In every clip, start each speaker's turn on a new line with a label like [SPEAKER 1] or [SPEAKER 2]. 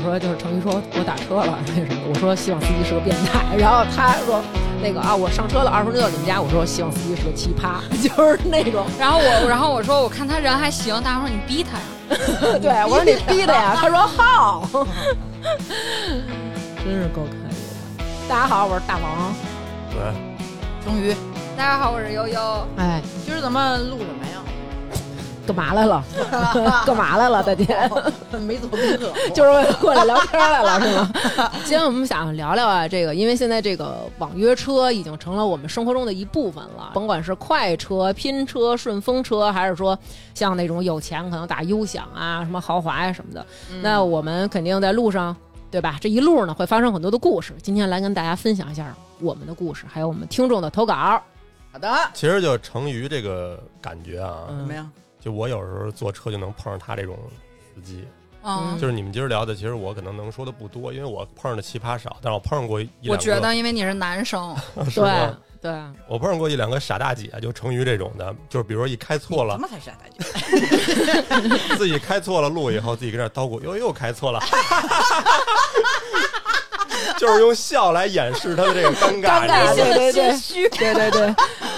[SPEAKER 1] 说就是程昱说我打车了那什么，我说希望司机是个变态，然后他说那个啊我上车了二十分钟到你们家，我说希望司机是个奇葩， 就是那种。
[SPEAKER 2] 然后我， 然后我说，我看他人还行，大家说你逼他呀。
[SPEAKER 1] 对，我说你逼的呀，他说好。
[SPEAKER 3] 真是够看的。
[SPEAKER 1] 大家好，我是大王。
[SPEAKER 4] 对，
[SPEAKER 5] 终于，
[SPEAKER 2] 大家好，我是悠悠。
[SPEAKER 1] 哎，
[SPEAKER 5] 今儿咱们录什么呀？
[SPEAKER 1] 干嘛来 了？干嘛来了，大姐？
[SPEAKER 5] 没做 功课，
[SPEAKER 1] 就是为了过来聊天来了是吗？
[SPEAKER 3] 今天我们想聊聊啊，这个，因为现在这个网约车已经成了我们生活中的一部分了，甭管是快车、拼车、顺风车，还是说像那种有钱可能打优享啊、什么豪华呀、什么的，那我们肯定在路上，对吧？这一路呢会发生很多的故事。今天来跟大家分享一下我们的故事，还有我们听众的投稿。
[SPEAKER 5] 好的，
[SPEAKER 4] 其实就成瑜这个感觉啊，
[SPEAKER 5] 怎么
[SPEAKER 3] 嗯，
[SPEAKER 5] 样？
[SPEAKER 4] 就我有时候坐车就能碰上他这种司机。
[SPEAKER 2] 嗯，
[SPEAKER 4] 就是你们今儿聊的，其实我可能能说的不多，因为我碰上的奇葩少，但是我碰上过一两个，
[SPEAKER 2] 我觉得因为你是 男生，
[SPEAKER 4] 是
[SPEAKER 3] 对
[SPEAKER 4] 吧
[SPEAKER 3] 对，
[SPEAKER 4] 我碰上过一两个傻大姐，啊就成瑜这种的，就是比如说一开错
[SPEAKER 5] 什
[SPEAKER 4] 了，
[SPEAKER 5] 么才是大姐？
[SPEAKER 4] 自己开错了路以后，自己跟那儿叨咕，又又开错了， 就是用笑来掩饰他的这个尴尬，
[SPEAKER 1] 尴尬
[SPEAKER 4] 你知道吗
[SPEAKER 1] 对对对
[SPEAKER 3] 虚，对对对，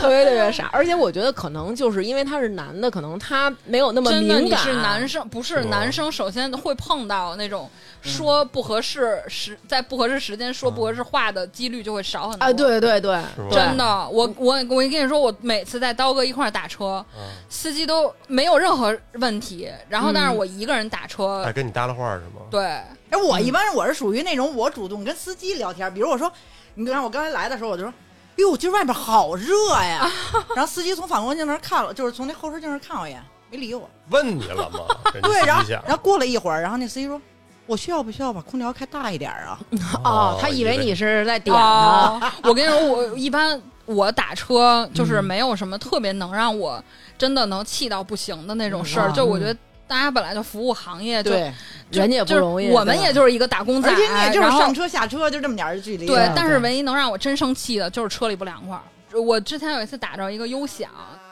[SPEAKER 3] 特别特别 傻。而且我觉得可能就是因为他是男的，可能他没有那么
[SPEAKER 2] 真
[SPEAKER 3] 敏
[SPEAKER 2] 的
[SPEAKER 3] 感。啊
[SPEAKER 2] 你是男生，不是
[SPEAKER 4] 是吗
[SPEAKER 2] 男生，首先会碰到那种说不合适时，在不合适时间说不合适话的几率就会少很多。
[SPEAKER 3] 啊，，对对对
[SPEAKER 4] 是吗，
[SPEAKER 2] 真的，我我我跟你说，我每次在刀哥一块儿打车，
[SPEAKER 4] 嗯
[SPEAKER 2] 司机都没有任何问题，然后但是
[SPEAKER 3] 嗯哎
[SPEAKER 2] 我一个人打车，
[SPEAKER 4] 哎还跟你搭了话是吗？
[SPEAKER 2] 对，
[SPEAKER 5] 哎，我一般我是属于那种我主动跟司机聊天，比如我说，你看我刚才来的时候，我就说。哟，今儿外边好热呀！ 然后司机从反光镜那儿看了，就是从那后视镜那儿看我一眼，没理我。
[SPEAKER 4] 问你了吗？人家
[SPEAKER 5] 对，然后
[SPEAKER 4] 私底下
[SPEAKER 5] 然后过了一会儿，然后那司机说：“我需要不需要把空调开大一点儿啊
[SPEAKER 3] 哦，他以为你是在点他。
[SPEAKER 2] 哦，我跟你说，我一般我打车
[SPEAKER 3] 嗯
[SPEAKER 2] 就是没有什么特别能让我真的能气到不行的那种事儿，
[SPEAKER 3] 嗯
[SPEAKER 2] 就我觉得。大家本来就服务行业，就
[SPEAKER 3] 对，
[SPEAKER 2] 就
[SPEAKER 3] 人家也不
[SPEAKER 2] 就是
[SPEAKER 3] 容易
[SPEAKER 2] 我们也就是一个打工？”仔，
[SPEAKER 5] 而且你也就是
[SPEAKER 2] 然后
[SPEAKER 5] 上车下车就这么点儿的距离。
[SPEAKER 2] 对
[SPEAKER 3] 对，
[SPEAKER 2] 但是唯一能让我真生气的就是车里不凉快儿。我之前有一次打着一个优享，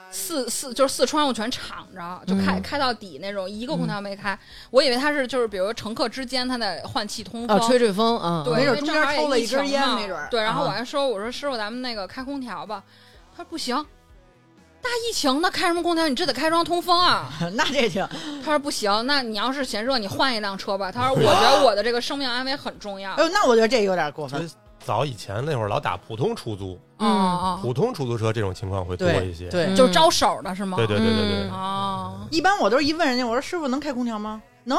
[SPEAKER 2] 四四就是四窗户全敞着，就开、
[SPEAKER 3] 嗯
[SPEAKER 2] 开到底那种，一个空调没开。我以为它是就是比如乘客之间它得换气通风，
[SPEAKER 3] 啊，吹吹风啊，
[SPEAKER 2] 对，
[SPEAKER 5] 没
[SPEAKER 2] 因
[SPEAKER 5] 准
[SPEAKER 2] 为
[SPEAKER 5] 中
[SPEAKER 2] 正好
[SPEAKER 5] 间
[SPEAKER 2] 也
[SPEAKER 5] 抽了一
[SPEAKER 2] 疫情
[SPEAKER 5] 根烟
[SPEAKER 2] 嘛
[SPEAKER 5] 没准儿
[SPEAKER 2] 对，然后我
[SPEAKER 3] 啊
[SPEAKER 2] 还说，我说师傅，咱们那个开空调吧。他说不行，大疫情的开什么空调？你这得开窗通风 啊。
[SPEAKER 5] 那这挺
[SPEAKER 2] 他说不行，那你要是嫌热，你换一辆车吧。他说我觉得我的这个生命安危很重要
[SPEAKER 5] 哎。呦，那我觉得这有点过分。
[SPEAKER 4] 早以前那会儿老打普通出租，
[SPEAKER 2] 嗯
[SPEAKER 4] 普通出租车这种情况会多一些。
[SPEAKER 5] 对
[SPEAKER 2] 嗯，
[SPEAKER 3] 嗯
[SPEAKER 2] 就是招手的是吗？
[SPEAKER 4] 对对对对对
[SPEAKER 3] 嗯，
[SPEAKER 2] 哦，
[SPEAKER 5] 一般我都是一问人家，我说师傅能开空调吗？能，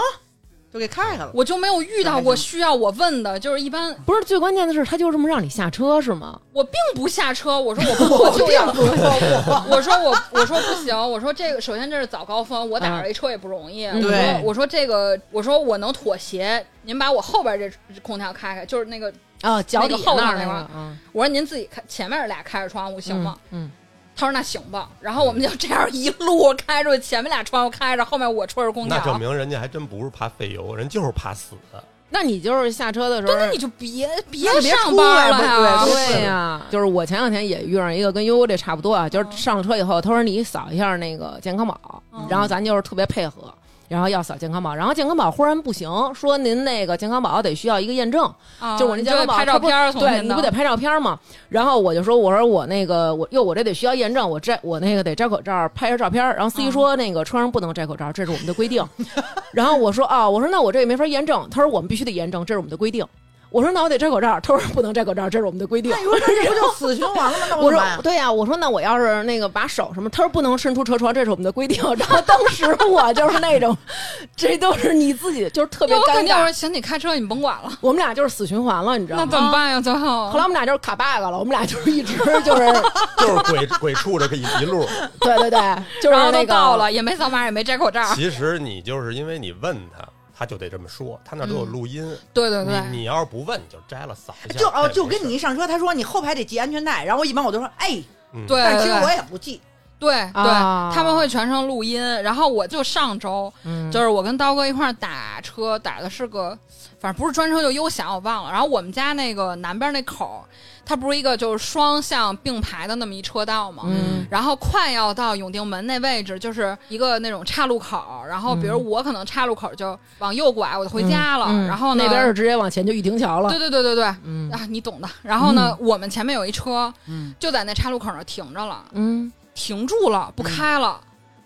[SPEAKER 5] 就给开开了。
[SPEAKER 2] 我就没有遇到过需要我问的，就是一般
[SPEAKER 3] 不是最关键的是，他就这么让你下车是吗？
[SPEAKER 2] 我并不下车，我说我不，我就要， 我说我我说不行，我说这个首先这是早高峰，
[SPEAKER 3] 嗯
[SPEAKER 2] 我打着一车也不容易，啊我说
[SPEAKER 5] 对
[SPEAKER 2] 我说这个我说我能妥协，您把我后边这空调开开，就是那个
[SPEAKER 3] 啊，脚底
[SPEAKER 2] 那个后嗯
[SPEAKER 3] 那儿
[SPEAKER 2] 面那块儿
[SPEAKER 3] 个啊，
[SPEAKER 2] 我说您自己开前面俩开着窗户行吗？
[SPEAKER 3] 嗯？
[SPEAKER 2] 他说那行吧，然后我们就这样一路 开出去，前面俩窗户开着，后面我吹着空
[SPEAKER 4] 那证
[SPEAKER 2] 调。
[SPEAKER 4] 明人家还真不是怕费油，人就是怕死。
[SPEAKER 3] 嗯，那你就是下车的时
[SPEAKER 2] 对，
[SPEAKER 3] 候
[SPEAKER 2] 那。你就别别
[SPEAKER 5] 那就别
[SPEAKER 2] 上
[SPEAKER 5] 出
[SPEAKER 2] 班
[SPEAKER 5] 来
[SPEAKER 2] 了呀！
[SPEAKER 5] 不是
[SPEAKER 3] 啊对呀、就是我前两天也遇上一个跟悠悠这差不多啊，就是上了车以后，他说你扫一下那个健康宝，
[SPEAKER 2] 嗯
[SPEAKER 3] 然后咱就是特别配合，然后要扫健康宝，然后健康宝忽然不行，说您那个健康宝得需要一个验证，
[SPEAKER 2] 啊
[SPEAKER 3] 就是我那
[SPEAKER 2] 你
[SPEAKER 3] 健康
[SPEAKER 2] 得
[SPEAKER 3] 宝
[SPEAKER 2] 拍照片儿，从
[SPEAKER 3] 对
[SPEAKER 2] 现
[SPEAKER 3] 你不
[SPEAKER 2] 到
[SPEAKER 3] 得拍照片吗？然后我就说，我说我那个我哟，我这得需要验证，我摘我那个得摘口罩拍下照片。然后
[SPEAKER 2] 嗯
[SPEAKER 3] 司机说那个车上不能摘口罩，这是我们的规定。 然后我说啊，我说那我这也没法验证。他说我们必须得验证，这是我们的规定。我说那我得摘口罩，他说不能摘口罩，这是我们的规定
[SPEAKER 2] 哎
[SPEAKER 5] 那。你说这不就死循环了吗？那
[SPEAKER 3] 我说
[SPEAKER 5] 怎么办？啊
[SPEAKER 3] 对呀、我说那我要是那个把手什么，他说不能伸出车窗，这是我们的规定。然后当时我就是那种， 这都是你自己，就是特别
[SPEAKER 2] 对我
[SPEAKER 3] 尴
[SPEAKER 2] 肯定
[SPEAKER 3] 尬
[SPEAKER 2] 说。行，你开车你甭管了，
[SPEAKER 3] 我们俩就是死循环了，你知道
[SPEAKER 2] 那
[SPEAKER 3] 吗？
[SPEAKER 2] 怎么办呀？最后
[SPEAKER 3] 后来我们俩就是卡 bug 了，我们俩就是一直就是
[SPEAKER 4] 就是鬼鬼畜这个一一路。
[SPEAKER 3] 对对对，就是
[SPEAKER 2] 然后
[SPEAKER 3] 那
[SPEAKER 2] 都
[SPEAKER 3] 个
[SPEAKER 2] 到，了，也没扫码，也没摘口罩。
[SPEAKER 4] 其实你就是因为你问他，他就得这么说，他那都有录音。
[SPEAKER 2] 对对
[SPEAKER 4] 你
[SPEAKER 2] 对，
[SPEAKER 4] 你要是不问，你就摘了扫一下。
[SPEAKER 5] 就
[SPEAKER 4] 这
[SPEAKER 5] 哦，
[SPEAKER 4] 没
[SPEAKER 5] 就跟
[SPEAKER 4] 事
[SPEAKER 5] 你一上车，他说你后排得系安全带，然后我一般我都说哎，
[SPEAKER 4] 嗯
[SPEAKER 2] 对
[SPEAKER 5] 但是其实我
[SPEAKER 2] 对
[SPEAKER 5] 也不系，
[SPEAKER 2] 对对、
[SPEAKER 3] 啊
[SPEAKER 2] 他们会全程录音。然后我就上周，
[SPEAKER 3] 嗯
[SPEAKER 2] 就是我跟刀哥一块儿打车，打的是个，反正不是专车就优享，我忘了。然后我们家那个南边那口儿，它不是一个就是双向并排的那么一车道嘛。
[SPEAKER 3] 嗯
[SPEAKER 2] 然后快要到永定门那位置，就是一个那种岔路口儿。然后比如我可能岔路口儿就往右拐，我就回家了。
[SPEAKER 3] 嗯
[SPEAKER 2] 然后呢
[SPEAKER 3] 那边是直接往前就玉亭桥了，
[SPEAKER 2] 对对对对对，
[SPEAKER 3] 嗯
[SPEAKER 2] 啊，你懂的。然后呢，我们前面有一车，
[SPEAKER 5] 嗯
[SPEAKER 2] 就在那岔路口那儿停着了，
[SPEAKER 3] 嗯
[SPEAKER 2] 停住了，不开了，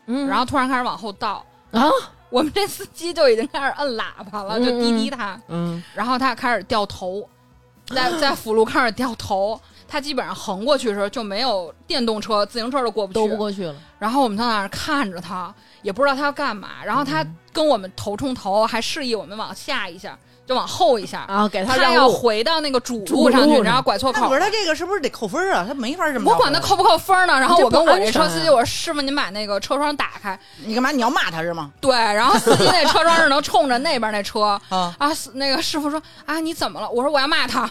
[SPEAKER 3] 嗯，
[SPEAKER 2] 然后突然开始往后倒。
[SPEAKER 3] 啊
[SPEAKER 2] 我们这司机就已经开始摁喇叭了，
[SPEAKER 3] 嗯
[SPEAKER 2] 就滴滴他，
[SPEAKER 3] 嗯
[SPEAKER 2] 然后他开始掉头， 在在辅路开始掉头，他基本上横过去的时候就没有电动车、自行车都过不去，
[SPEAKER 3] 兜不过去了，
[SPEAKER 2] 然后我们在那儿看着他，也不知道他要干嘛，然后他
[SPEAKER 3] 嗯
[SPEAKER 2] 跟我们头冲头，还示意我们往下一下，就往后一下，
[SPEAKER 3] 啊，给
[SPEAKER 2] 他
[SPEAKER 3] 让
[SPEAKER 2] 要
[SPEAKER 3] 路，
[SPEAKER 2] 回到那个主
[SPEAKER 3] 主
[SPEAKER 2] 路上
[SPEAKER 3] 路
[SPEAKER 2] 去，
[SPEAKER 3] 上
[SPEAKER 2] 然后拐错
[SPEAKER 5] 那
[SPEAKER 2] 口
[SPEAKER 5] 我。说他这个是不是得扣分啊？他没法这么着。
[SPEAKER 2] 我管他扣不扣分呢，然后
[SPEAKER 3] 这
[SPEAKER 2] 我跟
[SPEAKER 3] 不
[SPEAKER 2] 我
[SPEAKER 3] 安
[SPEAKER 2] 这
[SPEAKER 3] 全
[SPEAKER 2] 车
[SPEAKER 3] 啊
[SPEAKER 2] 司机我说：“师傅，您把那个车窗打开。
[SPEAKER 5] 你干嘛？你要骂他是吗？”？
[SPEAKER 2] 对，然后司机那车窗是能冲着那边那车
[SPEAKER 5] 啊，
[SPEAKER 2] 啊。司那个师傅说：“啊，你怎么了？”我说：“我要骂 他。”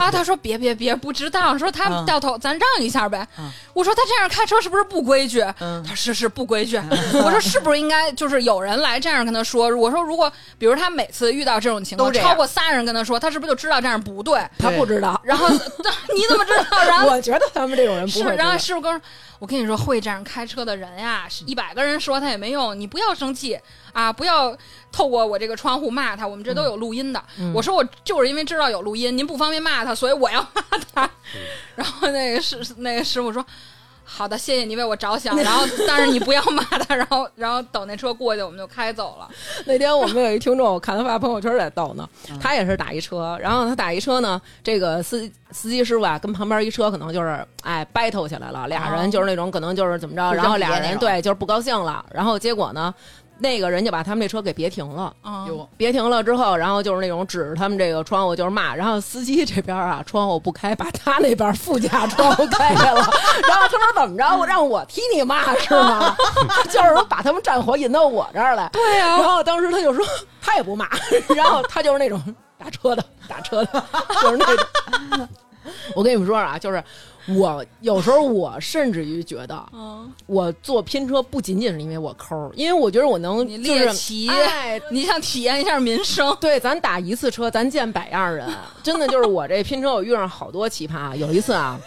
[SPEAKER 2] 啊，他说：“别别别，不值当。”说他
[SPEAKER 5] 嗯
[SPEAKER 2] 掉头，咱让一下呗
[SPEAKER 5] 嗯。
[SPEAKER 2] 我说：“他这样开车是不是不规矩？”
[SPEAKER 5] 嗯
[SPEAKER 2] 他说是是不规 矩。我说是不是应该就是有人来这样跟他说？我说如果比如他每次遇到这种情况
[SPEAKER 5] 都这样
[SPEAKER 2] 超过仨人跟他说，他是不是就知道这样不对？
[SPEAKER 3] 他不
[SPEAKER 5] 对
[SPEAKER 3] 知道，
[SPEAKER 2] 然后 你怎么知道？然后
[SPEAKER 3] 我觉得他们这种嗯人不
[SPEAKER 2] 是，
[SPEAKER 3] 会知
[SPEAKER 2] 然
[SPEAKER 3] 道
[SPEAKER 2] 后，师傅跟我说：“我跟你说，会这样开车的人呀，一百个人说他也没用，你不要生气啊，不要透过我这个窗户骂他，我们这都有录音的。
[SPEAKER 3] 嗯
[SPEAKER 2] 我说我就是因为知道有录音，您不方便骂他，所以我要骂他。 然后那个师那个师傅说。好的，谢谢你为我着想。然后，但是你不要骂他。然后，然后等那车过去，我们就开走了。
[SPEAKER 3] 那天我们有一听众，我看他发朋友圈在逗呢，
[SPEAKER 5] 嗯
[SPEAKER 3] 他也是打一车，然后他打一车呢，这个司司机师傅啊，跟旁边一车可能就是哎 battle 起来了，俩人就是那种可能就是怎么着，
[SPEAKER 5] 哦互相
[SPEAKER 3] 然后俩
[SPEAKER 5] 别那
[SPEAKER 3] 人
[SPEAKER 5] 种
[SPEAKER 3] 对就是不高兴了，然后结果呢，那个人就把他们这车给别停了。
[SPEAKER 2] 嗯，
[SPEAKER 3] 别停了之后，然后就是那种指着他们这个窗户就是骂，然后司机这边啊窗户不开，把他那边副驾窗户开开 了，然后他说怎么着，我让我替你骂是 吗？就是说把他们战火引到我这儿来。对
[SPEAKER 2] 啊
[SPEAKER 3] 呀、然后当时他就说他也不骂， 然后他就是那种打车的打车的， 就是那种。我跟你们说啊，就是我有时候我甚至于觉得，
[SPEAKER 2] 嗯，
[SPEAKER 3] 我坐拼车不仅仅是因为我抠儿，因为我觉得我能
[SPEAKER 2] 你
[SPEAKER 3] 就是
[SPEAKER 2] 猎奇
[SPEAKER 3] 哎
[SPEAKER 2] 你想体验一下民生？
[SPEAKER 3] 对，咱打一次车，咱见百样人。真的就是我这拼车，我遇上好多奇葩。有一次 啊，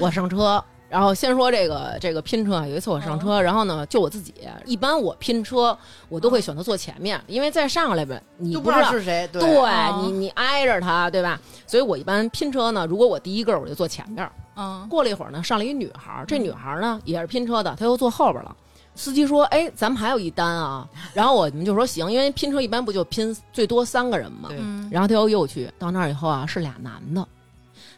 [SPEAKER 3] 我上车，然后先说这个这个拼车啊。有一次我上
[SPEAKER 5] 哦
[SPEAKER 3] 车，然后呢，就我自己。一般我拼车，我都会选择坐前面，因为再上来呗，你
[SPEAKER 5] 就
[SPEAKER 3] 不
[SPEAKER 5] 不
[SPEAKER 3] 知
[SPEAKER 5] 知
[SPEAKER 3] 道
[SPEAKER 5] 道是谁。对，哦
[SPEAKER 3] 对你你挨着他，对吧？所以我一般拼车呢，如果我第一个我就坐前边儿。
[SPEAKER 2] 嗯，
[SPEAKER 3] 过了一会儿呢，上来一女孩儿，这女孩儿呢也是拼车的，她又坐后边了。司机说：“哎，咱们还有一单啊。”然后我们就说：“行，因为拼车一般不就拼最多三个人嘛。”
[SPEAKER 5] 对
[SPEAKER 2] 嗯
[SPEAKER 3] 然后他又又去到那儿以后啊，是俩男的，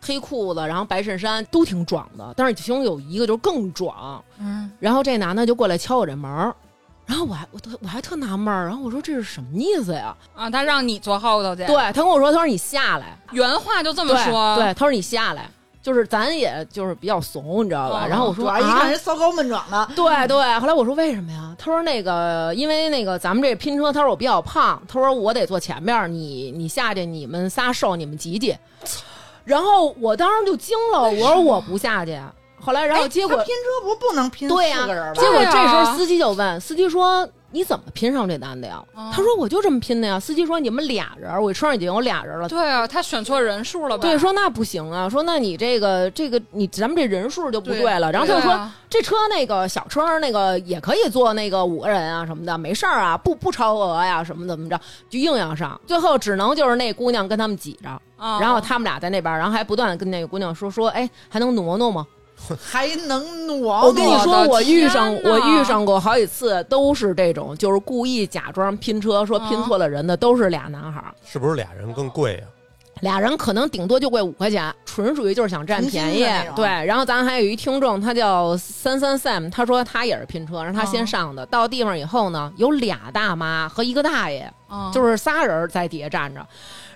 [SPEAKER 3] 黑裤子，然后白衬衫，都挺壮的，但是其中有一个就更壮。
[SPEAKER 2] 嗯，
[SPEAKER 3] 然后这男的就过来敲我这门儿，然后我还我特我还特纳闷儿，然后我说这是什么意思呀？
[SPEAKER 2] 啊，他让你坐后头去。
[SPEAKER 3] 对，他跟我说，他说你下来，
[SPEAKER 2] 原话就这么
[SPEAKER 3] 对
[SPEAKER 2] 说。
[SPEAKER 3] 对，他说你下来，就是咱也就是比较怂，你知道吧？
[SPEAKER 2] 哦
[SPEAKER 3] 然后我
[SPEAKER 5] 主
[SPEAKER 3] 说
[SPEAKER 5] 嗯要一
[SPEAKER 3] 啊
[SPEAKER 5] 看人骚高闷壮的，
[SPEAKER 3] 对对，后来我说为什么呀？他说那个，因为那个咱们这拼车，他说我比较胖，他说我得坐前面儿，你你下去，你们仨瘦，你们挤挤。然后我当时就惊了，我说我不下去。后来，然后
[SPEAKER 5] 哎
[SPEAKER 3] 结果、
[SPEAKER 5] 他拼车不不能拼
[SPEAKER 3] 对呀、
[SPEAKER 5] 四个人吧
[SPEAKER 3] 结？果
[SPEAKER 2] 对
[SPEAKER 3] 这
[SPEAKER 2] 啊
[SPEAKER 3] 时候司机就问，司机说你怎么拼上这单的呀？
[SPEAKER 2] 嗯
[SPEAKER 3] 他说我就这么拼的呀。司机说你们俩人儿，我车上已经有俩人了。
[SPEAKER 2] 对啊，他选错人数了吧？
[SPEAKER 3] 对，说那不行啊，说那你这个这个你咱们这人数就不
[SPEAKER 5] 对
[SPEAKER 3] 对了。然后他就
[SPEAKER 2] 对
[SPEAKER 3] 说、
[SPEAKER 2] 啊
[SPEAKER 3] 这车那个小车那个也可以坐那个五个人啊什么的，没事儿啊，不不超额呀、什么怎么着，就硬要上，最后只能就是那姑娘跟他们挤着，
[SPEAKER 2] 啊，
[SPEAKER 3] 然后他们俩在那边，然后还不断的跟那个姑娘说说，哎，还能挪挪吗？
[SPEAKER 5] 还能挪挪？
[SPEAKER 3] 我跟你说，我遇上
[SPEAKER 2] 哦天哪
[SPEAKER 3] 我遇上过好几次，都是这种，就是故意假装拼车，说
[SPEAKER 2] 嗯
[SPEAKER 3] 拼错了人的，都是俩男孩儿，
[SPEAKER 4] 是不是俩人更贵呀、
[SPEAKER 3] 俩人可能顶多就贵五块钱，纯属于就是想占便
[SPEAKER 5] 纯
[SPEAKER 3] 宜
[SPEAKER 5] 心的那。种
[SPEAKER 3] 对，然后咱还有一听众，他叫三三 Sam，他说他也是拼车，让他
[SPEAKER 5] 哦
[SPEAKER 3] 先上的。到地方以后呢，有俩大妈和一个大爷，
[SPEAKER 2] 嗯
[SPEAKER 3] 就是仨人在底下站着。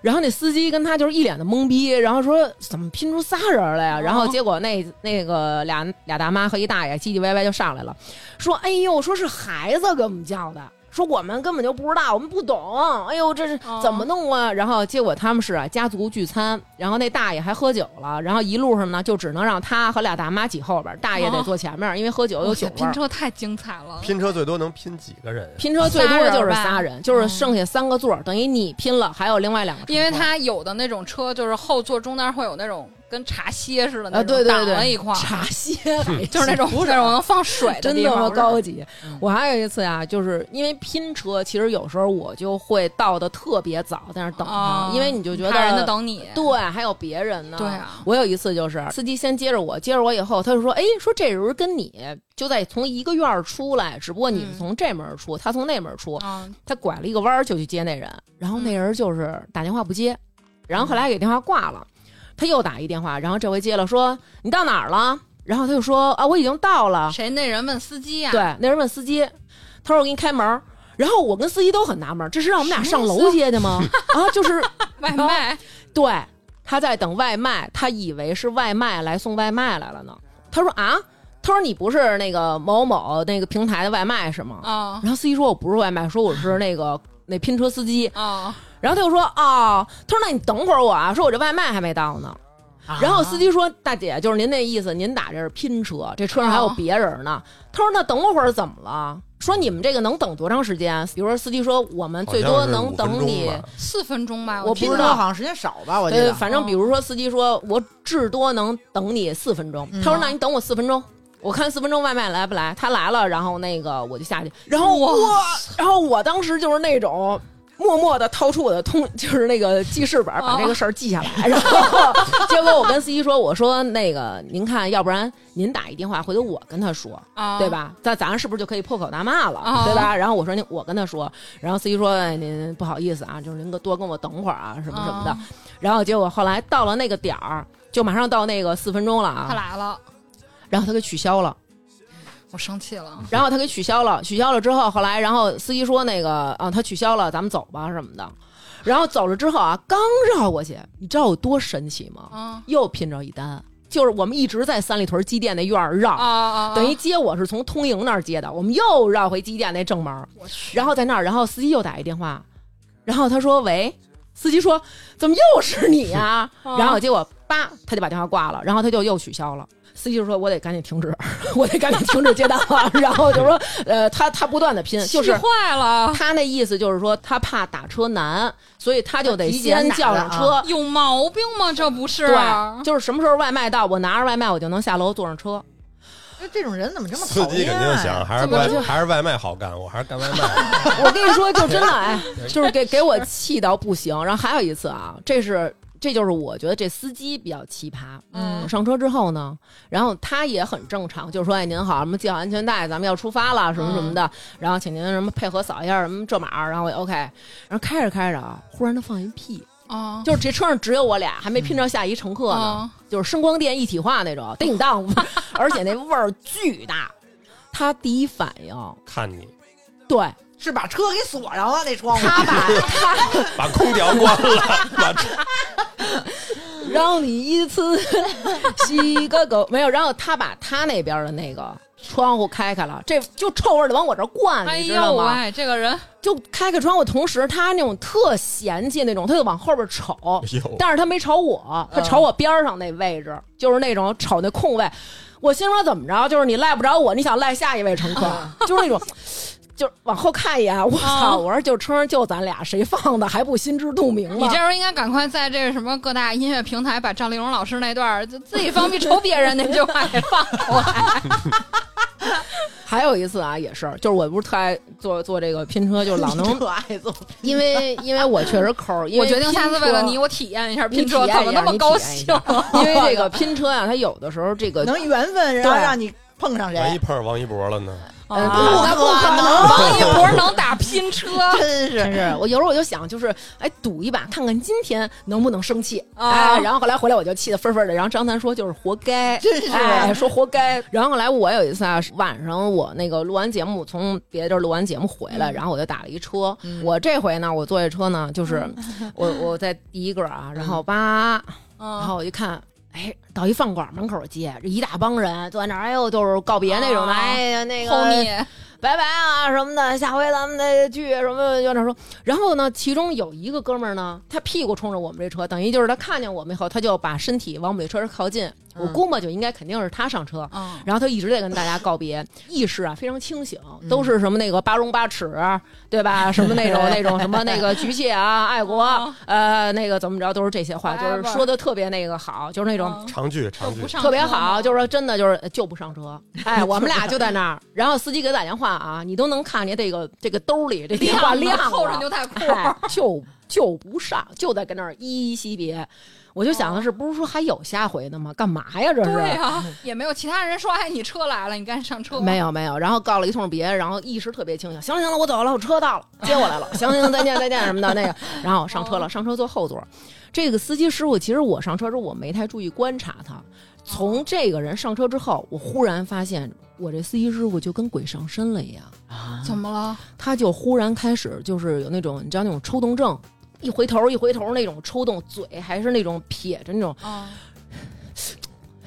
[SPEAKER 3] 然后那司机跟他就是一脸的懵逼，然后说怎么拼出仨人来呀、啊
[SPEAKER 2] 哦
[SPEAKER 3] 然后结果那那个俩俩大妈和一大爷唧唧歪歪就上来了，说哎呦，说是孩子给我们叫的，说我们根本就不知道，我们不懂，哎呦，这是怎么弄啊？
[SPEAKER 2] 嗯
[SPEAKER 3] 然后结果他们是啊家族聚餐，然后那大爷还喝酒了，然后一路上呢就只能让他和俩大妈挤后边儿，大爷得坐前面儿，因为喝酒有酒
[SPEAKER 2] 哇
[SPEAKER 3] 味
[SPEAKER 2] 嗯哦拼
[SPEAKER 3] 儿。
[SPEAKER 2] 车太精彩了，
[SPEAKER 4] 拼车最多能拼几个人呀？
[SPEAKER 3] 拼车最
[SPEAKER 2] 仨
[SPEAKER 3] 多
[SPEAKER 2] 人
[SPEAKER 3] 就是
[SPEAKER 2] 吧
[SPEAKER 3] 哦仨人，嗯就是剩下三个座儿，等于你拼了，还有另外两个乘客。
[SPEAKER 2] 因为它有的那种车就是后座中间会有那种跟茶歇似的那
[SPEAKER 3] 啊，对
[SPEAKER 2] 种
[SPEAKER 3] 对
[SPEAKER 2] 挡了
[SPEAKER 3] 对，
[SPEAKER 2] 一 块儿，
[SPEAKER 3] 茶歇，
[SPEAKER 2] 就是那种那种能放水的
[SPEAKER 3] 真
[SPEAKER 2] 地
[SPEAKER 3] 他
[SPEAKER 2] 方
[SPEAKER 3] 妈
[SPEAKER 2] 不是
[SPEAKER 3] 高级。我还有一次啊，就是因为拼车，其实有时候我就会到的特别早，在那儿等
[SPEAKER 2] 啊
[SPEAKER 3] 他，，因为哦你就啊觉
[SPEAKER 2] 怕人家
[SPEAKER 3] 得。
[SPEAKER 2] 等你，
[SPEAKER 3] 对，还有别人呢。
[SPEAKER 2] 对啊
[SPEAKER 3] 我有一次就是司机先接着我，接着我以后，他就说：“哎，说这人跟你就在从一个院儿出来，只不过你是
[SPEAKER 2] 嗯
[SPEAKER 3] 从这门儿出，他从那门儿出。
[SPEAKER 2] 啊，
[SPEAKER 3] 他拐了一个弯儿就去接那人，然后那人就是打电话不接，然后后来给电话挂了，他又打一电话，然后这回接了说你到哪儿了？然后他就说啊我已经到了，
[SPEAKER 2] 谁那人问司机呀？
[SPEAKER 3] 对，那人问司机，他说我给你开门儿，然后我跟司机都很纳闷儿，这是让我们俩上楼接去吗？啊，就是
[SPEAKER 2] 外卖，
[SPEAKER 3] 对，他在等外卖，他以为是外卖来送外卖来了呢。他说啊，他说你不是那个某某那个平台的外卖是吗？
[SPEAKER 2] 啊
[SPEAKER 3] 然后司机说我不是外卖，说我是那个那拼车司机。
[SPEAKER 2] 啊，
[SPEAKER 3] 然后他就说哦，他说那你等会儿我啊，说我这外卖还没到呢。然后司机说：“大姐，就是您那意思，您打这是拼车，这车上还有
[SPEAKER 2] 哦
[SPEAKER 3] 别人呢。他说：“那等我会儿怎么了？”说你们这个能等多长时间？比如说司机说我们
[SPEAKER 4] 好
[SPEAKER 3] 最
[SPEAKER 4] 像
[SPEAKER 3] 多
[SPEAKER 4] 是
[SPEAKER 3] 能
[SPEAKER 4] 5分
[SPEAKER 3] 等
[SPEAKER 4] 钟
[SPEAKER 3] 你，
[SPEAKER 4] 吧
[SPEAKER 2] 四分钟吧，
[SPEAKER 3] 我不
[SPEAKER 5] 拼
[SPEAKER 3] 知
[SPEAKER 5] 车
[SPEAKER 3] 道
[SPEAKER 5] 好像时间少吧？我觉
[SPEAKER 3] 呃，
[SPEAKER 5] 得
[SPEAKER 3] 反正比如说司机说我至多能等你四分钟，
[SPEAKER 5] 嗯
[SPEAKER 3] 他说那你等我四分钟。我看四分钟外卖来不来，他来了，然后那个我就下去，然后我，然后我当时就是那种默默的掏出我的通， 就是那个记事本，
[SPEAKER 5] 哦
[SPEAKER 3] 把这个事儿记下来， 然后结果我跟司机说，我说那个您看，要不然您打一电话，回头我跟他说，
[SPEAKER 2] 啊，
[SPEAKER 3] 对？吧？那咱是不是就可以破口大骂了，
[SPEAKER 2] 啊
[SPEAKER 3] 对吧？然后我说您，我跟他说，然后司机说、哎、您不好意思啊，就是您多跟我等会儿啊，什么什么的。
[SPEAKER 2] 啊
[SPEAKER 3] 然后结果后来到了那个点儿，就马上到那个四分钟了啊，
[SPEAKER 2] 他来了，
[SPEAKER 3] 然后他给取消了，
[SPEAKER 2] 我生气了，
[SPEAKER 3] 然后他给取消了，取消了之后，后来然后司机说那个啊，他取消了，咱们走吧什么的。然后走了之后啊，刚绕过去，你知道有多神奇吗？
[SPEAKER 2] 啊
[SPEAKER 3] 又拼着一单，就是我们一直在三里屯机电那院儿绕，
[SPEAKER 2] 啊啊，
[SPEAKER 3] 等于接我是从通营那儿接的，我们又绕回机电那正门儿，
[SPEAKER 2] 我去，
[SPEAKER 3] 然后在那儿，然后司机又打一电话，然后他说喂，司机说怎么又是你 呀、
[SPEAKER 5] 哦
[SPEAKER 2] 啊
[SPEAKER 3] 然后结果叭他就把电话挂了，然后他就又取消了。司机就说：“我得赶紧停止， 我得赶紧停止接单了。” 然后就说：“呃，他他不断的拼，就
[SPEAKER 2] 气
[SPEAKER 3] 是
[SPEAKER 2] 坏了，
[SPEAKER 3] 他那意思就是说他怕打车难，所以他就得
[SPEAKER 5] 提前
[SPEAKER 3] 先
[SPEAKER 5] 打
[SPEAKER 3] 叫
[SPEAKER 5] 了
[SPEAKER 3] 上
[SPEAKER 5] 啊
[SPEAKER 3] 车，
[SPEAKER 2] 有毛病吗？这不是
[SPEAKER 3] 对，就是什么时候外卖到，我拿着外卖我就能下楼坐上车。
[SPEAKER 5] 就这种人怎么这么
[SPEAKER 4] 司
[SPEAKER 5] 讨
[SPEAKER 4] 机
[SPEAKER 5] 厌
[SPEAKER 4] 肯
[SPEAKER 5] 啊？
[SPEAKER 4] 定想还是
[SPEAKER 3] 怎么
[SPEAKER 4] 外
[SPEAKER 3] 就
[SPEAKER 4] 还是外卖好干，我还是干外卖。
[SPEAKER 3] 我跟你说，就真的哎，就是给给我气到不行。然后还有一次啊，这是这就是我觉得这司机比较奇葩。
[SPEAKER 2] 嗯
[SPEAKER 3] 上车之后呢，然后他也很正常，就说：“哎，您好，什么系好安全带，咱们要出发了，什么什么的。然后请您什么配合扫一下什么这码，然后我也 OK。然后开着开着啊，忽然他放一屁，
[SPEAKER 2] 啊
[SPEAKER 3] 就是这车上只有我俩，还没拼着下一乘客呢。
[SPEAKER 2] 啊
[SPEAKER 3] 就是声光电一体化那种，叮当，而且那味儿巨大。他第一反应，
[SPEAKER 4] 看你
[SPEAKER 3] 对
[SPEAKER 5] 是把车给锁上了那窗户。
[SPEAKER 3] 他 把他
[SPEAKER 4] 把空调关了，把车
[SPEAKER 3] 让你一次洗个狗没有，然后他把他那边的那个窗户开开了，这就臭味儿得往我这儿灌，
[SPEAKER 2] 哎
[SPEAKER 3] 你知道
[SPEAKER 2] 呦
[SPEAKER 3] 吗？
[SPEAKER 2] 喂，这个人
[SPEAKER 3] 就开开窗户，同时他那种特嫌弃那种，他就往后边瞅，
[SPEAKER 4] 有
[SPEAKER 3] 但是他没瞅我，他瞅我边儿上那位置，就是那种瞅那空位。我心说怎么着，就是你赖不着我，你想赖下一位乘客， 就是那种。就是往后看一眼，我操！
[SPEAKER 2] 啊
[SPEAKER 3] 我说就车上就咱俩，谁放的还不心知肚明吗？
[SPEAKER 2] 你这时候应该赶快在这个什么各大音乐平台把赵丽蓉老师那段儿就自己放屁瞅别人那句话给放出来。
[SPEAKER 3] 还有一次啊，也是，就是我不是特爱坐坐这个拼车，就老能，
[SPEAKER 5] 特爱做，
[SPEAKER 3] 因为因为我确实抠儿，因
[SPEAKER 2] 我
[SPEAKER 3] 为
[SPEAKER 2] 决定下次为 了
[SPEAKER 3] 拼车
[SPEAKER 2] 你，我体验一下
[SPEAKER 3] 你
[SPEAKER 2] 拼
[SPEAKER 3] 体
[SPEAKER 2] 车
[SPEAKER 3] 验
[SPEAKER 2] 怎
[SPEAKER 3] 一
[SPEAKER 2] 么
[SPEAKER 3] 下
[SPEAKER 2] 那么
[SPEAKER 3] 你
[SPEAKER 2] 高
[SPEAKER 3] 体验一
[SPEAKER 2] 兴
[SPEAKER 3] 下。 因为这个拼车啊，它有的时候 这个，
[SPEAKER 5] 能缘分，然后
[SPEAKER 3] 对
[SPEAKER 5] 让你碰上
[SPEAKER 4] 万一
[SPEAKER 5] 谁？
[SPEAKER 4] 碰上王一博了呢？
[SPEAKER 3] 呃，
[SPEAKER 2] 啊
[SPEAKER 3] 那不可能。
[SPEAKER 2] 王一博能打拼 车
[SPEAKER 5] 真是嗯
[SPEAKER 3] 真是，我有时候我就想，就是哎，赌一把，看看今天能不能生气
[SPEAKER 2] 啊
[SPEAKER 3] 哎，然后后来回来我就气得分分的。然后张楠说就是活该，
[SPEAKER 5] 真是
[SPEAKER 3] 哎，说活 该。然后后来我有一次啊，晚上我那个录完节目，从别的地儿录完节目回来，然后我就打了一车。我这回呢，我坐这车呢，就是我我在第一个啊，然后叭，然
[SPEAKER 2] 啊
[SPEAKER 3] 后我一看。哎，到一饭馆门口接，这一大帮人坐在那儿，哎呦，就是告别那种的，
[SPEAKER 2] 啊
[SPEAKER 3] 哎呀，那个
[SPEAKER 2] ，homie，
[SPEAKER 3] 拜拜啊什么的，下回咱们再聚什么就那说。然后呢，其中有一个哥们儿呢，他屁股冲着我们这车，等于就是他看见我们以后，他就把身体往我们这车上靠近。我
[SPEAKER 5] 嗯
[SPEAKER 3] 估摸就应该肯定是他上车，
[SPEAKER 2] 嗯，
[SPEAKER 3] 然后他一直在跟大家告别，意识啊非常清醒，
[SPEAKER 5] 嗯
[SPEAKER 3] 都是什么那个八荣八耻，对吧？什么那 种那种什么那个举械啊，爱国，
[SPEAKER 2] 哦
[SPEAKER 3] 呃，那个怎么着都是这些话，
[SPEAKER 2] 哎
[SPEAKER 3] 就是说的特别那个好，就是那种。
[SPEAKER 2] 嗯
[SPEAKER 4] 长句长
[SPEAKER 2] 就
[SPEAKER 4] 句
[SPEAKER 2] 不，上
[SPEAKER 3] 特别
[SPEAKER 2] 车
[SPEAKER 3] 好，
[SPEAKER 2] 吗
[SPEAKER 3] 就是说真的就是呃就不上 车，哎，我们俩就在那儿，然后司机给打电话啊，你都能看见这个这个兜里这电话亮
[SPEAKER 2] 了，扣上
[SPEAKER 3] 了
[SPEAKER 2] 牛，仔裤，
[SPEAKER 3] 哎， 就就不上，就在跟那儿依依惜别，我就想的是，不是说还有下回的吗？干嘛呀这是？
[SPEAKER 2] 哦对啊，也没有其他人说，哎，你车来了，你赶紧上车。
[SPEAKER 3] 没有没有，然后告了一通别，然后意识特别清醒。行了行了，我走了，我车到了，接我来了。行行，再见再见什么的那个，然后上车了，上车坐后座。这个司机师傅，其实我上车之后我没太注意观察他。从这个人上车之后，我忽然发现我这司机师傅就跟鬼上身了一样，
[SPEAKER 2] 怎么了？
[SPEAKER 3] 他就忽然开始就是有那种你知道那种抽动症，一回头一回头那种抽动，嘴还是那种撇着那种
[SPEAKER 2] 啊，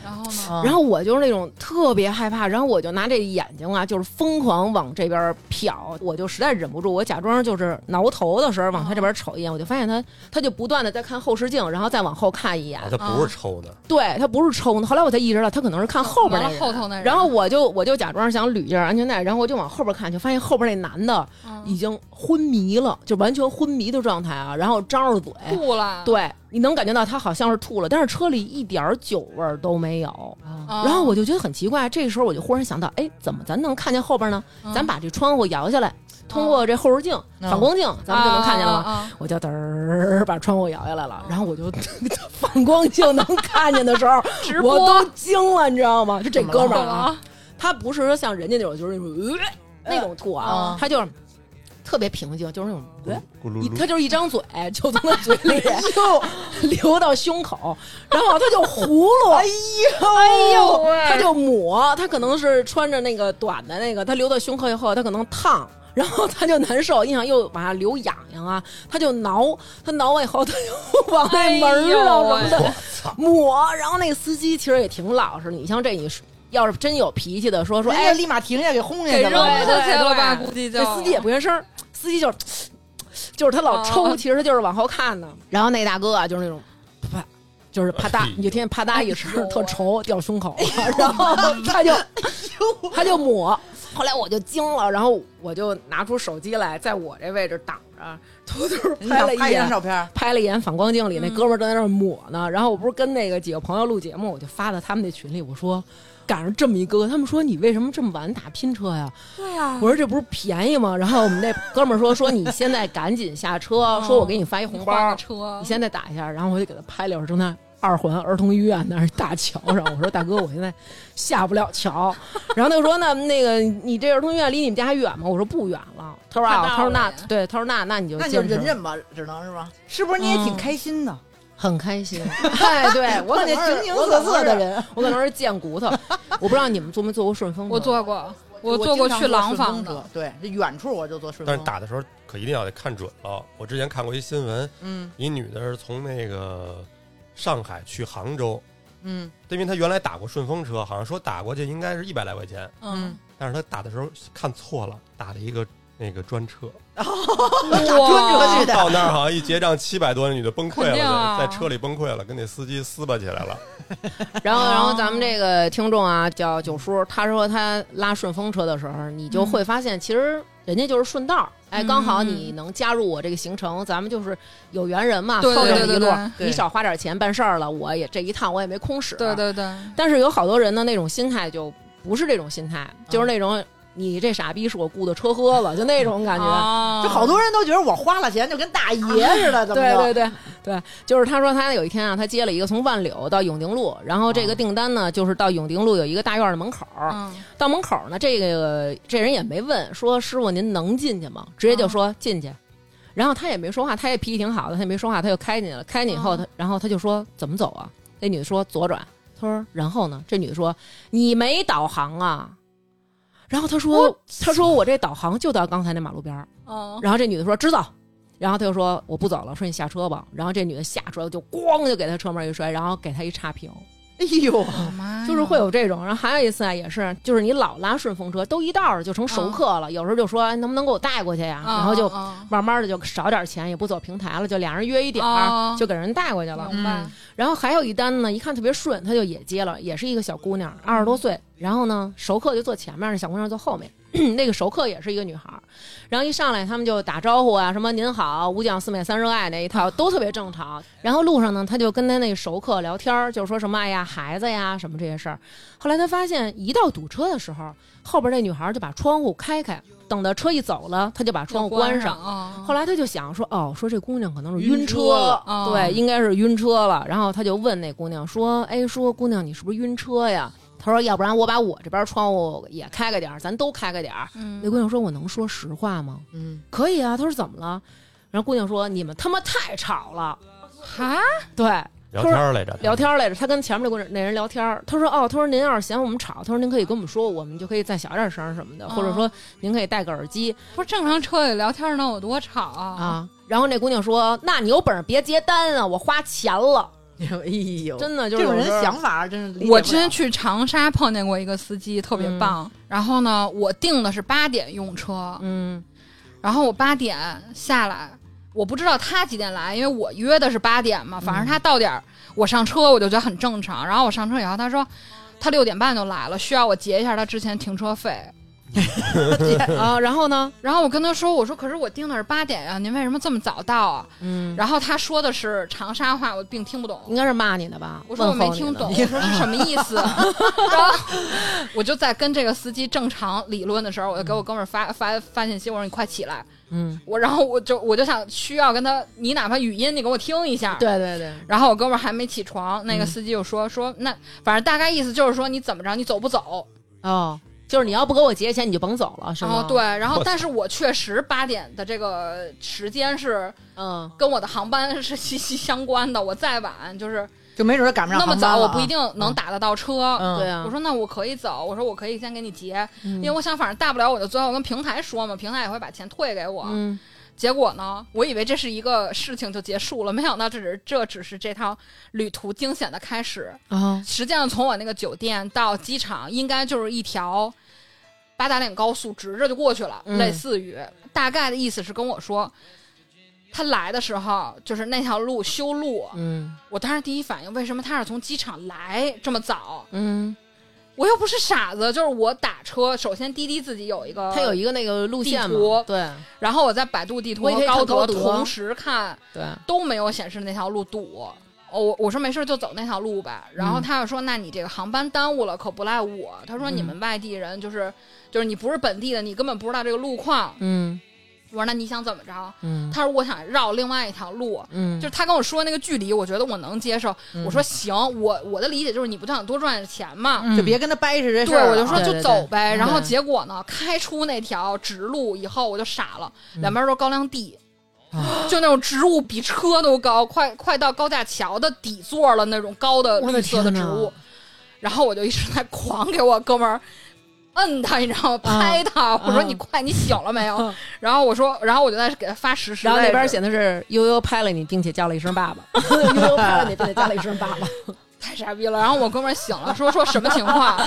[SPEAKER 2] 然后呢？
[SPEAKER 3] 然
[SPEAKER 5] 后
[SPEAKER 3] 后我就是那种特别害怕，然后我就拿这眼睛啊，就是疯狂往这边瞟，我就实在忍不住，我假装就是挠头的时候往他这边瞅一眼，我就发现
[SPEAKER 2] 嗯
[SPEAKER 3] 他，他就不断的在看后视镜，然后再往后看一眼
[SPEAKER 4] 啊，，他不是抽的，
[SPEAKER 3] 对他不是抽呢。后来我才意识到，他可能是看后边那
[SPEAKER 2] 完
[SPEAKER 3] 个人
[SPEAKER 2] 了
[SPEAKER 3] 啊
[SPEAKER 2] 哦后头那人，
[SPEAKER 3] 然后我就我就假装想捋一下安全带，然后我就往后边看，就发现后边那男的已
[SPEAKER 2] 嗯
[SPEAKER 3] 经昏迷了，就完全昏迷的状态啊，然后张着嘴，
[SPEAKER 2] 嗯吐了，
[SPEAKER 3] 对你能感觉到他好像是吐了，但是车里一点儿酒味儿都没有。
[SPEAKER 2] 啊，
[SPEAKER 3] 然后我就觉得很奇怪，这个时候我就忽然想到，哎，怎么咱能看见后边呢？
[SPEAKER 2] 嗯哦
[SPEAKER 3] 咱把这窗户摇下来，通过这后视镜、
[SPEAKER 5] 嗯
[SPEAKER 3] 反光镜，咱们就能看见了吗？
[SPEAKER 2] 啊啊啊
[SPEAKER 3] 我就嘚儿把窗户摇下来了，然后我就 反光镜能看见的时候，
[SPEAKER 2] 直播
[SPEAKER 3] 我都惊了，你知道吗？就这哥们儿
[SPEAKER 2] 怎么
[SPEAKER 3] 啊，
[SPEAKER 2] 了
[SPEAKER 3] 他不是说像人家那种就是那种、呃、那种吐啊
[SPEAKER 2] 哦
[SPEAKER 5] 嗯，
[SPEAKER 3] 他就是特别平静，就是那种、
[SPEAKER 2] 嗯
[SPEAKER 3] 呃
[SPEAKER 4] 咕噜
[SPEAKER 3] 一
[SPEAKER 4] 噜，
[SPEAKER 3] 他就是一张嘴就从他嘴里就 流到胸口，然后他就葫芦，哎呦哎呦，他就抹，他可能是穿着那个短的那个，他流到胸口以后，他可能烫。然后他就难受，你想又往下流痒痒啊，他就挠，他挠完以后，他就 往那门儿上什么的
[SPEAKER 4] 我操，
[SPEAKER 3] 抹。然后那司机其实也挺老实，你像这你要是真有脾气的，说说
[SPEAKER 5] 人
[SPEAKER 3] 哎
[SPEAKER 5] 家立马停下给轰下
[SPEAKER 2] 给
[SPEAKER 5] 去
[SPEAKER 2] 扔
[SPEAKER 5] 了。
[SPEAKER 2] 下 去了 吧？
[SPEAKER 3] 对对
[SPEAKER 2] 估计就
[SPEAKER 3] 那司机也不吱声儿，司机就是就是他老抽，
[SPEAKER 2] 哦
[SPEAKER 3] 其实他就是往后看呢。然后那大哥啊，就是那种啪，就是啪
[SPEAKER 4] 哎
[SPEAKER 3] 嗒
[SPEAKER 4] 呦，
[SPEAKER 3] 你就听见啪嗒一声，特稠掉胸口了，然后他就他就抹。后来我就惊了，然后我就拿出手机来，在我这位置挡着，偷偷
[SPEAKER 5] 你
[SPEAKER 3] 拍了
[SPEAKER 5] 想
[SPEAKER 3] 一
[SPEAKER 5] 拍一张
[SPEAKER 3] 眼。
[SPEAKER 5] 照片？
[SPEAKER 3] 拍了一眼反光镜里那哥们儿正在那儿抹呢，然后我不是跟那个几个朋友录节目，我就发到他们那群里，我说赶上这么一哥，他们说你为什么这么晚打拼车呀？
[SPEAKER 2] 对呀
[SPEAKER 3] 我，说这不是便宜吗？然后我们那哥们儿说说你现在赶紧下车，说我给你发一红
[SPEAKER 2] 换
[SPEAKER 3] 包
[SPEAKER 2] 个，车
[SPEAKER 3] 你，现在打一下。然后我就给他拍了，我说正在二环儿童医院那儿大桥上，我说大哥，我现在下不了桥。然后他就说那那个你这儿童医院离你们家还远吗？我说不远了。他说
[SPEAKER 2] 快
[SPEAKER 3] 啊，
[SPEAKER 2] 到
[SPEAKER 3] 他说那
[SPEAKER 2] 了
[SPEAKER 3] 对，他说那那你就
[SPEAKER 5] 那你就
[SPEAKER 3] 坚持
[SPEAKER 5] 忍忍吧，只能是吧？是不是你也挺开心的？
[SPEAKER 3] 很开心。哎，对我可
[SPEAKER 5] 碰见
[SPEAKER 3] 能
[SPEAKER 5] 形
[SPEAKER 3] 是
[SPEAKER 5] 形
[SPEAKER 3] 我可
[SPEAKER 5] 色
[SPEAKER 3] 能
[SPEAKER 5] 色的
[SPEAKER 3] 是
[SPEAKER 5] 人，
[SPEAKER 3] 我可能是贱骨头，我不知道你们坐没坐过顺风车。
[SPEAKER 2] 我坐过，
[SPEAKER 5] 我
[SPEAKER 2] 坐过
[SPEAKER 5] 经常
[SPEAKER 2] 去廊
[SPEAKER 5] 顺
[SPEAKER 2] 坊
[SPEAKER 5] 风
[SPEAKER 2] 的，
[SPEAKER 5] 车，对，这远处我就坐顺风。
[SPEAKER 4] 但是打的时候可一定要得看准了。我之前看过一新闻，
[SPEAKER 5] 嗯
[SPEAKER 4] 一女的是从那个上海去杭州，
[SPEAKER 5] 嗯
[SPEAKER 4] 因为她原来打过顺风车，好像说打过去应该是一百来块钱，
[SPEAKER 5] 嗯，
[SPEAKER 4] 但是她打的时候看错了，打了一个那个专 车，
[SPEAKER 3] 嗯
[SPEAKER 2] 哇，
[SPEAKER 5] 专
[SPEAKER 2] 嗯
[SPEAKER 5] 车去的，
[SPEAKER 4] 到那儿好像一结账七百多，女的崩溃
[SPEAKER 2] 肯
[SPEAKER 4] 了，
[SPEAKER 2] 定啊
[SPEAKER 4] 在车里崩溃了，跟那司机撕巴起 来了。
[SPEAKER 3] 然后，
[SPEAKER 2] 哦
[SPEAKER 3] 然后咱们这个听众啊，叫九叔，他说他拉顺风车的时候，你就会发现，其实人家就是顺道儿，哎，
[SPEAKER 2] 嗯
[SPEAKER 3] 刚好你能加入我这个行程，咱们就是有缘人嘛，
[SPEAKER 2] 对
[SPEAKER 3] 凑
[SPEAKER 2] 对
[SPEAKER 3] 这么
[SPEAKER 2] 对
[SPEAKER 3] 一路
[SPEAKER 2] 对，
[SPEAKER 5] 对
[SPEAKER 3] 你少花点钱办事儿了，我也这一趟我也没空使。
[SPEAKER 2] 对对对，
[SPEAKER 3] 但是有好多人的那种心态就不是这种心态，就是那种你这傻逼是我雇的车喝了，就那种感觉。
[SPEAKER 2] 觉
[SPEAKER 5] 就好多人都觉得我花了钱就跟大爷似的，怎么
[SPEAKER 3] 对
[SPEAKER 5] 着？
[SPEAKER 3] 对对对，就是他说他有一天啊，他接了一个从万柳到永定路，然后这
[SPEAKER 2] 哦
[SPEAKER 3] 个订单呢，就是到永定路有一个大院儿的门口儿，
[SPEAKER 2] 嗯
[SPEAKER 3] 到门口呢，这个这人也没问说师傅您能进去吗？直接就说进去。然后他也没说话，他也脾气挺好的，他也没说话，他就开进去了。开进去以后，
[SPEAKER 2] 嗯
[SPEAKER 3] 他然后他就说怎么走啊？那女的说左转。他说然后呢？这女的说你没导航啊。然后他说他说我这导航就到刚才那马路边儿。
[SPEAKER 2] 嗯，
[SPEAKER 3] 然后这女的说知道，然后他就说我不走了，说你下车吧。然后这女的下车就咣就给他车门一摔，然后给他一差评。
[SPEAKER 5] 哎呦，
[SPEAKER 2] 妈呀
[SPEAKER 3] 嗯就是会有这种。然后还有一次啊，也是，就是你老拉顺风车，都一道儿就成熟客了。有时候就说哎能不能给我带过去呀？
[SPEAKER 2] 啊
[SPEAKER 3] 然后就
[SPEAKER 2] 啊
[SPEAKER 3] 慢慢的就少点钱，也不走平台了，就俩人约一点儿
[SPEAKER 2] 哦，
[SPEAKER 3] 就给人带过去
[SPEAKER 2] 啊
[SPEAKER 3] 了。
[SPEAKER 2] 明白
[SPEAKER 1] 嗯，
[SPEAKER 3] 然后还有一单呢，一看特别顺，他就也接了，也是一个小姑娘，二十多岁。然后呢，熟客就坐前面，那小姑娘坐后面。 那个熟客也是一个女孩儿，然后一上来他们就打招呼啊，什么您好，五讲四美三热爱那一套都特别正常。然后路上呢，他就跟他那熟客聊天儿，就说什么哎呀孩子呀什么这些事儿。后来他发现，一到堵车的时候，后边那女孩儿就把窗户开开，等到车一走了，他就把窗户关上。
[SPEAKER 2] 上
[SPEAKER 3] 后来他就想说，哦，说这姑娘可能是晕
[SPEAKER 2] 嗯晕车
[SPEAKER 3] 车
[SPEAKER 2] 了哦
[SPEAKER 3] 对，应该是晕车了。然后他就问那姑娘说，哎，说姑娘你是不是晕车呀？他说，要不然我把我这边窗户也开开点儿，咱都开开点儿。
[SPEAKER 2] 嗯
[SPEAKER 3] 那姑娘说，我能说实话吗？
[SPEAKER 1] 嗯，
[SPEAKER 3] 可以啊。他说怎么了？然后姑娘说，你们他妈太吵了。
[SPEAKER 2] 哈，
[SPEAKER 3] 对，
[SPEAKER 4] 聊天儿来着，
[SPEAKER 3] 聊天儿来着，他跟前面那姑娘那人聊天儿，他说哦，他说您要是嫌我们吵，他说您可以跟我们说，我们就可以再小点声儿什么的，
[SPEAKER 2] 嗯
[SPEAKER 3] 或者说您可以戴个耳机。
[SPEAKER 2] 不是正常车里聊天能有多吵啊？
[SPEAKER 3] 啊。然后那姑娘说：“那你有本事别接单啊，我花钱了。
[SPEAKER 1] 哎呦”，
[SPEAKER 5] 哦
[SPEAKER 3] 真的就
[SPEAKER 1] 这
[SPEAKER 3] 是
[SPEAKER 1] 种人
[SPEAKER 3] 有时候
[SPEAKER 1] 想法真是理解不了
[SPEAKER 2] 我之前去长沙碰见过一个司机，特别
[SPEAKER 3] 嗯
[SPEAKER 2] 棒。然后呢，我定的是八点用车，
[SPEAKER 3] 嗯
[SPEAKER 2] 然后我八点下来，我不知道他几点来，因为我约的是八点
[SPEAKER 3] 嗯
[SPEAKER 2] 嘛，反正他到点儿，我上车我就觉得很正常。然后我上车以后，他说他六点半就来了，需要我结一下他之前停车费。
[SPEAKER 3] 啊，然后呢，
[SPEAKER 2] 然后我跟他说，我说可是我定的是八点呀、啊您为什么这么早到啊？
[SPEAKER 3] 嗯，
[SPEAKER 2] 然后他说的是长沙话，我并听不懂。
[SPEAKER 3] 应该是骂你的吧？
[SPEAKER 2] 我说我 没
[SPEAKER 3] 问候你啊
[SPEAKER 2] 听
[SPEAKER 3] 的
[SPEAKER 2] 懂，我说是什么意思？然后我就在跟这个司机正常理论的时候，我就给我哥们儿发发发信息，我说你快起来。
[SPEAKER 3] 嗯，
[SPEAKER 2] 我然后我就我就想需要跟他，你哪怕语音你给我听一下。。
[SPEAKER 3] 对对对，
[SPEAKER 2] 然后我哥们儿还没起床，那个司机就说、说那反正大概意思就是说你怎么着你走不走。
[SPEAKER 3] 哦，就是你要不给我结钱，你就甭走了，是
[SPEAKER 2] 然
[SPEAKER 3] 吗
[SPEAKER 2] 后？对，，然后
[SPEAKER 4] 我操
[SPEAKER 2] 但是我确实八点的这个时间是
[SPEAKER 3] 嗯，
[SPEAKER 2] 跟我的航班是息息相关的，我再晚就是
[SPEAKER 1] 就没准儿赶不上
[SPEAKER 2] 那么
[SPEAKER 1] 航班
[SPEAKER 2] 早
[SPEAKER 1] 了
[SPEAKER 2] 我
[SPEAKER 1] 啊
[SPEAKER 2] 不一，定能打得到车。
[SPEAKER 1] 嗯，
[SPEAKER 3] 对啊嗯
[SPEAKER 2] 我，说那我可以走，我说我可以先给你结，
[SPEAKER 3] 因
[SPEAKER 2] 因为我想反正大不了我就最后跟平台说嘛，平台也会把钱退给我。
[SPEAKER 3] 嗯，
[SPEAKER 2] 结果呢，我以为这是一个事情就结束了，没想到这只是这只是这趟旅途惊险的开始。
[SPEAKER 3] 啊，
[SPEAKER 2] 实际上，从我那个酒店到机场，应该就是一条八达岭高速直着就过去了，
[SPEAKER 3] 嗯
[SPEAKER 2] 类似于大概的意思是跟我说。他来的时候，就是那条路修路。
[SPEAKER 3] 嗯
[SPEAKER 2] 我当时第一反应，为什么他是从机场来这么早？
[SPEAKER 3] 嗯，
[SPEAKER 2] 我又不是傻子，就是我打车，首先滴滴自己有一个，
[SPEAKER 3] 他有一个那个路线
[SPEAKER 2] 地图
[SPEAKER 3] 嘛，对
[SPEAKER 2] 然后我在百度地图
[SPEAKER 3] 我也可
[SPEAKER 2] 和
[SPEAKER 3] 以看
[SPEAKER 2] 高
[SPEAKER 3] 高
[SPEAKER 2] 德
[SPEAKER 3] 德
[SPEAKER 2] 同时看，
[SPEAKER 3] 对，
[SPEAKER 2] 都没有显示那条路堵。哦，我我说没事就走那条路吧。然后他又说，那你这个航班耽误了可不赖我。他说
[SPEAKER 3] 嗯
[SPEAKER 2] 你们外地人就是、就是你不是本地的，你根本不知道这个路况。
[SPEAKER 3] 嗯
[SPEAKER 2] 我说那你想怎么着？
[SPEAKER 3] 嗯
[SPEAKER 2] 他说我想绕另外一条路。
[SPEAKER 3] 嗯，
[SPEAKER 2] 就是他跟我说那个距离，我觉得我能接受。我说行，我我的理解就是你不就想多赚点钱嘛。
[SPEAKER 3] 嗯
[SPEAKER 5] 就别跟他掰扯这事
[SPEAKER 2] 对，
[SPEAKER 5] 儿了。
[SPEAKER 2] 我就说
[SPEAKER 3] 对对
[SPEAKER 2] 就
[SPEAKER 3] 对
[SPEAKER 2] 走呗。
[SPEAKER 3] 嗯
[SPEAKER 2] 然后
[SPEAKER 3] 对
[SPEAKER 2] 结果呢，开出那条直路以后，我就傻了，
[SPEAKER 3] 嗯
[SPEAKER 2] 两边都是高粱地
[SPEAKER 3] 啊。
[SPEAKER 2] 就那种植物比车都高，快快到高架桥的底座了，那种高的
[SPEAKER 3] 我
[SPEAKER 2] 绿
[SPEAKER 3] 的
[SPEAKER 2] 色的
[SPEAKER 3] 天
[SPEAKER 2] 植
[SPEAKER 3] 哪
[SPEAKER 2] 物。然后我就一直在狂给我哥们儿摁他，你知道吗？拍他，我说
[SPEAKER 3] 啊
[SPEAKER 2] 你快，你醒了没有
[SPEAKER 3] 啊？
[SPEAKER 2] 然后我说，然后我就在给他发实时
[SPEAKER 3] 然
[SPEAKER 2] 位置。
[SPEAKER 3] 后那边显的是悠悠拍了你，并且叫了一声爸爸， 悠悠拍了你，并且叫了一声爸爸，
[SPEAKER 2] 太傻逼了。然后我哥们儿醒了，说说什么情 况？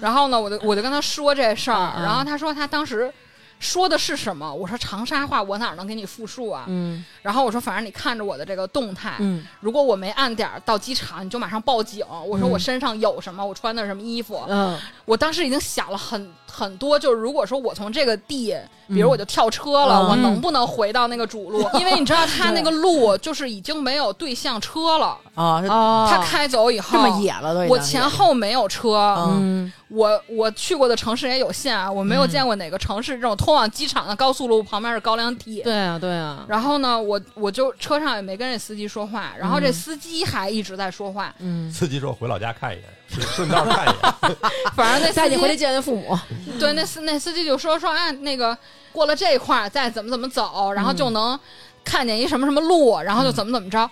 [SPEAKER 2] 然后呢，我就我就跟他说这事儿，
[SPEAKER 3] 嗯嗯
[SPEAKER 2] 然后他说他当时。说的是什么？我说长沙话，我哪能给你复述啊？
[SPEAKER 3] 嗯
[SPEAKER 2] 然后我说，反正你看着我的这个动态，
[SPEAKER 3] 嗯
[SPEAKER 2] 如果我没按点儿到机场，你就马上报警。我说
[SPEAKER 3] 嗯
[SPEAKER 2] 我身上有什么，我穿的是什么衣服。
[SPEAKER 3] 嗯，
[SPEAKER 2] 我当时已经想了很很多，就是如果说我从这个地，比如我就跳车了，
[SPEAKER 3] 嗯
[SPEAKER 2] 我能不能回到那个 主路？因为你知道他那个路就是已经没有对向车了，
[SPEAKER 5] 啊，是
[SPEAKER 3] 哦，
[SPEAKER 2] 他开走以后
[SPEAKER 5] 这么野了都已经。
[SPEAKER 2] 我前后没有车，
[SPEAKER 3] 嗯
[SPEAKER 2] 我我去过的城市也有限啊，我没有见过哪个城市这种通往机场的高速路旁边是高粱地。
[SPEAKER 3] 对啊对啊，
[SPEAKER 2] 然后呢，我我就车上也没跟这司机说话，然后这
[SPEAKER 3] 嗯
[SPEAKER 2] 司机还一直在说话，
[SPEAKER 3] 嗯，
[SPEAKER 4] 司机说回老家看一眼，顺道看一 眼。
[SPEAKER 2] 反正那
[SPEAKER 3] 下
[SPEAKER 2] 司
[SPEAKER 3] 去回去
[SPEAKER 2] 机
[SPEAKER 3] 见见父母，
[SPEAKER 2] 对那司那司机就说说啊，那个过了这一块儿再怎么怎么走，然后
[SPEAKER 3] 嗯
[SPEAKER 2] 就能看见一什么什么路，然后就怎么怎么着。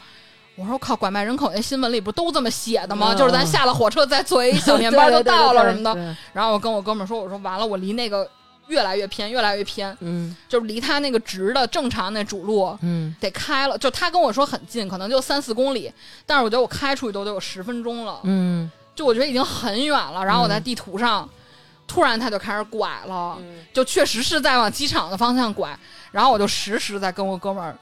[SPEAKER 2] 我说靠，拐卖人口那新闻里不都这么写的吗？
[SPEAKER 3] 嗯
[SPEAKER 2] 就是咱下了火车再坐一 小面包就
[SPEAKER 3] 对对对对
[SPEAKER 2] 到了
[SPEAKER 3] 对
[SPEAKER 2] 什么的。
[SPEAKER 3] 对
[SPEAKER 2] 然后我跟我哥们儿说，我说完了，我离那个越来越偏，越来越偏，
[SPEAKER 3] 嗯
[SPEAKER 2] 就是离他那个直的正常那主路
[SPEAKER 3] 嗯
[SPEAKER 2] 得开了。就他跟我说很近，可能就三四公里，但是我觉得我开出去都得有十分钟了。
[SPEAKER 3] 嗯，
[SPEAKER 2] 就我觉得已经很远了。然后我在地图上，突然他就开始拐了，就确实是在往机场的方向拐。然后我就实时在跟我哥们儿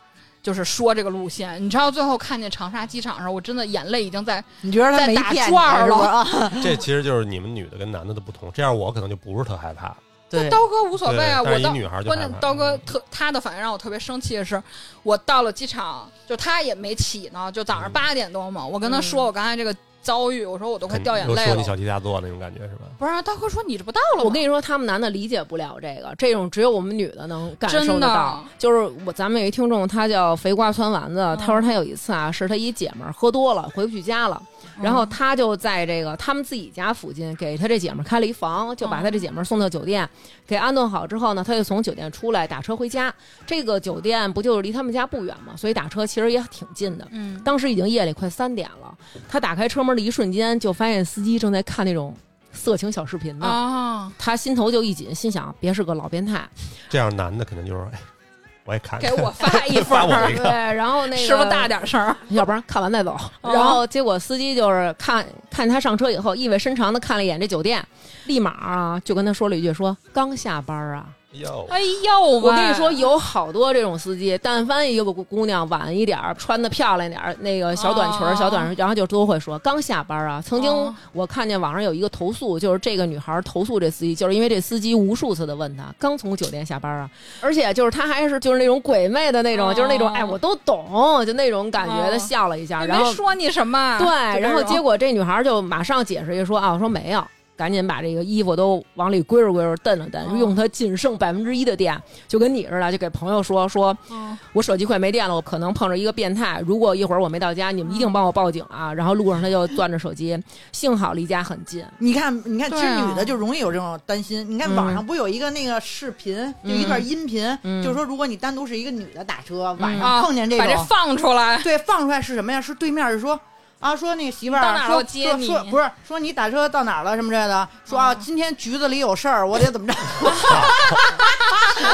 [SPEAKER 2] 就是说这个路线。你知道最后看见长沙机场的时候，我真的眼泪已经在
[SPEAKER 5] 你觉得他
[SPEAKER 2] 在
[SPEAKER 5] 没
[SPEAKER 2] 打
[SPEAKER 5] 骗你
[SPEAKER 2] 转儿
[SPEAKER 5] 是
[SPEAKER 2] 了
[SPEAKER 5] 不是啊？
[SPEAKER 4] 这其实就是你们女的跟男的的不同，这样我可能就不是特害怕。
[SPEAKER 5] 对，
[SPEAKER 2] 刀哥无所
[SPEAKER 4] 对
[SPEAKER 2] 谓啊，
[SPEAKER 4] 但
[SPEAKER 2] 我
[SPEAKER 4] 是一
[SPEAKER 2] 到
[SPEAKER 4] 女孩就
[SPEAKER 2] 关
[SPEAKER 4] 害
[SPEAKER 2] 键
[SPEAKER 4] 怕
[SPEAKER 2] 刀
[SPEAKER 3] 嗯
[SPEAKER 2] 哥特他的反应让我特别生气的是，我到了机场，就他也没起呢，就早上
[SPEAKER 4] 嗯
[SPEAKER 2] 八点多嘛，我跟他说我刚才这个遭遇，我说我都快掉眼
[SPEAKER 4] 都
[SPEAKER 2] 泪
[SPEAKER 4] 说
[SPEAKER 2] 了
[SPEAKER 4] 你。小题大做那种感觉是吧？
[SPEAKER 2] 不是，刀哥说你这不到了 吗，
[SPEAKER 3] 我跟你说，他们男的理解不了这个，这种只有我们女的能感受
[SPEAKER 2] 真
[SPEAKER 3] 得
[SPEAKER 2] 的
[SPEAKER 3] 到。就是我，咱们有一听众，他叫肥瓜汆丸子，
[SPEAKER 2] 嗯
[SPEAKER 3] 他说他有一次啊，是他一姐们儿喝多了回不去家了，
[SPEAKER 2] 嗯
[SPEAKER 3] 然后他就在这个他们自己家附近给他这姐们儿开了一房，就
[SPEAKER 2] 嗯
[SPEAKER 3] 把他这姐们儿送到酒店，给安顿好之后呢，他就从酒店出来打车回家。这个酒店不就是离他们家不远嘛，所以打车其实也挺近的。
[SPEAKER 2] 嗯，
[SPEAKER 3] 当时已经夜里快三点了，他打开车门的一瞬间，就发现司机正在看那种色情小视频呢。
[SPEAKER 2] 啊，
[SPEAKER 3] 他心头就一紧，心想别是个老变态，
[SPEAKER 4] 这样男的肯定就是，哎，我也看
[SPEAKER 2] 给我发一份
[SPEAKER 4] 发我
[SPEAKER 2] 儿，
[SPEAKER 4] 一
[SPEAKER 3] 对，
[SPEAKER 4] 个
[SPEAKER 3] 然后那个
[SPEAKER 2] 是不是大，点 声儿？
[SPEAKER 3] 要不然看完再走。
[SPEAKER 2] 哦
[SPEAKER 3] 然后结果司机就是看看他上车以后，意味深长的看了一眼这酒店，立马啊就跟他说了一句说刚下班啊。
[SPEAKER 4] 哟，
[SPEAKER 2] 哎呦，
[SPEAKER 3] 我跟你说，有好多这种司机，但凡一个姑娘晚一点儿，穿的漂亮点儿，那个小短裙儿、
[SPEAKER 2] 哦
[SPEAKER 3] 小短，然后就都会说刚下班啊。曾
[SPEAKER 2] 哦
[SPEAKER 3] 经我看见网上有一个投诉，就是这个女孩投诉这司机，就是因为这司机无数次的问她刚从酒店下班啊，而且就是她还是就是那种鬼魅的那种，
[SPEAKER 2] 哦
[SPEAKER 3] 就是那种哎我都懂就那种感觉的
[SPEAKER 2] 哦
[SPEAKER 3] 笑了一下，
[SPEAKER 2] 也
[SPEAKER 3] 然后
[SPEAKER 2] 没说你什么，
[SPEAKER 3] 对，
[SPEAKER 2] 啊就
[SPEAKER 3] 然
[SPEAKER 2] 这
[SPEAKER 3] 后
[SPEAKER 2] 种
[SPEAKER 3] 结果这女孩就马上解释一说啊，我说没有，赶紧把这个衣服都往里归着归着，蹬了蹬，
[SPEAKER 2] 哦
[SPEAKER 3] 用她仅剩百分之一的电，就跟你似的，就给朋友说说，
[SPEAKER 2] 嗯
[SPEAKER 3] 我手机快没电了，我可能碰着一个变态，如果一会儿我没到家，你
[SPEAKER 2] 哦
[SPEAKER 3] 们一定帮我报警啊。然后路上她就攥着手机，幸好离家很近，
[SPEAKER 5] 你看，你看，其
[SPEAKER 2] 对
[SPEAKER 5] 实
[SPEAKER 2] 啊
[SPEAKER 5] 女的就容易有这种担心。你看
[SPEAKER 3] 嗯
[SPEAKER 5] 网上不有一个那个视频，就一段音频，
[SPEAKER 3] 嗯
[SPEAKER 5] 就是说如果你单独是一个女的打车，晚
[SPEAKER 2] 啊
[SPEAKER 5] 上碰见这
[SPEAKER 2] 把这
[SPEAKER 5] 种，
[SPEAKER 2] 放出来，
[SPEAKER 5] 对，放出来是什么呀？是对面是说。啊，说那个媳妇
[SPEAKER 2] 你到哪
[SPEAKER 5] 儿
[SPEAKER 2] 儿
[SPEAKER 5] 说
[SPEAKER 2] 我接
[SPEAKER 5] 说
[SPEAKER 2] 你嗯
[SPEAKER 5] 说不是说你打车到哪儿了什么之类的，说啊今天局子里有事儿，我得怎 么着？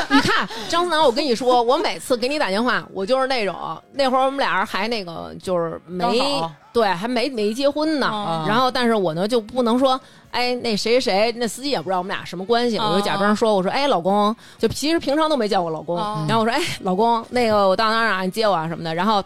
[SPEAKER 3] 你看张思楠，我跟你说，我每次给你打电话，我就是那种那会儿我们俩人还那个就是没
[SPEAKER 5] 刚好
[SPEAKER 3] 对，还没没结婚呢。
[SPEAKER 2] 哦
[SPEAKER 3] 然后，但是我呢就不能说，哎，那谁谁谁，那司机也不知道我们俩什么关系，
[SPEAKER 2] 哦
[SPEAKER 3] 我就假装说，我说，哎，老公，就其实平常都没叫我老公。
[SPEAKER 2] 哦
[SPEAKER 3] 然后我说，哎，老公，那个我到哪儿哪儿你接我啊什么的。然后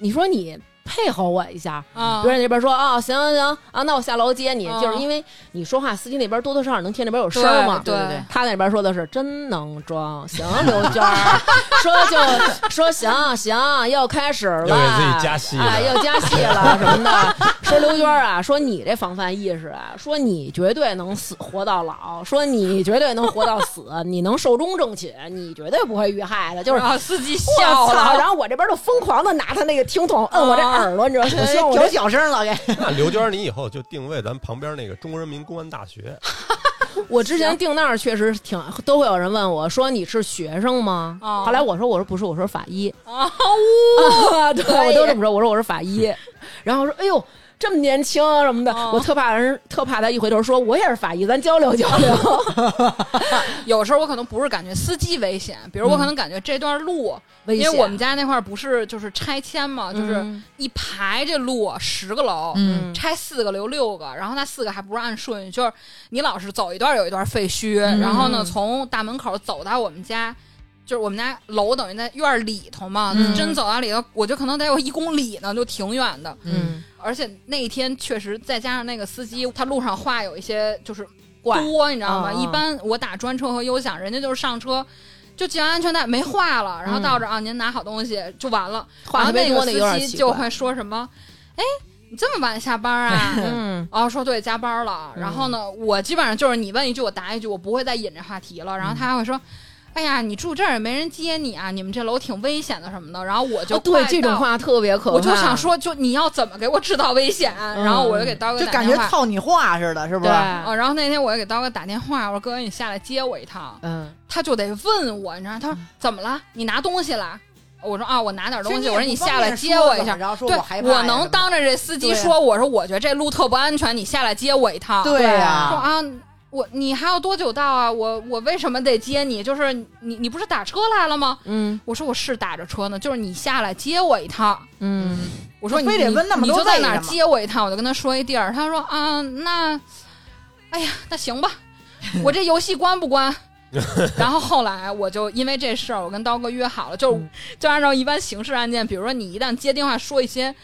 [SPEAKER 3] 你说你配合我一下，
[SPEAKER 2] 啊
[SPEAKER 3] 比如，说你这边说啊、行行行啊，那我下楼接你，
[SPEAKER 2] 哦
[SPEAKER 3] 就是因为你说话，司机那边多多少少能听那边有
[SPEAKER 2] 对
[SPEAKER 3] 声儿嘛。
[SPEAKER 2] 对
[SPEAKER 5] 对对
[SPEAKER 3] 他那边说的是真能装，行，刘娟儿，说就说行行，又开始了，
[SPEAKER 4] 又给自己加戏了
[SPEAKER 3] 哎，又加戏了什么 的。说刘娟儿啊，说你这防范意识啊，说你绝对能死活到老，说你绝对能活到死，你能寿终正寝，你绝对不会遇害的，就是。
[SPEAKER 2] 啊，司机
[SPEAKER 3] 我
[SPEAKER 2] 笑
[SPEAKER 3] 操！然
[SPEAKER 2] 了，
[SPEAKER 3] 后我这边就疯狂的拿他那个听筒摁我这耳朵，你知道吗？我希望我
[SPEAKER 2] 哎
[SPEAKER 3] 这
[SPEAKER 5] 调小声了，给
[SPEAKER 4] 那刘娟，你以后就定位咱旁边那个中国人民公安大学，
[SPEAKER 2] 哦
[SPEAKER 3] 我之前定那儿确实挺，都会有人问我说你是学生吗？
[SPEAKER 2] 哦
[SPEAKER 3] 后来我说我说不是，我说法医。
[SPEAKER 2] 啊
[SPEAKER 3] 啊，对，
[SPEAKER 2] 可以
[SPEAKER 3] 我都这么说，我说我是法 医，然后说哎呦。这么年轻啊什么的，
[SPEAKER 2] 哦
[SPEAKER 3] 我特怕人，特怕他一回头说我也是法医，咱交流交流。
[SPEAKER 2] 哦有时候我可能不是感觉司机危险，比如我可能感觉这段路，
[SPEAKER 3] 危
[SPEAKER 2] 因为
[SPEAKER 3] 险
[SPEAKER 2] 我们家那块儿不是就是拆迁嘛，就是
[SPEAKER 3] 嗯
[SPEAKER 2] 一排这路啊十个楼，
[SPEAKER 5] 嗯
[SPEAKER 2] 拆四个留六个，然后那四个还不是按顺序，就是你老是走一段有一段废墟，然后呢从大门口走到我们家。就是我们家楼等于在院儿里头嘛，
[SPEAKER 5] 嗯
[SPEAKER 2] 真走到里头，我就可能得有一公里呢，就挺远的。
[SPEAKER 5] 嗯
[SPEAKER 2] 而且那一天确实再加上那个司机，他路上话有一些就是
[SPEAKER 3] 怪
[SPEAKER 2] 多，你知道吗？
[SPEAKER 3] 嗯嗯
[SPEAKER 2] 一般我打专车和优享，人家就是上车就系完安全带没话了，然后到这儿啊，您拿好东西就完了。
[SPEAKER 3] 嗯话特别
[SPEAKER 2] 然后
[SPEAKER 3] 多，
[SPEAKER 2] 那
[SPEAKER 3] 有
[SPEAKER 2] 个
[SPEAKER 3] 点
[SPEAKER 2] 司机
[SPEAKER 3] 奇
[SPEAKER 2] 就
[SPEAKER 3] 怪。
[SPEAKER 2] 会说什么：“哎，你这么晚下班 啊？”
[SPEAKER 3] 嗯，
[SPEAKER 2] 哦，说对，加班了。然后呢，我基本上就是你问一句我答一句，我不会再引这话题了。然
[SPEAKER 3] 嗯
[SPEAKER 2] 后他还会说。哎呀，你住这儿也没人接你啊！你们这楼挺危险的什么的。然后我就
[SPEAKER 3] 哦对
[SPEAKER 2] 快
[SPEAKER 3] 这种
[SPEAKER 2] 到
[SPEAKER 3] 话特别可怕。
[SPEAKER 2] 我就想，说，就你要怎么给我制造危险？然后我就给刀哥
[SPEAKER 5] 嗯就
[SPEAKER 2] 打
[SPEAKER 5] 感觉
[SPEAKER 2] 电话。
[SPEAKER 5] 套你话似的，是不
[SPEAKER 3] 对
[SPEAKER 5] 是？，
[SPEAKER 2] 啊，然后那天我也给刀哥打电话，我说哥，你下来接我一趟。
[SPEAKER 3] 嗯，
[SPEAKER 2] 他就得问我，你知道，他说怎么了？你拿东西了？我说啊，我拿点
[SPEAKER 5] 其实
[SPEAKER 2] 东
[SPEAKER 5] 你
[SPEAKER 2] 西。
[SPEAKER 5] 也
[SPEAKER 2] 我说你
[SPEAKER 5] 不方
[SPEAKER 2] 下来
[SPEAKER 5] 便
[SPEAKER 2] 接
[SPEAKER 5] 说
[SPEAKER 2] 我一
[SPEAKER 5] 怎么
[SPEAKER 2] 下。
[SPEAKER 5] 着说
[SPEAKER 2] 对
[SPEAKER 5] 我害，怕
[SPEAKER 2] 我
[SPEAKER 5] 呀什
[SPEAKER 2] 能
[SPEAKER 5] 么
[SPEAKER 2] 当着这司机
[SPEAKER 5] 对啊
[SPEAKER 2] 说，我说我觉得这路特不安全，你下来接我一趟。
[SPEAKER 5] 对啊
[SPEAKER 2] 说
[SPEAKER 5] 呀，
[SPEAKER 2] 啊，我你还要多久到啊？我我为什么得接你？就是你你不是打车来了吗？
[SPEAKER 3] 嗯
[SPEAKER 2] 我说我是打着车呢，就是你下来接我一趟。
[SPEAKER 3] 嗯，
[SPEAKER 2] 我说你
[SPEAKER 5] 非得问那么
[SPEAKER 2] 你
[SPEAKER 5] 多
[SPEAKER 2] 就在
[SPEAKER 5] 为
[SPEAKER 2] 哪儿
[SPEAKER 5] 什么
[SPEAKER 2] 接我一趟，我就跟他说一地儿。他说啊，那，哎呀，那行 吧，我这游戏关不关？然后后来我就因为这事儿，我跟刀哥约好了，就
[SPEAKER 5] 嗯
[SPEAKER 2] 就按照一般刑事案件，比如说你一旦接电话说一些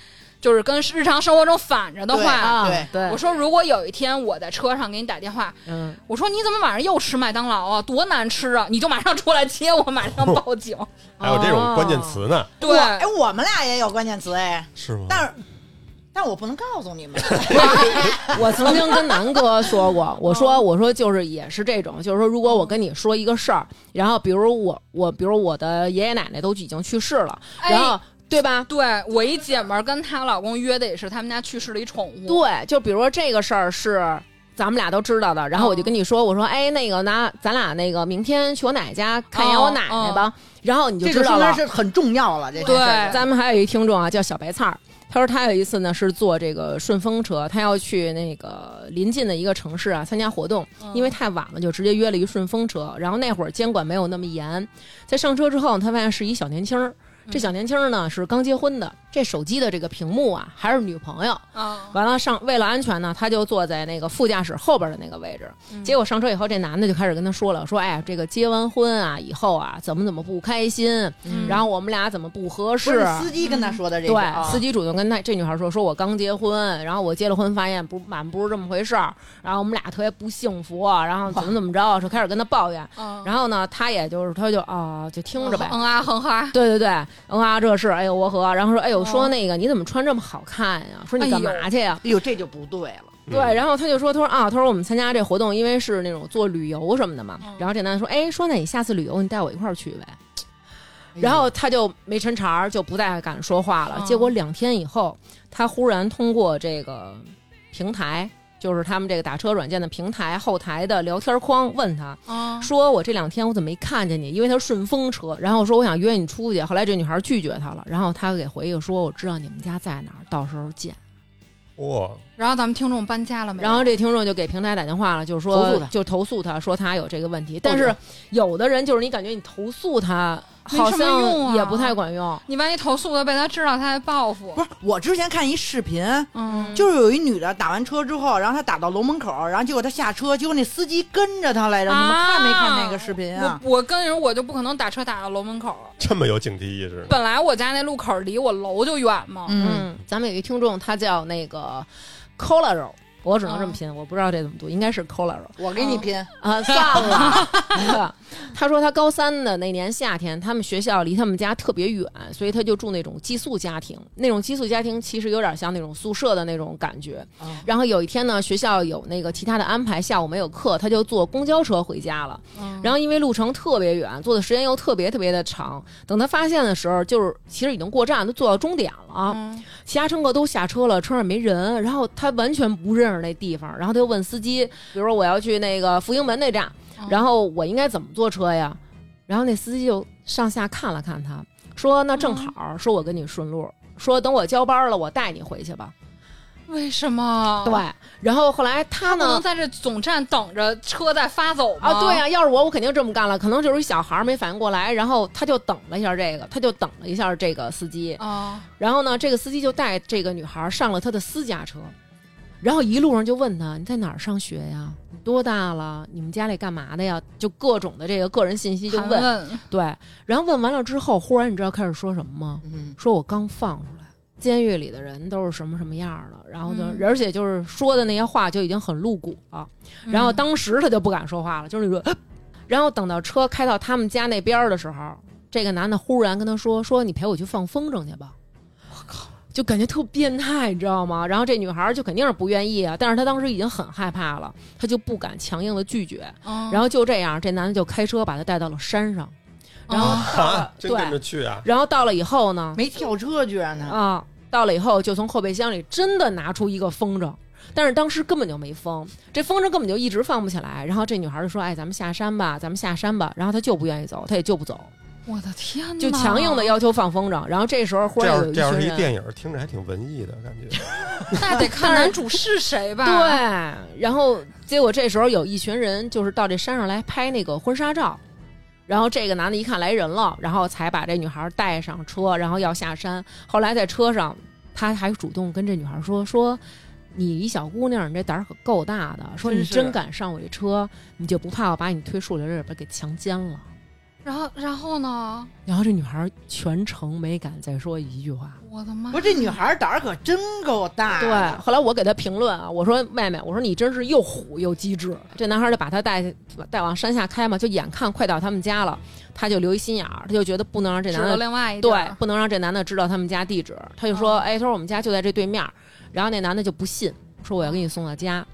[SPEAKER 2] 就是跟日常生活中反着的
[SPEAKER 5] 对
[SPEAKER 2] 话，
[SPEAKER 3] 啊，
[SPEAKER 5] 对
[SPEAKER 3] 对
[SPEAKER 2] 我，说如果有一天我在车上给你打电话，
[SPEAKER 3] 嗯，
[SPEAKER 2] 我说你怎么晚上又吃麦当劳啊？多难吃啊！你就马上出来接我，马上报 警。
[SPEAKER 4] 还有这种关键词呢，
[SPEAKER 2] 对，
[SPEAKER 5] 哎，我们俩也有关键词哎，
[SPEAKER 4] 是吗？
[SPEAKER 5] 但是但我不能告诉你们，
[SPEAKER 3] 我曾经跟南哥说过，我说我说就是也是这种，就是说如果我跟你说一个事儿，然后比如我我比如我的爷爷奶奶都已经去世了，
[SPEAKER 2] 哎
[SPEAKER 3] 然后对吧？
[SPEAKER 2] 对我一姐们儿跟她老公约的也是他们家去世的一宠物。
[SPEAKER 3] 对，就比如说这个事儿是。咱们俩都知道的，然后我就跟你说，我说，哎，那个，拿咱俩那个明天去我奶奶家看一眼我奶奶吧，然后你就
[SPEAKER 5] 这
[SPEAKER 3] 知
[SPEAKER 5] 就
[SPEAKER 3] 道
[SPEAKER 5] 说
[SPEAKER 3] 了
[SPEAKER 5] 明。是很重要了。这件
[SPEAKER 2] 对
[SPEAKER 5] 事儿
[SPEAKER 3] 咱们还有一听众啊，叫小白菜儿，他说他有一次呢是坐这个顺风车，他要去那个临近的一个城市啊参加活动，因为太晚了，就直接约了一顺风车。然后那会儿监管没有那么严，在上车之后，他发现是一小年轻儿。这小年轻儿呢是刚结婚的，这手机的这个屏幕啊还是女朋友。
[SPEAKER 2] 啊，
[SPEAKER 3] 完了上为了安全呢，他就坐在那个副驾驶后边的那个位置。结果上车以后，这男的就开始跟他说了，说哎呀，这个结完婚啊以后啊怎么怎么不开心，
[SPEAKER 2] 嗯
[SPEAKER 3] 然后我们俩怎么不合
[SPEAKER 5] 不
[SPEAKER 3] 适
[SPEAKER 5] 是。司机跟他说的这个，啊
[SPEAKER 3] 对，司机主动跟那这女孩说：“说我刚结婚，然后我结了婚，发现不满不是这么回事儿，然后我们俩特别不幸福，然后怎么怎么着，就开始跟他抱怨。
[SPEAKER 2] 嗯，
[SPEAKER 3] 然后呢，他也就是他就啊、就听着呗，
[SPEAKER 2] 嗯啊，哼哈，
[SPEAKER 3] 对对对，嗯啊，这是哎呦我和，然后说哎呦
[SPEAKER 2] 哦
[SPEAKER 3] 说那个你怎么穿这么好看呀？说你干
[SPEAKER 2] 哎
[SPEAKER 3] 嘛去呀？
[SPEAKER 5] 哎呦，这就不对了。
[SPEAKER 4] 嗯
[SPEAKER 3] 对，然后他就说，他说啊，他说我们参加这活动，因为是那种做旅游什么的嘛。然后这男的说，哎，说那你下次旅游你带我一块儿去呗。
[SPEAKER 5] 嗯
[SPEAKER 3] 然后他就没抻茬儿，就不再敢说话了。
[SPEAKER 2] 嗯
[SPEAKER 3] 结果两天以后，他忽然通过这个平台，就是他们这个打车软件的平台后台的聊天框问他，
[SPEAKER 2] 嗯，
[SPEAKER 3] 说我这两天我怎么没看见你？因为他顺风车，然后我说我想约你出去，后来这女孩拒绝他了，然后他给回一个说我知道你们家在哪儿，到时候见。
[SPEAKER 4] 哇，
[SPEAKER 2] 然后咱们听众搬家了没？
[SPEAKER 3] 然后这听众就给平台打电话了，就是说
[SPEAKER 5] 投诉他
[SPEAKER 3] 就投诉他说他有这个问题，但是有的人就是你感觉你投诉他
[SPEAKER 2] 没什么
[SPEAKER 3] 好
[SPEAKER 2] 用啊
[SPEAKER 3] 像也不太管用，
[SPEAKER 2] 你万一投诉了被他知道，他还报复
[SPEAKER 5] 不。是，我之前看一视频，
[SPEAKER 2] 嗯，
[SPEAKER 5] 就是有一女的打完车之后，然后她打到楼门口，然后结果她下车，结果那司机跟着她来着。你们
[SPEAKER 2] 啊
[SPEAKER 5] 看没看那个视频啊？
[SPEAKER 2] 我我跟人我就不可能打车打到楼门口。
[SPEAKER 4] 这么有警惕意识，
[SPEAKER 2] 本来我家那路口离我楼就远嘛，
[SPEAKER 5] 嗯，
[SPEAKER 3] 嗯，咱们有一听众他叫那个 Colaro。我只能这么
[SPEAKER 2] 嗯
[SPEAKER 3] 拼，我不知道这怎么读，应该是 Colaro
[SPEAKER 5] 我给你拼，
[SPEAKER 3] 啊，算了。 他说他高三的那年夏天，他们学校离他们家特别远，所以他就住那种寄宿家庭。那种寄宿家庭其实有点像那种宿舍的那种感觉，
[SPEAKER 5] 嗯
[SPEAKER 3] 然后有一天呢，学校有那个其他的安排，下午没有课，他就坐公交车回家了。然后因为路程特别远，坐的时间又特别特别的长，等他发现的时候，就是其实已经过站，都坐到终点了。啊
[SPEAKER 2] 嗯
[SPEAKER 3] 其他乘客都下车了，车上没人，然后他完全不认识那地方，然后他就问司机，比如说我要去那个福营门那站，然后我应该怎么坐车呀？然后那司机就上下看了看他，说那正好，说我跟你顺路，说等我交班了，我带你回去吧。
[SPEAKER 2] 为什么？
[SPEAKER 3] 对，，然后后来他
[SPEAKER 2] 哦他哦不
[SPEAKER 3] 呢
[SPEAKER 2] 能？在这总站等着车再发走吗？
[SPEAKER 3] 啊，对呀、要是我，我肯定这么干了。可能就是一小孩儿没反应过来，然后他就等了一下这个，他就等了一下这个司机，
[SPEAKER 2] 啊，
[SPEAKER 3] 然后呢，这个司机就带这个女孩儿上了他的私家车，然后一路上就问他你在哪儿上学呀？你多大了？你们家里干嘛的呀？就各种的这个个人信息就
[SPEAKER 2] 盘
[SPEAKER 3] 问，
[SPEAKER 2] 问
[SPEAKER 3] 对，然后问完了之后，忽然你知道开始说什么吗？
[SPEAKER 5] 嗯，
[SPEAKER 3] 说我刚放出来，监狱里的人都是什么什么样儿的，然后就、
[SPEAKER 2] 嗯
[SPEAKER 3] 而且就是说的那些话就已经很露骨了，然后当时他就不敢说话了，就是你说，呃然后等到车开到他们家那边儿的时候，这个男的忽然跟他说说你陪我去放风筝去吧，我靠。就感觉特变态，你知道吗？然后这女孩儿就肯定是不愿意啊，但是她当时已经很害怕了，她就不敢强硬的拒绝。
[SPEAKER 2] 嗯
[SPEAKER 3] 然后就这样，这男的就开车把她带到了山上，然
[SPEAKER 2] 哦
[SPEAKER 3] 后到了、
[SPEAKER 4] 啊，真
[SPEAKER 3] 对
[SPEAKER 4] 跟着去啊，
[SPEAKER 3] 然后到了以后呢，
[SPEAKER 5] 没跳车居然呢，
[SPEAKER 3] 啊，到了以后就从后备箱里真的拿出一个风筝，但是当时根本就没风，这风筝根本就一直放不起来。然后这女孩就说：“哎，咱们下山吧，咱们下山吧。”然后她就不愿意走，她也就不走，
[SPEAKER 2] 我的天哪，
[SPEAKER 3] 就强硬的要求放风筝。然后这时候忽
[SPEAKER 4] 这
[SPEAKER 3] 然
[SPEAKER 4] 要
[SPEAKER 3] 有
[SPEAKER 4] 是
[SPEAKER 3] 一
[SPEAKER 4] 这要
[SPEAKER 3] 群
[SPEAKER 4] 是一
[SPEAKER 3] 人。
[SPEAKER 4] 电影，听着还挺文艺的感觉。
[SPEAKER 2] 那得看男主是谁 吧。
[SPEAKER 3] 对，然后结果这时候有一群人就是到这山上来拍那个婚纱照，然后这个男的一看来人了，然后才把这女孩带上车，然后要下山。后来在车上，他还主动跟这女孩说说。你一小姑娘，你这胆儿可够大的。说
[SPEAKER 2] 真
[SPEAKER 3] 你
[SPEAKER 2] 是
[SPEAKER 3] 真敢上我这车，你就不怕我把你推树林里边给强奸了？
[SPEAKER 2] 然后然后呢？
[SPEAKER 3] 然后这女孩全程没敢再说一句话。
[SPEAKER 2] 我的妈！
[SPEAKER 5] 不是这女孩儿胆儿可真够大
[SPEAKER 3] 对
[SPEAKER 5] 的，，
[SPEAKER 3] 后来我给她评论啊，我说妹妹，我说你真是又虎又机智。这男孩就把她带带往山下开嘛，就眼看快到他们家了，他就留一心眼儿，他就觉得不能让这
[SPEAKER 2] 知
[SPEAKER 3] 男
[SPEAKER 2] 道
[SPEAKER 3] 的
[SPEAKER 2] 另外一地
[SPEAKER 3] 对
[SPEAKER 2] 儿，啊
[SPEAKER 3] 不能让这男的知道他们家地址。他就说，
[SPEAKER 2] 哦
[SPEAKER 3] 哎，他说我们家就在这对面儿。然后那男的就不信，说我要给你送到家。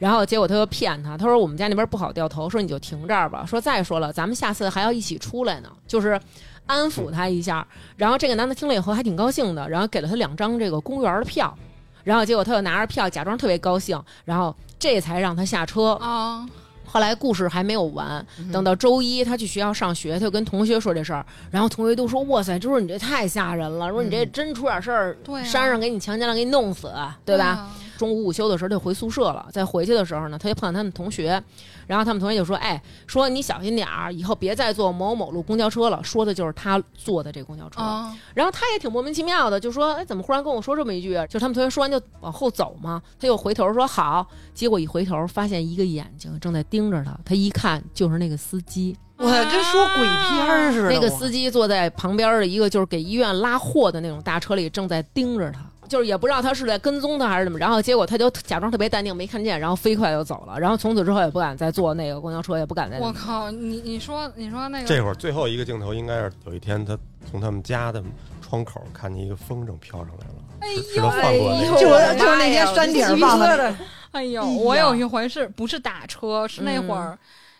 [SPEAKER 3] 然后结果他又骗他，他说我们家那边不好掉头，说你就停这儿吧。说再说了，咱们下次还要一起出来呢，就是安抚他一下。然后这个男的听了以后还挺高兴的，然后给了他两张这个公园的票。然后结果他又拿着票假装特别高兴，然后这才让他下车。
[SPEAKER 2] 啊，
[SPEAKER 3] 后来故事还没有完，
[SPEAKER 5] 嗯
[SPEAKER 3] 等到周一他去学校上学，他就跟同学说这事儿，然后同学都说：“哇塞，就是你这太吓人了，说你这真出点事儿，
[SPEAKER 2] 对啊啊
[SPEAKER 3] 山上给你强奸了，给你弄死，对吧？”中午午休的时候他就回宿舍了，在回去的时候呢，他就碰到他们同学，然后他们同学就说：“哎，说你小心点儿，以后别再坐某某路公交车了。”说的就是他坐的这公交车。
[SPEAKER 2] 啊？啊，
[SPEAKER 3] 然后他也挺莫名其妙的，就说：“哎，怎么忽然跟我说这么一句啊？”就他们同学说完就往后走嘛，他又回头说：“好。”结果一回头发现一个眼睛正在盯着他，他一看就是那个司机，
[SPEAKER 5] 我跟说鬼片儿似的。
[SPEAKER 3] 那个
[SPEAKER 5] 我
[SPEAKER 3] 司机坐在旁边的一个就是给医院拉货的那种大车里，正在盯着他。就是也不知道他是在跟踪他还是怎么，然后结果他就假装特别淡定，没看见，然后飞快就走了。然后从此之后也不敢再坐那个公交车，也不
[SPEAKER 5] 哦
[SPEAKER 3] 敢再。
[SPEAKER 2] 我靠！你你说你说那个
[SPEAKER 4] 这会儿最后一个镜头应该是有一天，他从他们家的窗口看见一个风筝飘上来了，
[SPEAKER 2] 哎
[SPEAKER 4] 是是
[SPEAKER 2] 呦
[SPEAKER 4] 他
[SPEAKER 2] 哎
[SPEAKER 4] 翻过来
[SPEAKER 2] 呦
[SPEAKER 4] 的。
[SPEAKER 5] 就
[SPEAKER 2] 我的
[SPEAKER 5] 就
[SPEAKER 2] 妈
[SPEAKER 5] 那
[SPEAKER 2] 呀
[SPEAKER 5] 天山顶
[SPEAKER 2] 我
[SPEAKER 5] 上
[SPEAKER 2] 鸡皮
[SPEAKER 5] 放
[SPEAKER 2] 疙瘩
[SPEAKER 5] 的，
[SPEAKER 2] 哎呦，
[SPEAKER 5] 哎呀嗯
[SPEAKER 2] 我有一回是不是打车？是那会儿，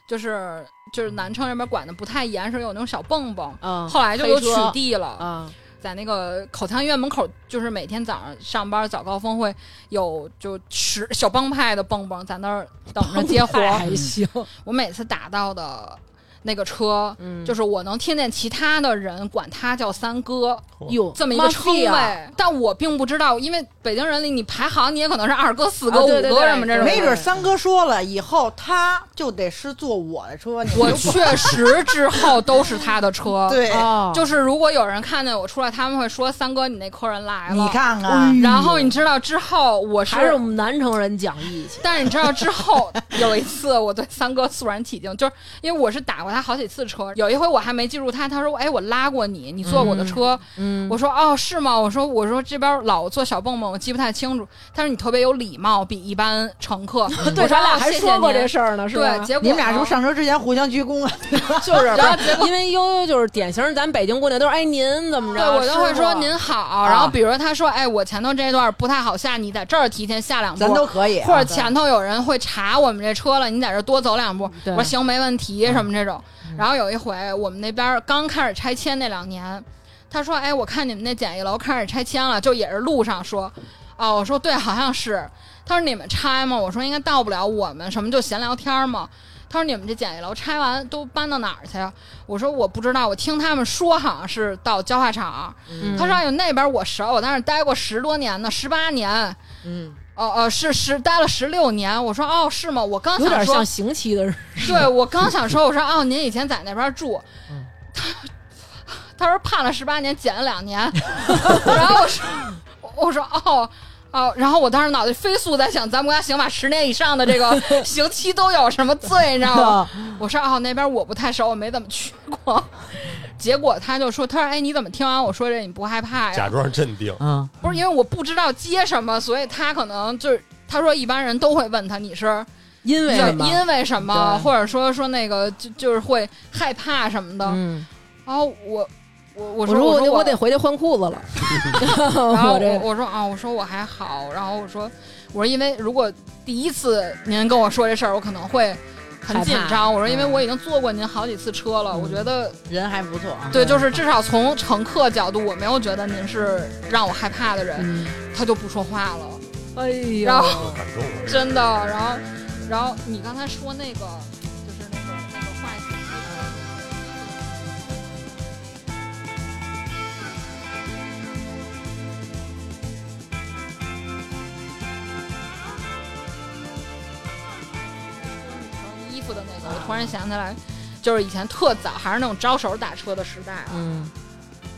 [SPEAKER 2] 就是就是南昌那边管的不太严，是有那种小蹦蹦。
[SPEAKER 3] 嗯
[SPEAKER 2] 后来就
[SPEAKER 3] 黑
[SPEAKER 2] 有取
[SPEAKER 3] 车
[SPEAKER 2] 缔
[SPEAKER 5] 嗯
[SPEAKER 2] 了，
[SPEAKER 3] 啊，
[SPEAKER 2] 在那个口腔医院门口，就是每天早上上班早高峰会有就十小帮派的蹦蹦在那儿等着接活。
[SPEAKER 5] 哎
[SPEAKER 3] 还行，
[SPEAKER 2] 我每次打到的那个车，
[SPEAKER 3] 嗯
[SPEAKER 2] 就是我能听见其他的人管他叫三哥
[SPEAKER 3] 哟
[SPEAKER 2] 这么一个称谓，
[SPEAKER 3] 哦啊，
[SPEAKER 2] 但我并不知道，因为北京人里你排行你也可能是二哥、四哥、
[SPEAKER 3] 啊
[SPEAKER 2] 五
[SPEAKER 3] 对对
[SPEAKER 2] 哥
[SPEAKER 3] 对
[SPEAKER 2] 什么这种的。
[SPEAKER 5] 没准三哥说了以后，他就得是坐我的车。你
[SPEAKER 2] 我
[SPEAKER 5] 就
[SPEAKER 2] 确实之后都是他的 车。
[SPEAKER 5] 对，
[SPEAKER 3] 哦
[SPEAKER 2] 就是如果有人看见我出来，他们会说：“三哥，你那客人来了。”哎
[SPEAKER 5] 你。看看，
[SPEAKER 2] 然后你知道之后我是，
[SPEAKER 3] 还是我们南城人讲义气，
[SPEAKER 2] 但是你知道之后有一次我对三哥肃然起敬，就是因为我是打过他好几次车，有一回我还没记住他，他说：“哎，我拉过你，你坐我的车。
[SPEAKER 3] 嗯，
[SPEAKER 2] 我说：“哦，是吗？”我说：“我说这边老坐小蹦蹦，我记不太清楚。”他说：“你特别有礼貌，比一般乘客。我说
[SPEAKER 3] 对，咱俩
[SPEAKER 2] 哦
[SPEAKER 3] 还
[SPEAKER 2] 谢谢
[SPEAKER 3] 说过
[SPEAKER 2] 您
[SPEAKER 3] 这事儿呢，是吧？
[SPEAKER 2] 对，结果啊
[SPEAKER 5] 你们俩 是
[SPEAKER 2] 呢
[SPEAKER 5] 不是上车之前互相鞠躬啊？
[SPEAKER 3] 就是，然后因为悠悠就是典型儿咱北京姑娘，都是哎您怎么着？
[SPEAKER 2] 对，我都会
[SPEAKER 3] 师傅
[SPEAKER 2] 说您好，
[SPEAKER 5] 啊
[SPEAKER 2] 然后比如他说，哎，我前头这段不太好下，你在这儿提前下两步，
[SPEAKER 5] 咱都可以啊，
[SPEAKER 2] 或者前头有人会查我们这车了，你在这儿多走两步。
[SPEAKER 3] 对嗯
[SPEAKER 2] 我说行，没问题，什么这种。然后有一回，我们那边儿刚开始拆迁那两年，他说，哎，我看你们那简易楼开始拆迁了，就也是路上说，哦，我说对，好像是。他说你们拆吗？我说应该到不了我们，什么就闲聊天儿嘛。他说你们这简易楼拆完都搬到哪儿去啊？我说我不知道，我听他们说好像是到焦化厂。
[SPEAKER 3] 嗯
[SPEAKER 2] 他说哎呦那边我熟，我在那儿待过十多年呢，十八年。
[SPEAKER 5] 嗯，
[SPEAKER 2] 哦哦，是十待了十六年。我说哦，是吗？我刚
[SPEAKER 3] 有
[SPEAKER 2] 想
[SPEAKER 3] 点
[SPEAKER 2] 说
[SPEAKER 3] 像，刑期的人，
[SPEAKER 2] 对我刚想说，我说哦，您以前在那边住。他他说判了十八年，减了两年。 然后我说我说哦。哦，然后我当时脑袋飞速在想，咱们国家刑法十年以上的这个刑期都有什么罪，你知道
[SPEAKER 3] 啊
[SPEAKER 2] 吗？我说哦，那边我不太熟，我没怎么去过。 结果他就说，他说哎，你怎么听完我说这你不害哎怕呀？
[SPEAKER 4] 假装镇定，
[SPEAKER 5] 嗯，
[SPEAKER 2] 不是因为我不知道接什么，所以他可能就是他说一般人都会问他你是
[SPEAKER 3] 因为什
[SPEAKER 2] 就
[SPEAKER 3] 么？
[SPEAKER 2] 因为什么，
[SPEAKER 3] 对
[SPEAKER 2] 或者说说那个就就是会害怕什么的。
[SPEAKER 3] 嗯，
[SPEAKER 2] 然后我我我
[SPEAKER 3] 我
[SPEAKER 2] 说
[SPEAKER 3] 说
[SPEAKER 2] 我
[SPEAKER 3] 我
[SPEAKER 2] 说
[SPEAKER 3] 我得回去换裤子 了，
[SPEAKER 2] 然后
[SPEAKER 3] 我这
[SPEAKER 2] 我我说啊我说我还好，然后我说我说因为如果第一次您跟我说这事儿，我可能会。很
[SPEAKER 3] 害怕
[SPEAKER 2] 紧张，我说，因为
[SPEAKER 3] 嗯
[SPEAKER 2] 我已经坐过您好几次车了，我觉得
[SPEAKER 5] 人还不错啊。
[SPEAKER 2] 对，就是至少从乘客角度，我没有觉得您是让我害怕的人，
[SPEAKER 3] 嗯
[SPEAKER 2] 他就不说话了。
[SPEAKER 3] 哎呦，
[SPEAKER 2] 然后
[SPEAKER 4] 感动了。
[SPEAKER 2] 真的。然后，然后你刚才说那个，就是那个那个坏死衣服的那个，我突然想起来，就是以前特早还是那种招手打车的时代啊。
[SPEAKER 3] 嗯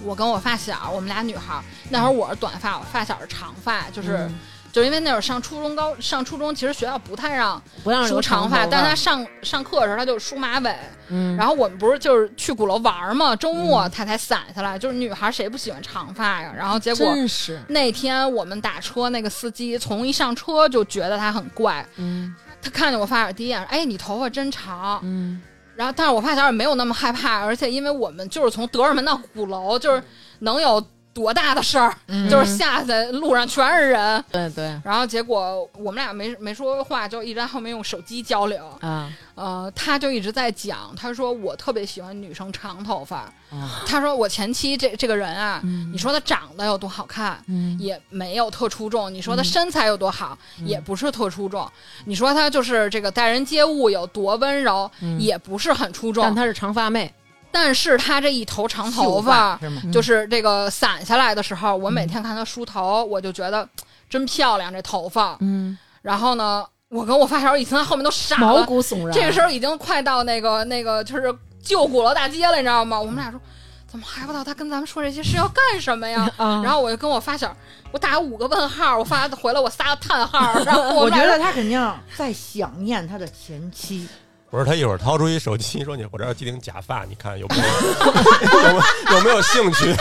[SPEAKER 2] 我跟我发小，我们俩女孩儿，那会儿我是短发，我发小是长发，就是、
[SPEAKER 3] 嗯
[SPEAKER 2] 就是因为那会儿上初中高上初中，其实学校不太让
[SPEAKER 3] 不让
[SPEAKER 2] 梳
[SPEAKER 3] 留
[SPEAKER 2] 长
[SPEAKER 3] 发，
[SPEAKER 2] 但是他上上课的时候他就梳马尾，
[SPEAKER 3] 嗯，
[SPEAKER 2] 然后我们不是就是去鼓楼玩儿嘛，周末他才散下来，就是女孩儿谁不喜欢长发呀？然后结果
[SPEAKER 3] 真是，
[SPEAKER 2] 那天我们打车，那个司机从一上车就觉得他很怪，
[SPEAKER 3] 嗯
[SPEAKER 2] 他看见我发小第一眼，哎，你头发真长。
[SPEAKER 3] 嗯，
[SPEAKER 2] 然后，但是我发小也没有那么害怕，而且因为我们就是从德胜门到鼓楼，
[SPEAKER 3] 嗯
[SPEAKER 2] 就是能有多大的事儿，就是下去路上全是人。
[SPEAKER 3] 对对
[SPEAKER 2] 然后结果我们俩没没说话，就一直在后面用手机交流。
[SPEAKER 3] 啊，
[SPEAKER 2] 呃，他就一直在讲，他说我特别喜欢女生长头发。
[SPEAKER 3] 啊
[SPEAKER 2] 他说我前妻这这个人啊，
[SPEAKER 3] 嗯
[SPEAKER 2] 你说她长得有多好看，
[SPEAKER 3] 嗯
[SPEAKER 2] 也没有特出众；你说她身材有多好，也不是特出众；你说她就是这个待人接物有多温柔，
[SPEAKER 3] 嗯
[SPEAKER 2] 也不是很出众。
[SPEAKER 3] 但她是长发妹，
[SPEAKER 2] 但是她这一头长头
[SPEAKER 1] 发
[SPEAKER 2] 发，
[SPEAKER 1] 是
[SPEAKER 3] 嗯
[SPEAKER 1] 吗？
[SPEAKER 2] 就是这个散下来的时候，我每天看她梳头，我就觉得真漂亮这头发。
[SPEAKER 3] 嗯，
[SPEAKER 2] 然后呢，我跟我发小已经在后面都傻
[SPEAKER 3] 毛
[SPEAKER 2] 了，
[SPEAKER 3] 骨悚然，
[SPEAKER 2] 这个时候已经快到那个那个就是旧鼓楼大街了，你知道吗？我们俩说，怎么还不到？他跟咱们说这些是要干什 么呀？
[SPEAKER 3] 啊，
[SPEAKER 2] 然
[SPEAKER 3] 后
[SPEAKER 2] 后我就跟我发小，我打五个问号，我发回了我仨 叹号，然后
[SPEAKER 5] 我
[SPEAKER 2] 们
[SPEAKER 5] 觉
[SPEAKER 2] 俩
[SPEAKER 5] 得他肯定在想念他的前妻，
[SPEAKER 4] 不是他一会儿掏出一手机说你我这儿有几顶假发，你看有没有有没有有没有兴趣？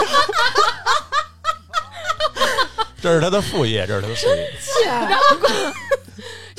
[SPEAKER 4] 这是他的副业，这是他的副业。
[SPEAKER 2] 谢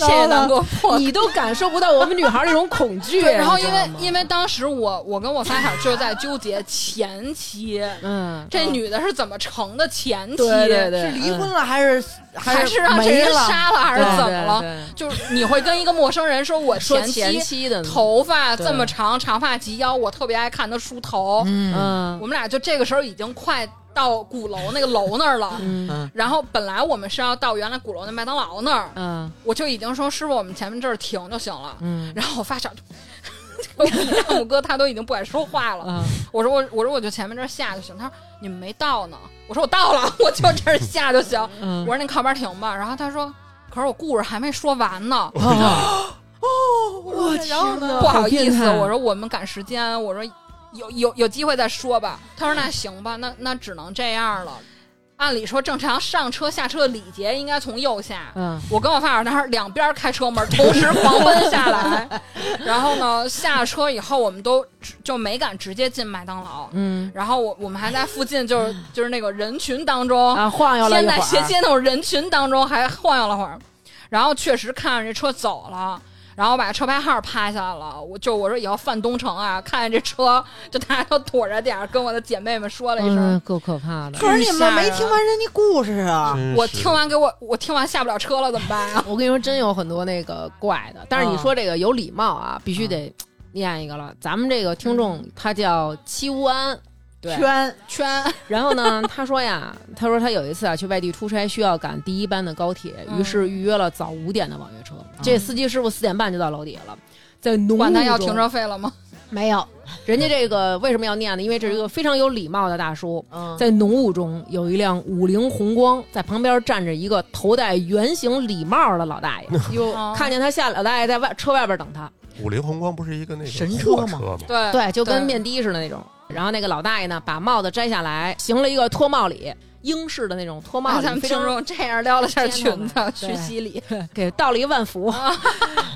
[SPEAKER 2] 谢南哥破。
[SPEAKER 3] 你都感受不到我们女孩那种恐惧，
[SPEAKER 2] 对，然后因
[SPEAKER 3] 你
[SPEAKER 2] 为
[SPEAKER 3] 知道吗
[SPEAKER 2] 因为当时我我跟我发小就在纠结前妻，
[SPEAKER 3] 嗯，
[SPEAKER 2] 这女的是怎么成的前妻，
[SPEAKER 3] 对对对，
[SPEAKER 5] 是离婚
[SPEAKER 3] 嗯
[SPEAKER 5] 了还是
[SPEAKER 2] 还
[SPEAKER 5] 是
[SPEAKER 2] 让这
[SPEAKER 5] 没
[SPEAKER 2] 人
[SPEAKER 5] 了？
[SPEAKER 2] 杀了还是
[SPEAKER 3] 对
[SPEAKER 2] 怎
[SPEAKER 3] 对
[SPEAKER 2] 么了？
[SPEAKER 3] 对
[SPEAKER 2] 就是你会跟一个陌生人说我
[SPEAKER 3] 说
[SPEAKER 2] 前
[SPEAKER 3] 前
[SPEAKER 2] 妻
[SPEAKER 3] 妻的
[SPEAKER 2] 头发
[SPEAKER 3] 对
[SPEAKER 2] 这么长，长发及腰，我特别爱看他梳头。
[SPEAKER 5] 嗯
[SPEAKER 3] 嗯
[SPEAKER 2] 我们俩就这个时候已经快到鼓楼那个楼那儿了。
[SPEAKER 3] 嗯
[SPEAKER 5] 嗯
[SPEAKER 2] 然后本来我们是要到原来鼓楼那麦当劳那儿，
[SPEAKER 3] 嗯
[SPEAKER 2] 我就已经说师傅，我们前面这儿停就行了。
[SPEAKER 3] 嗯
[SPEAKER 2] 然后我发小就， 我大拇哥他都已经不敢说话了。
[SPEAKER 3] 嗯，
[SPEAKER 2] 我说我我说我就前面这儿下就行。他说你们没到呢。我说我到了， 我就这儿下就行。
[SPEAKER 3] 嗯
[SPEAKER 2] 我说那靠边停吧。然后他说，可是我故事还没说完呢。
[SPEAKER 5] 我然后呢
[SPEAKER 2] 不好意
[SPEAKER 3] 变
[SPEAKER 2] 思，
[SPEAKER 3] 态
[SPEAKER 2] 我说我们赶时间，我说有有有机会再说吧。他说那行吧，那那只能这样了。按理说正常上车下车的礼节应该从右下，
[SPEAKER 3] 嗯
[SPEAKER 2] 我跟我发小那儿两边开 车门同时狂奔下来，然后呢下车以后我们都直就没敢直接进麦当劳，
[SPEAKER 3] 嗯
[SPEAKER 2] 然后我我们还在附近就是就是那个人群当中
[SPEAKER 3] 啊，晃悠了
[SPEAKER 2] 现
[SPEAKER 3] 一会
[SPEAKER 2] 在
[SPEAKER 3] 儿，
[SPEAKER 2] 斜街那种人群当中还晃悠了会儿，然后确实看着这车走了。然后把车牌号拍下来了，我就我说以后犯东城啊，看见这车就大家都躲着点儿，跟我的姐妹们说了一声。
[SPEAKER 3] 嗯，够可怕的。
[SPEAKER 5] 可是你们
[SPEAKER 2] 啊
[SPEAKER 5] 没听完人家故事啊，
[SPEAKER 4] 真
[SPEAKER 2] 我
[SPEAKER 4] 是
[SPEAKER 2] 听完给我我听完下不了车了怎么办啊呀、
[SPEAKER 3] 我跟你说，真有很多那个怪的。
[SPEAKER 2] 嗯
[SPEAKER 3] 但是你说这个有礼貌啊，必须得念一个了。咱们这个听众
[SPEAKER 2] 嗯
[SPEAKER 3] 他叫戚无安，对
[SPEAKER 5] 圈
[SPEAKER 2] 圈
[SPEAKER 3] 然后呢，他说呀，他说他有一次啊去外地出差，需要赶第一班的高铁，
[SPEAKER 2] 嗯
[SPEAKER 3] 于是预约了早五点的网约车。这司机师傅四点半就到楼底下了，在浓
[SPEAKER 2] 管他要
[SPEAKER 3] 雾
[SPEAKER 2] 停
[SPEAKER 3] 中
[SPEAKER 2] 车费了吗？
[SPEAKER 3] 没有， 人家这个为什么要念呢？因为这是一个非常有礼貌的大叔。
[SPEAKER 5] 嗯
[SPEAKER 3] 在浓雾中，有一辆五菱宏光，在旁边站着一个头戴圆形礼帽的老大爷。
[SPEAKER 5] 有
[SPEAKER 2] 哦
[SPEAKER 3] 看见他下来，老大爷在外车外边等他，
[SPEAKER 4] 五菱宏光不是一个那个
[SPEAKER 5] 神车
[SPEAKER 4] 货
[SPEAKER 5] 吗
[SPEAKER 4] 车吗？
[SPEAKER 2] 对
[SPEAKER 3] 对，就跟
[SPEAKER 2] 对
[SPEAKER 3] 面的似的那种。然后那个老大爷呢，把帽子摘下来，行了一个脱帽礼，英式的那种脱帽礼
[SPEAKER 2] 把啊咱，们
[SPEAKER 3] 非
[SPEAKER 2] 听
[SPEAKER 3] 常
[SPEAKER 2] 众这样撩了下裙
[SPEAKER 3] 天哪
[SPEAKER 2] 子去西里，
[SPEAKER 3] 给倒了一万福。
[SPEAKER 2] 啊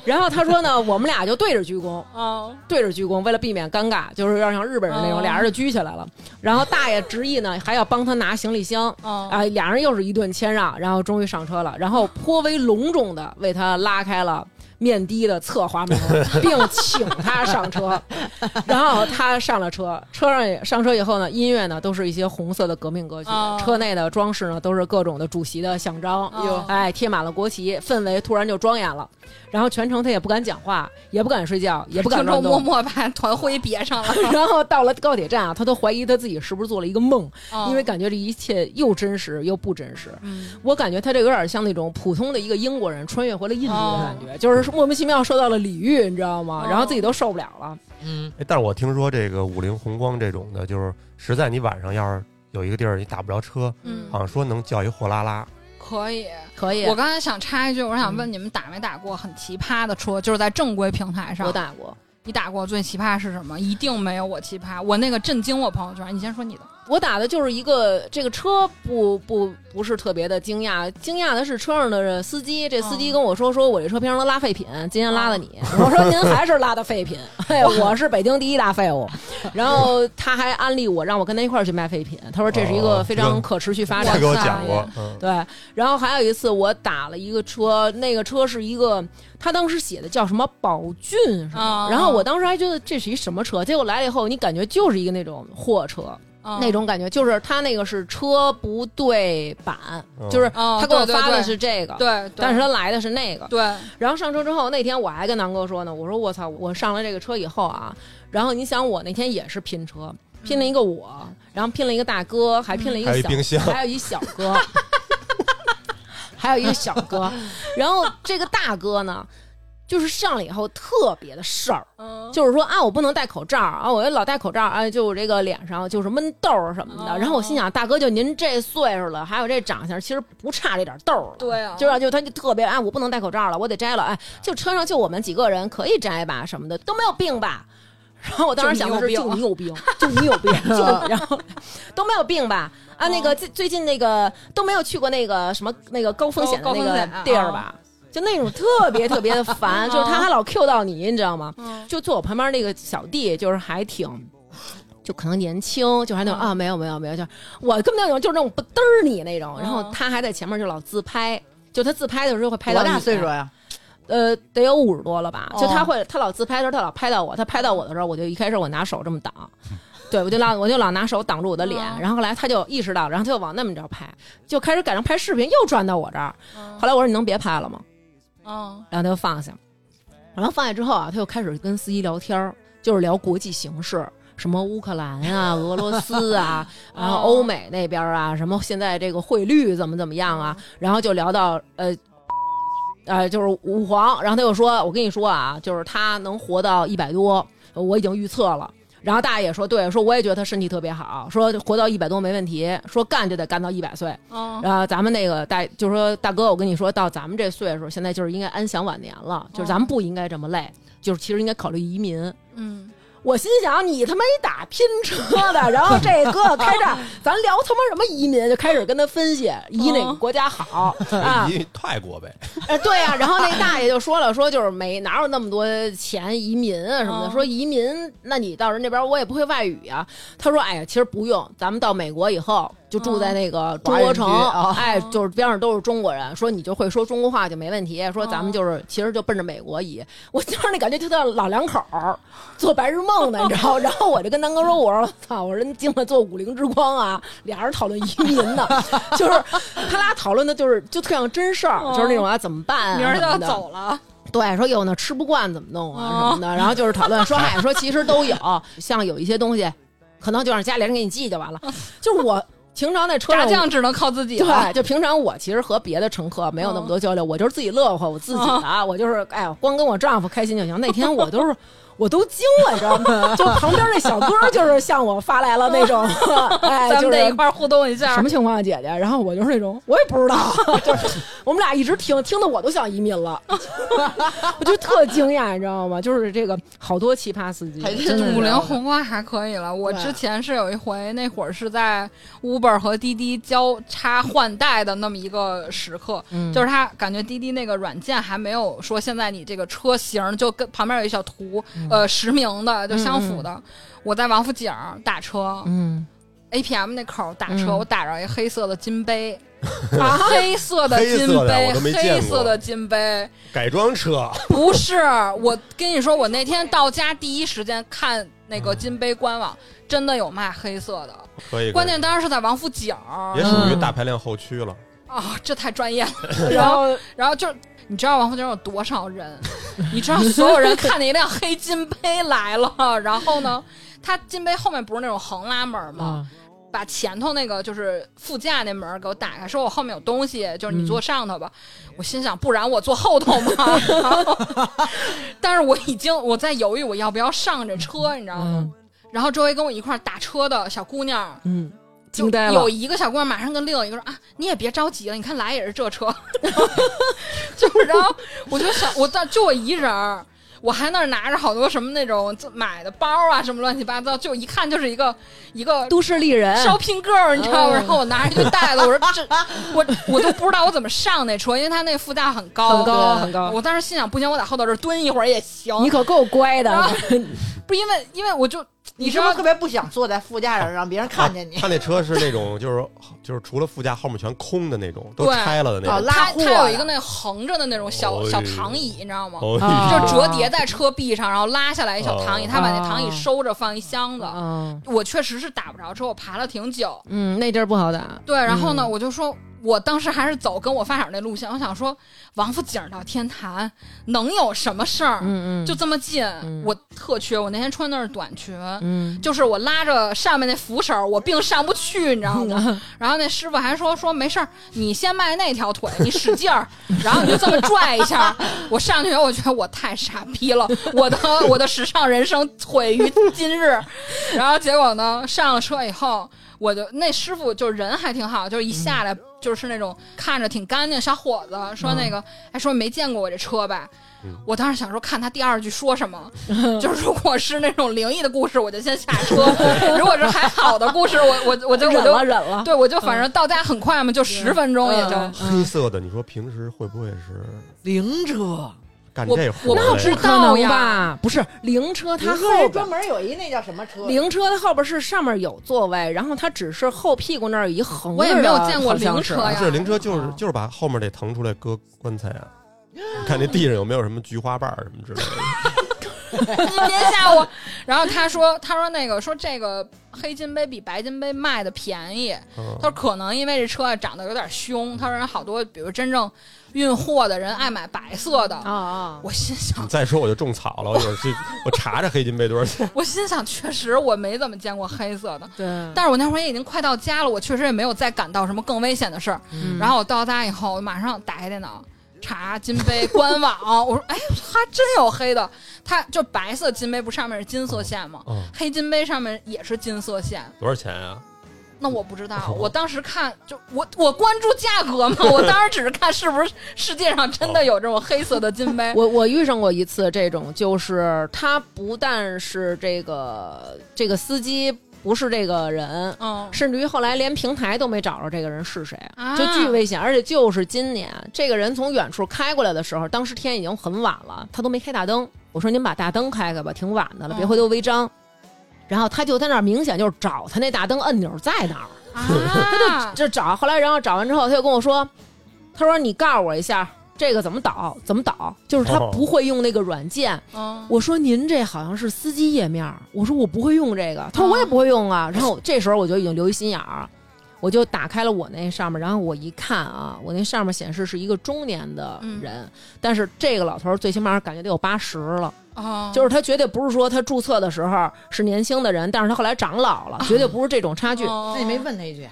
[SPEAKER 3] 然后他说呢，我们俩就对着鞠躬，
[SPEAKER 2] 哦，
[SPEAKER 3] 对着鞠躬，为了避免尴尬，就是要像日本人那
[SPEAKER 2] 哦
[SPEAKER 3] 种，俩人就鞠起来了。然后大爷执意呢，还要帮他拿行李箱。
[SPEAKER 2] 哦
[SPEAKER 3] 啊，俩人又是一顿谦让，然后终于上车了，然后颇为隆重的为他拉开了面的的侧滑门，并请他上车。然后他上了车，车上也上车以后呢，音乐呢都是一些红色的革命歌曲，
[SPEAKER 2] 哦
[SPEAKER 3] 车内的装饰呢都是各种的主席的象征，
[SPEAKER 2] 哦
[SPEAKER 3] 哎，贴满了国旗，氛围突然就庄严了。然后全程他也不敢讲话，也不敢睡觉，也不敢
[SPEAKER 2] 听
[SPEAKER 3] 乱
[SPEAKER 2] 众
[SPEAKER 3] 动。
[SPEAKER 2] 默默把团徽别上了，
[SPEAKER 3] 然后到了高铁站啊，他都怀疑他自己是不是做了一个梦，
[SPEAKER 2] 哦
[SPEAKER 3] 因为感觉这一切又真实又不真实。
[SPEAKER 2] 嗯
[SPEAKER 3] 我感觉他这有点像那种普通的一个英国人穿越回了印度的感觉，就是莫名其妙受到了礼遇，你知道吗？
[SPEAKER 2] 哦
[SPEAKER 3] 然后自己都受不了了。
[SPEAKER 5] 嗯
[SPEAKER 4] 哎，但是我听说这个五菱宏光这种的，就是实在你晚上要是有一个地儿你打不着车，
[SPEAKER 2] 嗯
[SPEAKER 4] 好，像说能叫一货拉拉，
[SPEAKER 2] 可以。
[SPEAKER 3] 可以啊
[SPEAKER 2] 我刚才想插一句，我
[SPEAKER 3] 嗯
[SPEAKER 2] 想问你们打没打过很奇葩的车，就是在正规平台上
[SPEAKER 3] 我，打过，
[SPEAKER 2] 你打过最奇葩是什么？一定没有我奇葩。我那个震惊我朋友圈，你先说你的。
[SPEAKER 3] 我打的就是一个这个车不不不是特别的惊讶，惊讶的是车上的司机。这司机跟我说，说我这车平常都拉废品，今天拉的你。 我说您还是拉的废 品，嘿，我是北京第一大废物。然后他还安利我，让我跟他一块儿去卖废品。他说哦这是一个非常可持续发展
[SPEAKER 4] 他
[SPEAKER 3] 的
[SPEAKER 4] 给我讲过，嗯
[SPEAKER 3] 对，然后还有一次我打了一个车，那个车是一个，他当时写的叫什么宝骏什么，
[SPEAKER 2] 哦
[SPEAKER 3] 然后我当时还觉得这是一什么车，结果来了以后，你感觉就是一个那种货车，
[SPEAKER 2] 嗯
[SPEAKER 3] 那种感觉，就是他那个是车不对版，
[SPEAKER 4] 嗯
[SPEAKER 3] 就是
[SPEAKER 2] 哦
[SPEAKER 3] 他给我
[SPEAKER 2] 对对
[SPEAKER 3] 发的
[SPEAKER 2] 对
[SPEAKER 3] 是这个，
[SPEAKER 2] 对，对
[SPEAKER 3] 但是他来的是那个，
[SPEAKER 2] 对
[SPEAKER 3] 然后上车之后，那天我还跟南哥说呢，我说我操，我上了这个车以后啊，然后你想我那天也是拼车，拼
[SPEAKER 2] 嗯
[SPEAKER 3] 了一个我，然后拼了一个大哥，还拼了一
[SPEAKER 4] 还
[SPEAKER 3] 个
[SPEAKER 4] 有一
[SPEAKER 3] 小，
[SPEAKER 4] 冰箱
[SPEAKER 3] 还有一小哥， 还有一个小哥，然后这个大哥呢，就是上来以后特别的事儿，
[SPEAKER 2] 嗯
[SPEAKER 3] 就是说啊，我不能戴口罩啊，我老戴口罩，哎、就我这个脸上就是闷痘儿什么的。
[SPEAKER 2] 哦
[SPEAKER 3] 然后我心想，大哥，就您这岁数了，还有这长相，其实不差这点痘儿了。
[SPEAKER 2] 对啊
[SPEAKER 3] 就是就他就特别啊，我不能戴口罩了，我得摘了。哎，就车上就我们几个人可以摘吧，什么的都没有病吧。然后我当时想的是，
[SPEAKER 2] 就
[SPEAKER 3] 就你有病，就你有病， 就然后都没有病吧？啊，那个最最近那个都没有去过那个什么那个高风险的
[SPEAKER 2] 高高
[SPEAKER 3] 那
[SPEAKER 2] 风
[SPEAKER 3] 个
[SPEAKER 2] 险啊
[SPEAKER 3] 地儿吧？就那种特别特别的烦，就是他还老 Q 到你，你知道吗？
[SPEAKER 2] 嗯
[SPEAKER 3] 就坐我旁边那个小弟，就是还挺。就可能年轻，就还那种、啊，没有没有没有，就是我根本那种就是那种不嘚儿你那种，然后他还在前面就老自拍，就他自拍的时候会拍到
[SPEAKER 5] 多大
[SPEAKER 3] 你
[SPEAKER 5] 岁数？ 呀？
[SPEAKER 3] 呃，得有五十多了吧？
[SPEAKER 5] 哦
[SPEAKER 3] 就他会，他老自拍的时候，他老拍到我，他拍到我的时候，我就一开始我拿手这么 挡，对我就老我就老拿手挡住我的脸，
[SPEAKER 2] 嗯
[SPEAKER 3] 然后后来他就意识到，然后他就往那么着拍，就开始赶上拍视频，又转到我这儿。后来我说你能别拍了吗？
[SPEAKER 2] 嗯
[SPEAKER 3] 然后他就放下，然后放下之后啊，他又开始跟司机聊天儿，就是聊国际形势，什么乌克兰啊、俄罗斯啊，然后欧美那边啊，什么现在这个汇率怎么怎么样
[SPEAKER 2] 哦
[SPEAKER 3] 啊，然后就聊到呃。呃，就是吾皇，然后他又说：“我跟你说啊，就是他能活到一百多，我已经预测了。”然后大爷也说：“对，说我也觉得他身体特别好，说活到一百多没问题，说干就得干到一百岁。”
[SPEAKER 2] 嗯
[SPEAKER 3] 然后咱们那个大就说大哥，我跟你说到咱们这岁数，现在就是应该安享晚年了，就是咱们不应该这么累，就是其实应该考虑移民。
[SPEAKER 2] 嗯，
[SPEAKER 3] 我心想，你他妈一打拼车 的，然后这哥开 这儿，咱聊他妈什么移民，就开始跟他分析移哪个国家好、啊？
[SPEAKER 4] 移泰国呗，
[SPEAKER 3] 呃对啊，然后那大爷就说了，说就是没哪有那么多钱移民啊什么的，
[SPEAKER 2] 哦
[SPEAKER 3] 说移民，那你到人那边我也不会外语啊。他说，哎呀，其实不用，咱们到美国以后就住在那个中国城，
[SPEAKER 5] 华人区哦
[SPEAKER 3] 哎，就是边上都是中国人，说你就会说中国话就没问题。说咱们就是、其实就奔着美国移，我就是那感觉就像老两口儿做白日梦呢，你知道吗？然 后我就跟南哥说，我说操，我说你进来做五菱之光啊，俩人讨论移民 呢，就是他俩讨论的就是就特像真事儿，就是那种啊怎么办啊，
[SPEAKER 2] 哦明儿就
[SPEAKER 3] 什
[SPEAKER 2] 要
[SPEAKER 3] 么的
[SPEAKER 2] 走哦了，
[SPEAKER 3] 对，说有呢，吃不惯怎么弄啊什么的，然后就是讨论说，哎嗨，说其实都有，像有一些东西，可能就让家里人给你寄就完了。就是我平常在车
[SPEAKER 2] 哦炸
[SPEAKER 3] 上，
[SPEAKER 2] 酱只能靠自己了
[SPEAKER 3] 对，。哎就平常我其实和别的乘客没有那么多交流，我就是自己乐呵，我自己的
[SPEAKER 2] 哦
[SPEAKER 3] 啊，我就是哎呀，光跟我丈夫开心就行。那天我都是。我都惊了，你知道吗？就旁边那小哥就是向我发来了那种，哎，
[SPEAKER 2] 哦咱
[SPEAKER 3] 就
[SPEAKER 2] 们
[SPEAKER 3] 是
[SPEAKER 2] 得一块儿互动一下
[SPEAKER 3] 什么。情况啊，姐姐？然后我就是那种，我也不知道， 就是我们俩一直听，听得我都想移民了， 我就特惊讶，你知道吗？就是这个好多奇葩司机，
[SPEAKER 5] 还真
[SPEAKER 3] 真的
[SPEAKER 5] 是
[SPEAKER 2] 五
[SPEAKER 4] 啊
[SPEAKER 2] 菱宏光还可以了，我之前是有一回，那会儿是在 Uber 和滴滴交叉换代的那么一个时刻，
[SPEAKER 3] 嗯
[SPEAKER 4] 嗯
[SPEAKER 2] 就是他感觉滴滴那个软件还没有说现在你这个车型就跟旁边有一小图，
[SPEAKER 4] 嗯
[SPEAKER 2] 呃，实名的就相符的。我在王府井打车，
[SPEAKER 3] 嗯
[SPEAKER 2] APM 那口儿打车，
[SPEAKER 3] 嗯
[SPEAKER 2] 我打着一黑色的金 杯，
[SPEAKER 3] 啊，
[SPEAKER 2] 黑色的金
[SPEAKER 4] 黑色的
[SPEAKER 2] 杯
[SPEAKER 4] 我都没，见过
[SPEAKER 2] 黑色的金杯，
[SPEAKER 4] 改装车，
[SPEAKER 2] 不是我跟你说，我那天到家第一时间看那个金杯官网，真的有卖黑色的，
[SPEAKER 4] 可以。
[SPEAKER 2] 关
[SPEAKER 4] 可以
[SPEAKER 2] 键当时是在王府井
[SPEAKER 4] 也
[SPEAKER 2] 啊、
[SPEAKER 4] 属于大排量后驱了，
[SPEAKER 2] 这太专业了。
[SPEAKER 3] 然后
[SPEAKER 2] 然后就是你知道王府井有多少人？你知道所有人看见一辆黑金杯来了，然后呢，它金杯后面不是那种横拉门吗？
[SPEAKER 3] 啊，
[SPEAKER 2] 把前头那个就是副驾那门儿给我打开，说我后面有东西，就是
[SPEAKER 3] 嗯
[SPEAKER 2] 你坐上头吧。我心想，不然我坐后头嘛。然后 但是我已经我在犹豫我要不要上这车，你知道吗？然后周围跟我一块儿打车的小姑娘，
[SPEAKER 3] 嗯，
[SPEAKER 2] 就
[SPEAKER 3] 惊呆了
[SPEAKER 2] 有，一个小姑娘马上跟另一个说啊，你也别着急了，你看来 也是这车，就是然后我就想，我在就我一人儿。我还那儿拿着好多什么那种自买的包啊，什么乱七八糟，就一看就是一个一个
[SPEAKER 3] 都市丽人，
[SPEAKER 2] shopping girl，你知道吗？
[SPEAKER 3] 嗯
[SPEAKER 2] 然后我拿着就带了，我 说 这我我都不知道我怎么上那车，因为它那副驾很
[SPEAKER 3] 很
[SPEAKER 2] 高，
[SPEAKER 3] 高
[SPEAKER 2] 对
[SPEAKER 3] 很高
[SPEAKER 2] 我当时心想，不行，我在后头这儿蹲一会儿也行。
[SPEAKER 3] 你可够乖的。
[SPEAKER 2] 啊不是因为因为我就
[SPEAKER 5] 你
[SPEAKER 2] 知
[SPEAKER 5] 是不
[SPEAKER 2] 道
[SPEAKER 5] 是特别不想坐在副驾上让别人看见你
[SPEAKER 4] 他？啊那车是那种就是就是除了副驾后面全空的那种，都
[SPEAKER 2] 对
[SPEAKER 4] 拆了的那
[SPEAKER 5] 哦
[SPEAKER 4] 种。
[SPEAKER 5] 拉
[SPEAKER 2] 它
[SPEAKER 5] 货
[SPEAKER 2] 它有
[SPEAKER 5] 的
[SPEAKER 2] 一个那横着的那种小、
[SPEAKER 4] 哦
[SPEAKER 2] 小躺椅，你知道吗？
[SPEAKER 4] 哦
[SPEAKER 3] 啊
[SPEAKER 2] 就折叠在车壁上，然后拉下来一小躺椅，
[SPEAKER 4] 哦
[SPEAKER 2] 他把那躺椅收着放一箱子。
[SPEAKER 3] 嗯
[SPEAKER 2] 我确实是打不着车，我爬了挺久。
[SPEAKER 3] 嗯，那地儿不好打。
[SPEAKER 2] 对，然后呢，
[SPEAKER 3] 嗯
[SPEAKER 2] 我就说，我当时还是走跟我发小那路线，我想说，王府井到天坛能有什么事儿？
[SPEAKER 3] 嗯嗯，
[SPEAKER 2] 就这么近，
[SPEAKER 3] 嗯
[SPEAKER 2] 我特缺。我那天穿的是短裙，
[SPEAKER 3] 嗯
[SPEAKER 2] 就是我拉着上面那扶手，我并上不去，你知道
[SPEAKER 3] 嗯
[SPEAKER 2] 吗？然后那师傅还说说没事儿，你先迈那条腿，你使劲儿，然后你就这么拽一下。 我上去以后，我觉得我太傻逼了，我的我的时尚人生毁于今日。 然后结果呢，上了车以后，我就那师傅就是人还挺好，就是一下
[SPEAKER 3] 嗯
[SPEAKER 2] 来就是那种看着挺干净小伙子，说
[SPEAKER 3] 嗯
[SPEAKER 2] 那个还说没见过我这车吧。我当时想说，看他第二句说 什么，就是如果是那种灵异的故事，我就先下车； 如果是还好的故事，我我我就我
[SPEAKER 3] 忍了
[SPEAKER 2] 就
[SPEAKER 3] 忍了。
[SPEAKER 2] 对我就反正到家很快嘛，就十分钟也就。
[SPEAKER 3] 嗯
[SPEAKER 4] 黑色的，你说平时会不会是
[SPEAKER 5] 灵车，
[SPEAKER 4] 干
[SPEAKER 2] 我
[SPEAKER 4] 这活
[SPEAKER 2] 我
[SPEAKER 4] 儿
[SPEAKER 2] 不
[SPEAKER 4] 的
[SPEAKER 2] 知
[SPEAKER 4] 呀？
[SPEAKER 3] 可
[SPEAKER 2] 道
[SPEAKER 3] 能
[SPEAKER 2] 呀，
[SPEAKER 3] 吧？不是灵车，它
[SPEAKER 5] 他
[SPEAKER 3] 后
[SPEAKER 5] 后
[SPEAKER 3] 边
[SPEAKER 5] 专门有一那叫什么车？
[SPEAKER 3] 灵车它后边是上面有座位，然后它只是后屁股那儿有一横着
[SPEAKER 2] 我
[SPEAKER 3] 的，
[SPEAKER 2] 也没有见过
[SPEAKER 3] 好像
[SPEAKER 2] 灵
[SPEAKER 3] 是
[SPEAKER 2] 车呀
[SPEAKER 4] 不是灵车，就是
[SPEAKER 3] 哦
[SPEAKER 4] 就是把后面得腾出来搁棺材啊。你看那地上有没有什么菊花瓣儿什么之类的？
[SPEAKER 2] 你别吓我。 然后他说，他说那个说这个黑金杯比白金杯卖的便宜，
[SPEAKER 4] 嗯
[SPEAKER 2] 他 说可能因为这车啊长得有点凶，他说人好多，比如真正运货的人爱买白色
[SPEAKER 3] 啊
[SPEAKER 2] 的。
[SPEAKER 3] 啊！
[SPEAKER 2] 我心想
[SPEAKER 4] 你，嗯再说我就种草了，我有去我查查黑金杯多 少钱。
[SPEAKER 2] 我心想，确实我没怎么见过黑色的。
[SPEAKER 3] 对，
[SPEAKER 2] 但是我那会儿也已经快到家了，我确实也没有再感到什么更危险的事儿。
[SPEAKER 3] 嗯
[SPEAKER 2] 然后我到家以后，我马上打开电脑查金杯官网，我说：“哎，还真有黑的，它就白色金杯不上面是金色线吗？
[SPEAKER 4] 嗯，
[SPEAKER 2] 黑金杯上面也是金色线。
[SPEAKER 4] 多少钱啊？
[SPEAKER 2] 那我不知道，
[SPEAKER 4] 哦
[SPEAKER 2] 我当时看就我我关注价格嘛，我当时只是看是不是世界上真的有这种黑色的金杯。
[SPEAKER 3] 我我遇上过一次这种，就是他不但是这个这个司机不是这个人，
[SPEAKER 2] 嗯，
[SPEAKER 3] 甚至于后来连平台都没找着这个人是谁，
[SPEAKER 2] 啊
[SPEAKER 3] 就巨危险。而且就是今年，这个人从远处开过来的时候，当时天已经很晚了，他都没开大灯。我说您把大灯开开吧，挺晚的了，
[SPEAKER 2] 嗯
[SPEAKER 3] 别回头违章。然后他就在那儿明显就是找他那大灯按钮在哪儿，
[SPEAKER 2] 啊，
[SPEAKER 3] 就找。后来然后找完之后，他就跟我说，他说你告诉我一下这个怎么导，怎么导，就是他
[SPEAKER 4] 哦
[SPEAKER 3] 不会用那个软件。
[SPEAKER 2] 嗯，
[SPEAKER 3] 我说您这好像是司机页面儿，我说我不会用这个，他说我也不会用啊。然后这时候我就已经留一心眼儿，我就打开了我那上面，然后我一看啊，我那上面显示是一个中年的人，但是这个老头儿最起码感觉得有八十了，
[SPEAKER 2] 哦，
[SPEAKER 3] 就是他绝对不是说他注册的时候是年轻的人，但是他后来长老了，绝对不是这种差距。
[SPEAKER 2] 那
[SPEAKER 5] 那你没问他一句？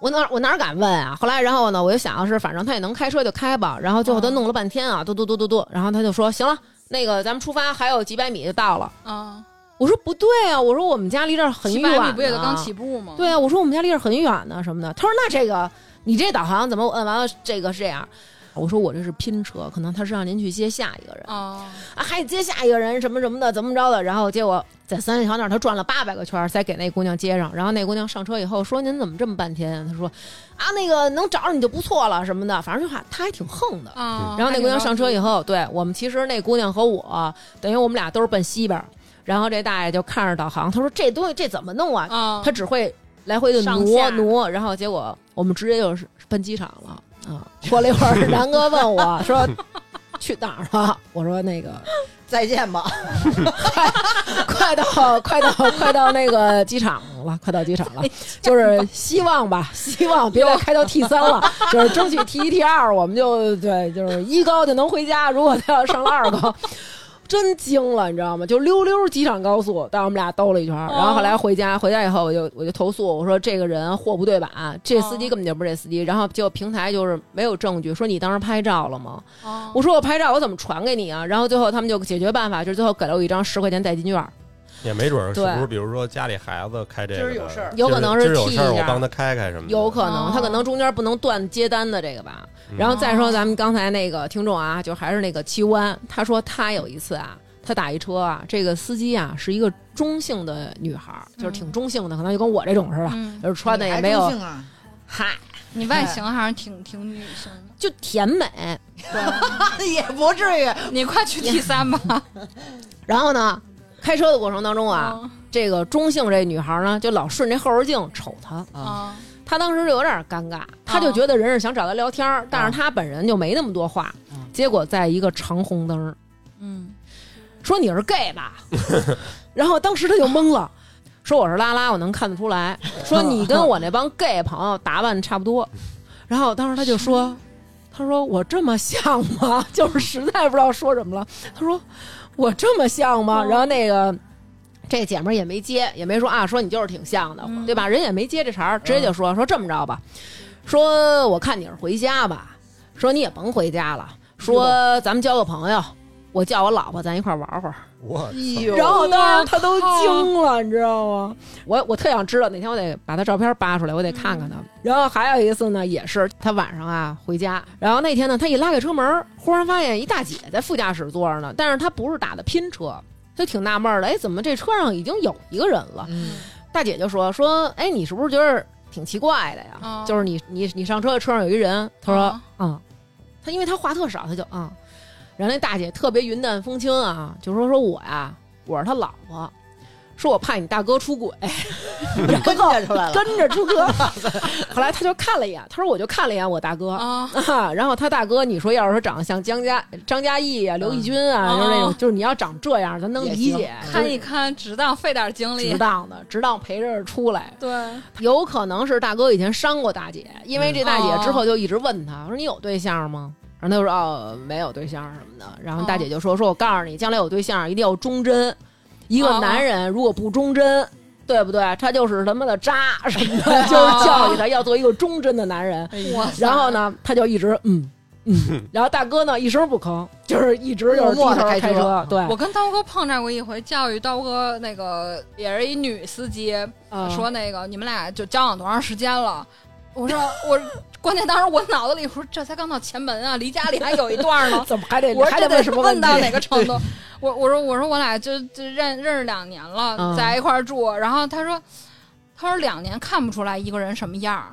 [SPEAKER 3] 我哪我哪敢问啊？后来然后呢，我就想要是反正他也能开车就开吧。然后最后他
[SPEAKER 2] 嗯
[SPEAKER 3] 弄了半天啊，嘟嘟嘟嘟嘟，然后他就说行了，那个咱们出发还有几百米就到了。
[SPEAKER 2] 啊，
[SPEAKER 3] 我说不对啊，我说我们家离这儿很
[SPEAKER 2] 七
[SPEAKER 3] 远、
[SPEAKER 2] 百
[SPEAKER 3] 啊，
[SPEAKER 2] 米不也就刚起步吗？
[SPEAKER 3] 对啊，我说我们家离这儿很远呢、什么的。他说那这个你这导航怎么摁完了？这个是这样。我说我这是拼车，可能他是让您去接下一个人啊，
[SPEAKER 2] 啊，
[SPEAKER 3] 还得接下一个人什么什么的，怎么着的。然后结果在三里桥那儿他转了八百个圈儿，才给那姑娘接上。然后那姑娘上车以后说：“您怎么这么半天啊？”他说：“啊，那个能找着你就不错了什么的。”反正就还他还挺横的。
[SPEAKER 2] 啊
[SPEAKER 3] 嗯然后那姑娘上车以
[SPEAKER 2] 后，
[SPEAKER 3] 后，对我们其实那姑娘和我，等于我们俩都是奔西边儿。然后这大爷就看着导航，他说这东西这怎么弄啊？
[SPEAKER 2] 啊，
[SPEAKER 3] 他只会来回的
[SPEAKER 2] 上
[SPEAKER 3] 挪
[SPEAKER 2] 下
[SPEAKER 3] 挪，然后结果我们直接就是奔机场了啊。过了一会儿，南哥问我说去哪儿了？我说那个
[SPEAKER 5] 再见 吧，
[SPEAKER 3] 快到快到快到那个机场了，快到机场了，就是希望吧，希望别再开到 T 三了，就是争取 T 一 T 二，我们就对，就是一高就能回家，如果他要上了二高。 真惊了，你知道吗？就溜溜机场高速，但我们俩兜了一圈儿，然后后来回家，回家以后我就我就投诉，我说这个人货不对版，这司机根本就不是这司机。然后就平台就是没有证据，说你当时拍照了吗？
[SPEAKER 2] 啊
[SPEAKER 3] 我说我拍照，我怎么传给你啊？然后最后他们就解决办法，就是最后给了我一张十块钱代金券儿，
[SPEAKER 4] 也没准儿是
[SPEAKER 3] 对
[SPEAKER 4] 不是，比如说家里孩子开这个的，
[SPEAKER 5] 今儿有事儿
[SPEAKER 3] 有可能
[SPEAKER 4] 今
[SPEAKER 3] 是
[SPEAKER 4] 儿有
[SPEAKER 3] 替一
[SPEAKER 4] 事儿，我
[SPEAKER 3] 下
[SPEAKER 4] 帮他开开什么的。
[SPEAKER 3] 有可能
[SPEAKER 2] 哦
[SPEAKER 3] 他可能中间不能断接单的这个吧。
[SPEAKER 4] 嗯
[SPEAKER 3] 然后再说咱们刚才那个听众啊，就还是那个七湾，他说他有一次啊，他打一车啊，这个司机啊是一个中性的女孩儿，就是挺中性的，可能就跟我这种似的，
[SPEAKER 2] 嗯，
[SPEAKER 3] 就是穿的
[SPEAKER 5] 你
[SPEAKER 3] 也
[SPEAKER 5] 还
[SPEAKER 3] 没有
[SPEAKER 5] 中性啊
[SPEAKER 3] 嗨，
[SPEAKER 2] 你外形好像挺挺女性的，
[SPEAKER 3] 就甜美。
[SPEAKER 5] 也不至于。
[SPEAKER 2] 你 快去 T 三吧。
[SPEAKER 3] 然后呢，开车的过程当中啊，
[SPEAKER 2] 啊
[SPEAKER 3] 这个中性这女孩儿呢就老顺这后视镜瞅他，
[SPEAKER 2] 啊
[SPEAKER 3] 他当时就有点尴尬，他就觉得人是想找他聊天儿，但是他本人就没那么多话。
[SPEAKER 1] 嗯
[SPEAKER 3] 结果在一个长红灯儿
[SPEAKER 2] 嗯
[SPEAKER 3] 说你是 gay 吧， 然后当时他就懵了，说我是拉拉，我能看得出来，说你跟我那帮 gay 朋友打扮差不多，然后当时他就说，他说我这么像吗？ 就是实在不知道说什么了，他说我这么像吗？
[SPEAKER 2] 嗯
[SPEAKER 3] 然后那个。这姐们儿也没接，也没说啊，说你就是挺像的，
[SPEAKER 2] 嗯
[SPEAKER 3] 对吧？人也没接这茬儿，直接就说、说这么着吧，说我看你是回家吧，说你也甭回家了，说咱们交个朋友，我叫我老婆咱一块儿玩会儿。
[SPEAKER 4] 我
[SPEAKER 3] 然后当
[SPEAKER 2] 哦
[SPEAKER 3] 时他都
[SPEAKER 2] 哇靠
[SPEAKER 3] 惊了，你知道吗？我我特想知道哪天我得把他照片扒出来，我得看看他。然后还有一次呢，也是他晚上啊回家，然后那天呢，他一拉开车门，忽然发现一大姐在副驾驶座上呢，但是他不是打的拼车，他就挺纳闷儿的，哎，怎么这车上已经有一个人了？
[SPEAKER 1] 嗯，
[SPEAKER 3] 大姐就说说，哎，你是不是觉得挺奇怪的呀？
[SPEAKER 2] 哦
[SPEAKER 3] 就是你你你上车的车上有一人，他说
[SPEAKER 2] 哦
[SPEAKER 3] 啊、嗯，他因为他话特少，他就啊、嗯，然后那大姐特别云淡风轻啊，就说说我呀，我是他老婆，说我怕你大哥出轨，
[SPEAKER 2] 嗯
[SPEAKER 3] 然后
[SPEAKER 5] 跟着出来 了，
[SPEAKER 3] 跟着出 哥。后来他就看了一眼，他说我就看了一眼我大哥。
[SPEAKER 2] 啊
[SPEAKER 3] 啊， 然后他大哥，你说要是说长得像江家张嘉译啊、刘奕君啊，
[SPEAKER 2] 嗯
[SPEAKER 3] 就是那种，
[SPEAKER 2] 哦
[SPEAKER 3] 就是你要长这样，咱能
[SPEAKER 1] 也
[SPEAKER 3] 理
[SPEAKER 1] 行
[SPEAKER 3] 解，
[SPEAKER 2] 看一看，值当费点精
[SPEAKER 3] 值
[SPEAKER 2] 力。
[SPEAKER 3] 当的，值当陪着出来。
[SPEAKER 2] 对，
[SPEAKER 3] 有可能是大哥以前伤过大姐，因为这大
[SPEAKER 2] 嗯
[SPEAKER 3] 姐之后就一直问他，我说你有对象吗？然后他就说哦没有对象什么的。然后大姐就说说我告诉你，将来有对象一定要忠贞，一个
[SPEAKER 2] 哦
[SPEAKER 3] 男人如果不忠贞，对不对？他就是他妈的渣什么的，
[SPEAKER 2] 哦
[SPEAKER 3] 就是教育他要做一个忠贞的男人。
[SPEAKER 2] 我
[SPEAKER 3] 哎然后呢，他就一直嗯 嗯，然后大哥呢一声不吭，就是一直就是低
[SPEAKER 1] 默默
[SPEAKER 3] 头
[SPEAKER 1] 地开
[SPEAKER 3] 开
[SPEAKER 1] 车
[SPEAKER 3] 车，对，
[SPEAKER 2] 我跟刀哥碰上过一回，教育刀哥那个也是一女司机，
[SPEAKER 3] 嗯。
[SPEAKER 2] 说那个你们俩就交往多长时间了？我说 我关键当时我脑子里说这才刚到前门啊，离家里还有一段呢
[SPEAKER 3] 怎么还得
[SPEAKER 2] 我
[SPEAKER 3] 还
[SPEAKER 2] 说这
[SPEAKER 3] 问
[SPEAKER 2] 得
[SPEAKER 3] 什么
[SPEAKER 2] 问
[SPEAKER 3] 问
[SPEAKER 2] 到
[SPEAKER 3] 题
[SPEAKER 2] 哪个程度？我我说我说我俩就就认认识两年了，
[SPEAKER 3] 嗯
[SPEAKER 2] 在一块儿住。然后他说他说两年看不出来一个人什么样儿，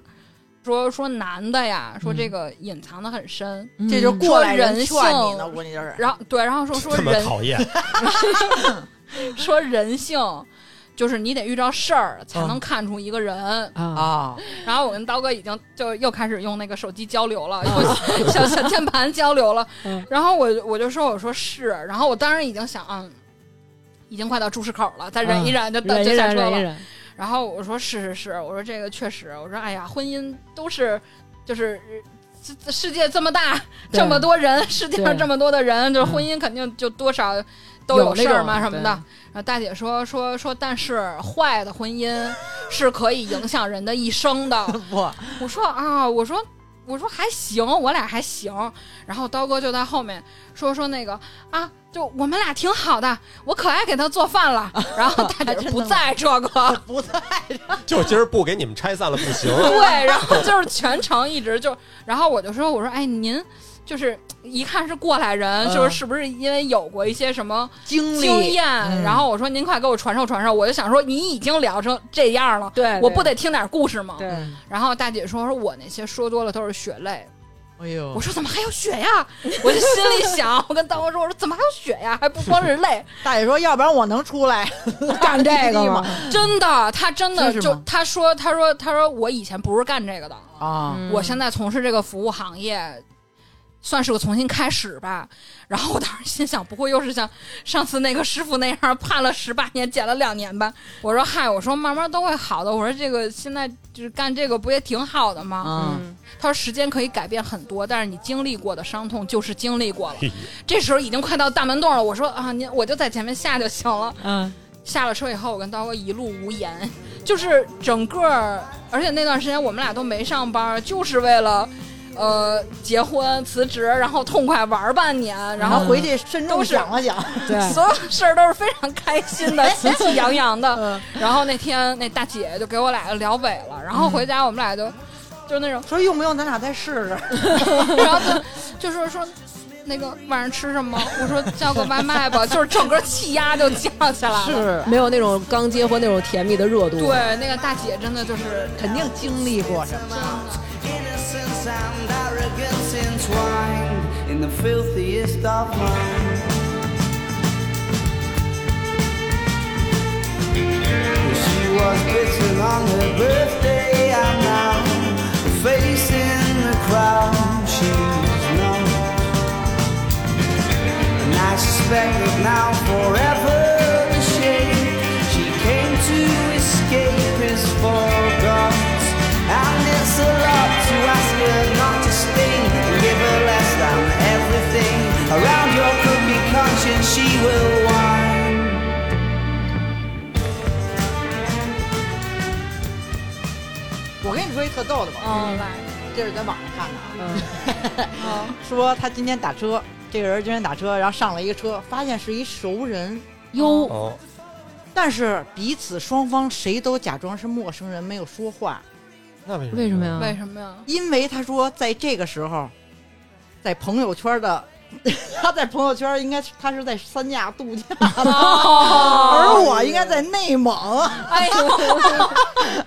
[SPEAKER 2] 说说男的呀，说这个隐藏的很深。
[SPEAKER 3] 嗯
[SPEAKER 5] 嗯这就是过来人劝你
[SPEAKER 2] 说人
[SPEAKER 5] 呢，
[SPEAKER 2] 性
[SPEAKER 5] 我估计就是。
[SPEAKER 2] 然后对，然后说说
[SPEAKER 4] 这么
[SPEAKER 2] 人
[SPEAKER 4] 讨厌，
[SPEAKER 2] 说人性，就是你得遇到事儿才能看出一个人。
[SPEAKER 3] 啊，
[SPEAKER 5] 啊，
[SPEAKER 2] 然后我跟刀哥已经就又开始用那个手机交流了，用小小键盘交流了
[SPEAKER 3] 嗯。
[SPEAKER 2] 然后我我就说我说是，然后我当时已经想，嗯，已经快到出事口了，再忍一忍就到
[SPEAKER 3] 忍一
[SPEAKER 2] 就下
[SPEAKER 3] 忍，
[SPEAKER 2] 车
[SPEAKER 3] 忍一
[SPEAKER 2] 了。
[SPEAKER 3] 忍，
[SPEAKER 2] 然后我说是是是，我说这个确实，我说哎呀，婚姻都是就是。这这世界这么大，
[SPEAKER 3] 对
[SPEAKER 2] 这么多人，世界上
[SPEAKER 3] 对
[SPEAKER 2] 这么多的人，就
[SPEAKER 3] 嗯
[SPEAKER 2] 是婚姻肯定就多少都
[SPEAKER 3] 有那
[SPEAKER 2] 事儿
[SPEAKER 3] 种
[SPEAKER 2] 嘛什么
[SPEAKER 3] 对
[SPEAKER 2] 的。然后大姐说说说，但是呃坏的婚姻是可以影响人的一生的。
[SPEAKER 5] 不，
[SPEAKER 2] 我说啊，我说我说还行，我俩还行。然后刀哥就在后面说说那个啊，就我们俩挺好的，我可爱给他做饭了。然后大
[SPEAKER 3] 啊
[SPEAKER 2] 姐
[SPEAKER 5] 还真的
[SPEAKER 2] 不在这个，
[SPEAKER 5] 不在
[SPEAKER 4] 就今儿不给你们拆散了不行。
[SPEAKER 2] 对，然后就是全程一直就，然后我就说我说哎您。就是一看是过来人，
[SPEAKER 5] 嗯
[SPEAKER 2] 就是是不是因为有过一些什么
[SPEAKER 5] 经历，
[SPEAKER 2] 经验？
[SPEAKER 5] 嗯
[SPEAKER 2] 然后我说您快给我传授传授，我就想说你已经聊成这样了，
[SPEAKER 3] 对，
[SPEAKER 2] 我
[SPEAKER 3] 对
[SPEAKER 2] 不得听点故事吗？
[SPEAKER 3] 对。
[SPEAKER 5] 嗯
[SPEAKER 2] 然后大姐说说我那些说多了都是血泪，
[SPEAKER 5] 哎呦
[SPEAKER 3] 嗯
[SPEAKER 2] 我，说怎么还有血呀？ 我就心里想，我跟刀哥说，我说怎么还有血呀？还不光是泪，
[SPEAKER 5] 大姐说，要不然我能出来，
[SPEAKER 3] 干这个吗？
[SPEAKER 2] 真的，他真的
[SPEAKER 5] 真是
[SPEAKER 2] 就
[SPEAKER 5] 吗
[SPEAKER 2] 他说他说他说我以前不是干这个的，
[SPEAKER 5] 啊，
[SPEAKER 3] 嗯
[SPEAKER 4] 嗯
[SPEAKER 2] 我现在从事这个服务行业。算是个重新开始吧，然后我当时心想，不会又是像上次那个师傅那样判了十八年、减了两年吧？我说嗨，我说慢慢都会好的。我说这个现在就是干这个不也挺好的吗？
[SPEAKER 5] 嗯，
[SPEAKER 2] 他说时间可以改变很多，但是你经历过的伤痛就是经历过了。
[SPEAKER 4] 嘿
[SPEAKER 2] 这时候已经快到大门洞了，我说啊，您我就在前面下就行了。
[SPEAKER 3] 嗯，
[SPEAKER 2] 下了车以后，我跟刀哥一路无言，就是整个，而且那段时间我们俩都没上班，就是为了，呃，结婚辞职，然后痛快玩半年，然
[SPEAKER 5] 然
[SPEAKER 2] 后
[SPEAKER 5] 后回去慎重
[SPEAKER 2] 都是
[SPEAKER 5] 想了想，
[SPEAKER 3] 对，
[SPEAKER 2] 所有事儿都是非常开心的，喜气洋洋的。
[SPEAKER 5] 嗯
[SPEAKER 2] 然后那天那大姐就给我俩聊萎了，然后回家我们俩就，就那种。
[SPEAKER 5] 说用不用咱俩再试试？
[SPEAKER 2] 然后就就说说，那个晚上吃什么？我说叫个外卖吧，就是整个气压就降下来了。
[SPEAKER 3] 是没有那种刚结婚那种甜蜜的热度。
[SPEAKER 2] 对，那个大姐真的就是
[SPEAKER 5] 肯定经历过什么。
[SPEAKER 6] Innocence and arrogance entwined in the filthiest of minds. She was bitten on her birthday, and now facing the crowd she's known. And I suspect that now forever the shame she came to escape is forgot. And it's a lot to ask her not to sting, give her less than everything. Around your could be conscience, she will whine.
[SPEAKER 5] 我跟你说一特逗的吧，
[SPEAKER 2] 嗯来，
[SPEAKER 5] 这是在网上看的啊。
[SPEAKER 2] 嗯
[SPEAKER 5] 说他今天打车，这个人今天打车，然后上了一个车，发现是一熟人，
[SPEAKER 3] 哟，
[SPEAKER 4] 哦，
[SPEAKER 5] 但是彼此双方谁都假装是陌生人，没有说话，
[SPEAKER 4] 那为
[SPEAKER 3] 为
[SPEAKER 4] 什么？
[SPEAKER 3] 什么呀？
[SPEAKER 2] 为什么呀？
[SPEAKER 5] 因为他说在这个时候，在朋友圈的。 他在朋友圈应该是他是在三亚度假，
[SPEAKER 3] 哦
[SPEAKER 5] 而
[SPEAKER 2] 哦，
[SPEAKER 5] 我应该在内蒙。啊
[SPEAKER 2] 哎呦，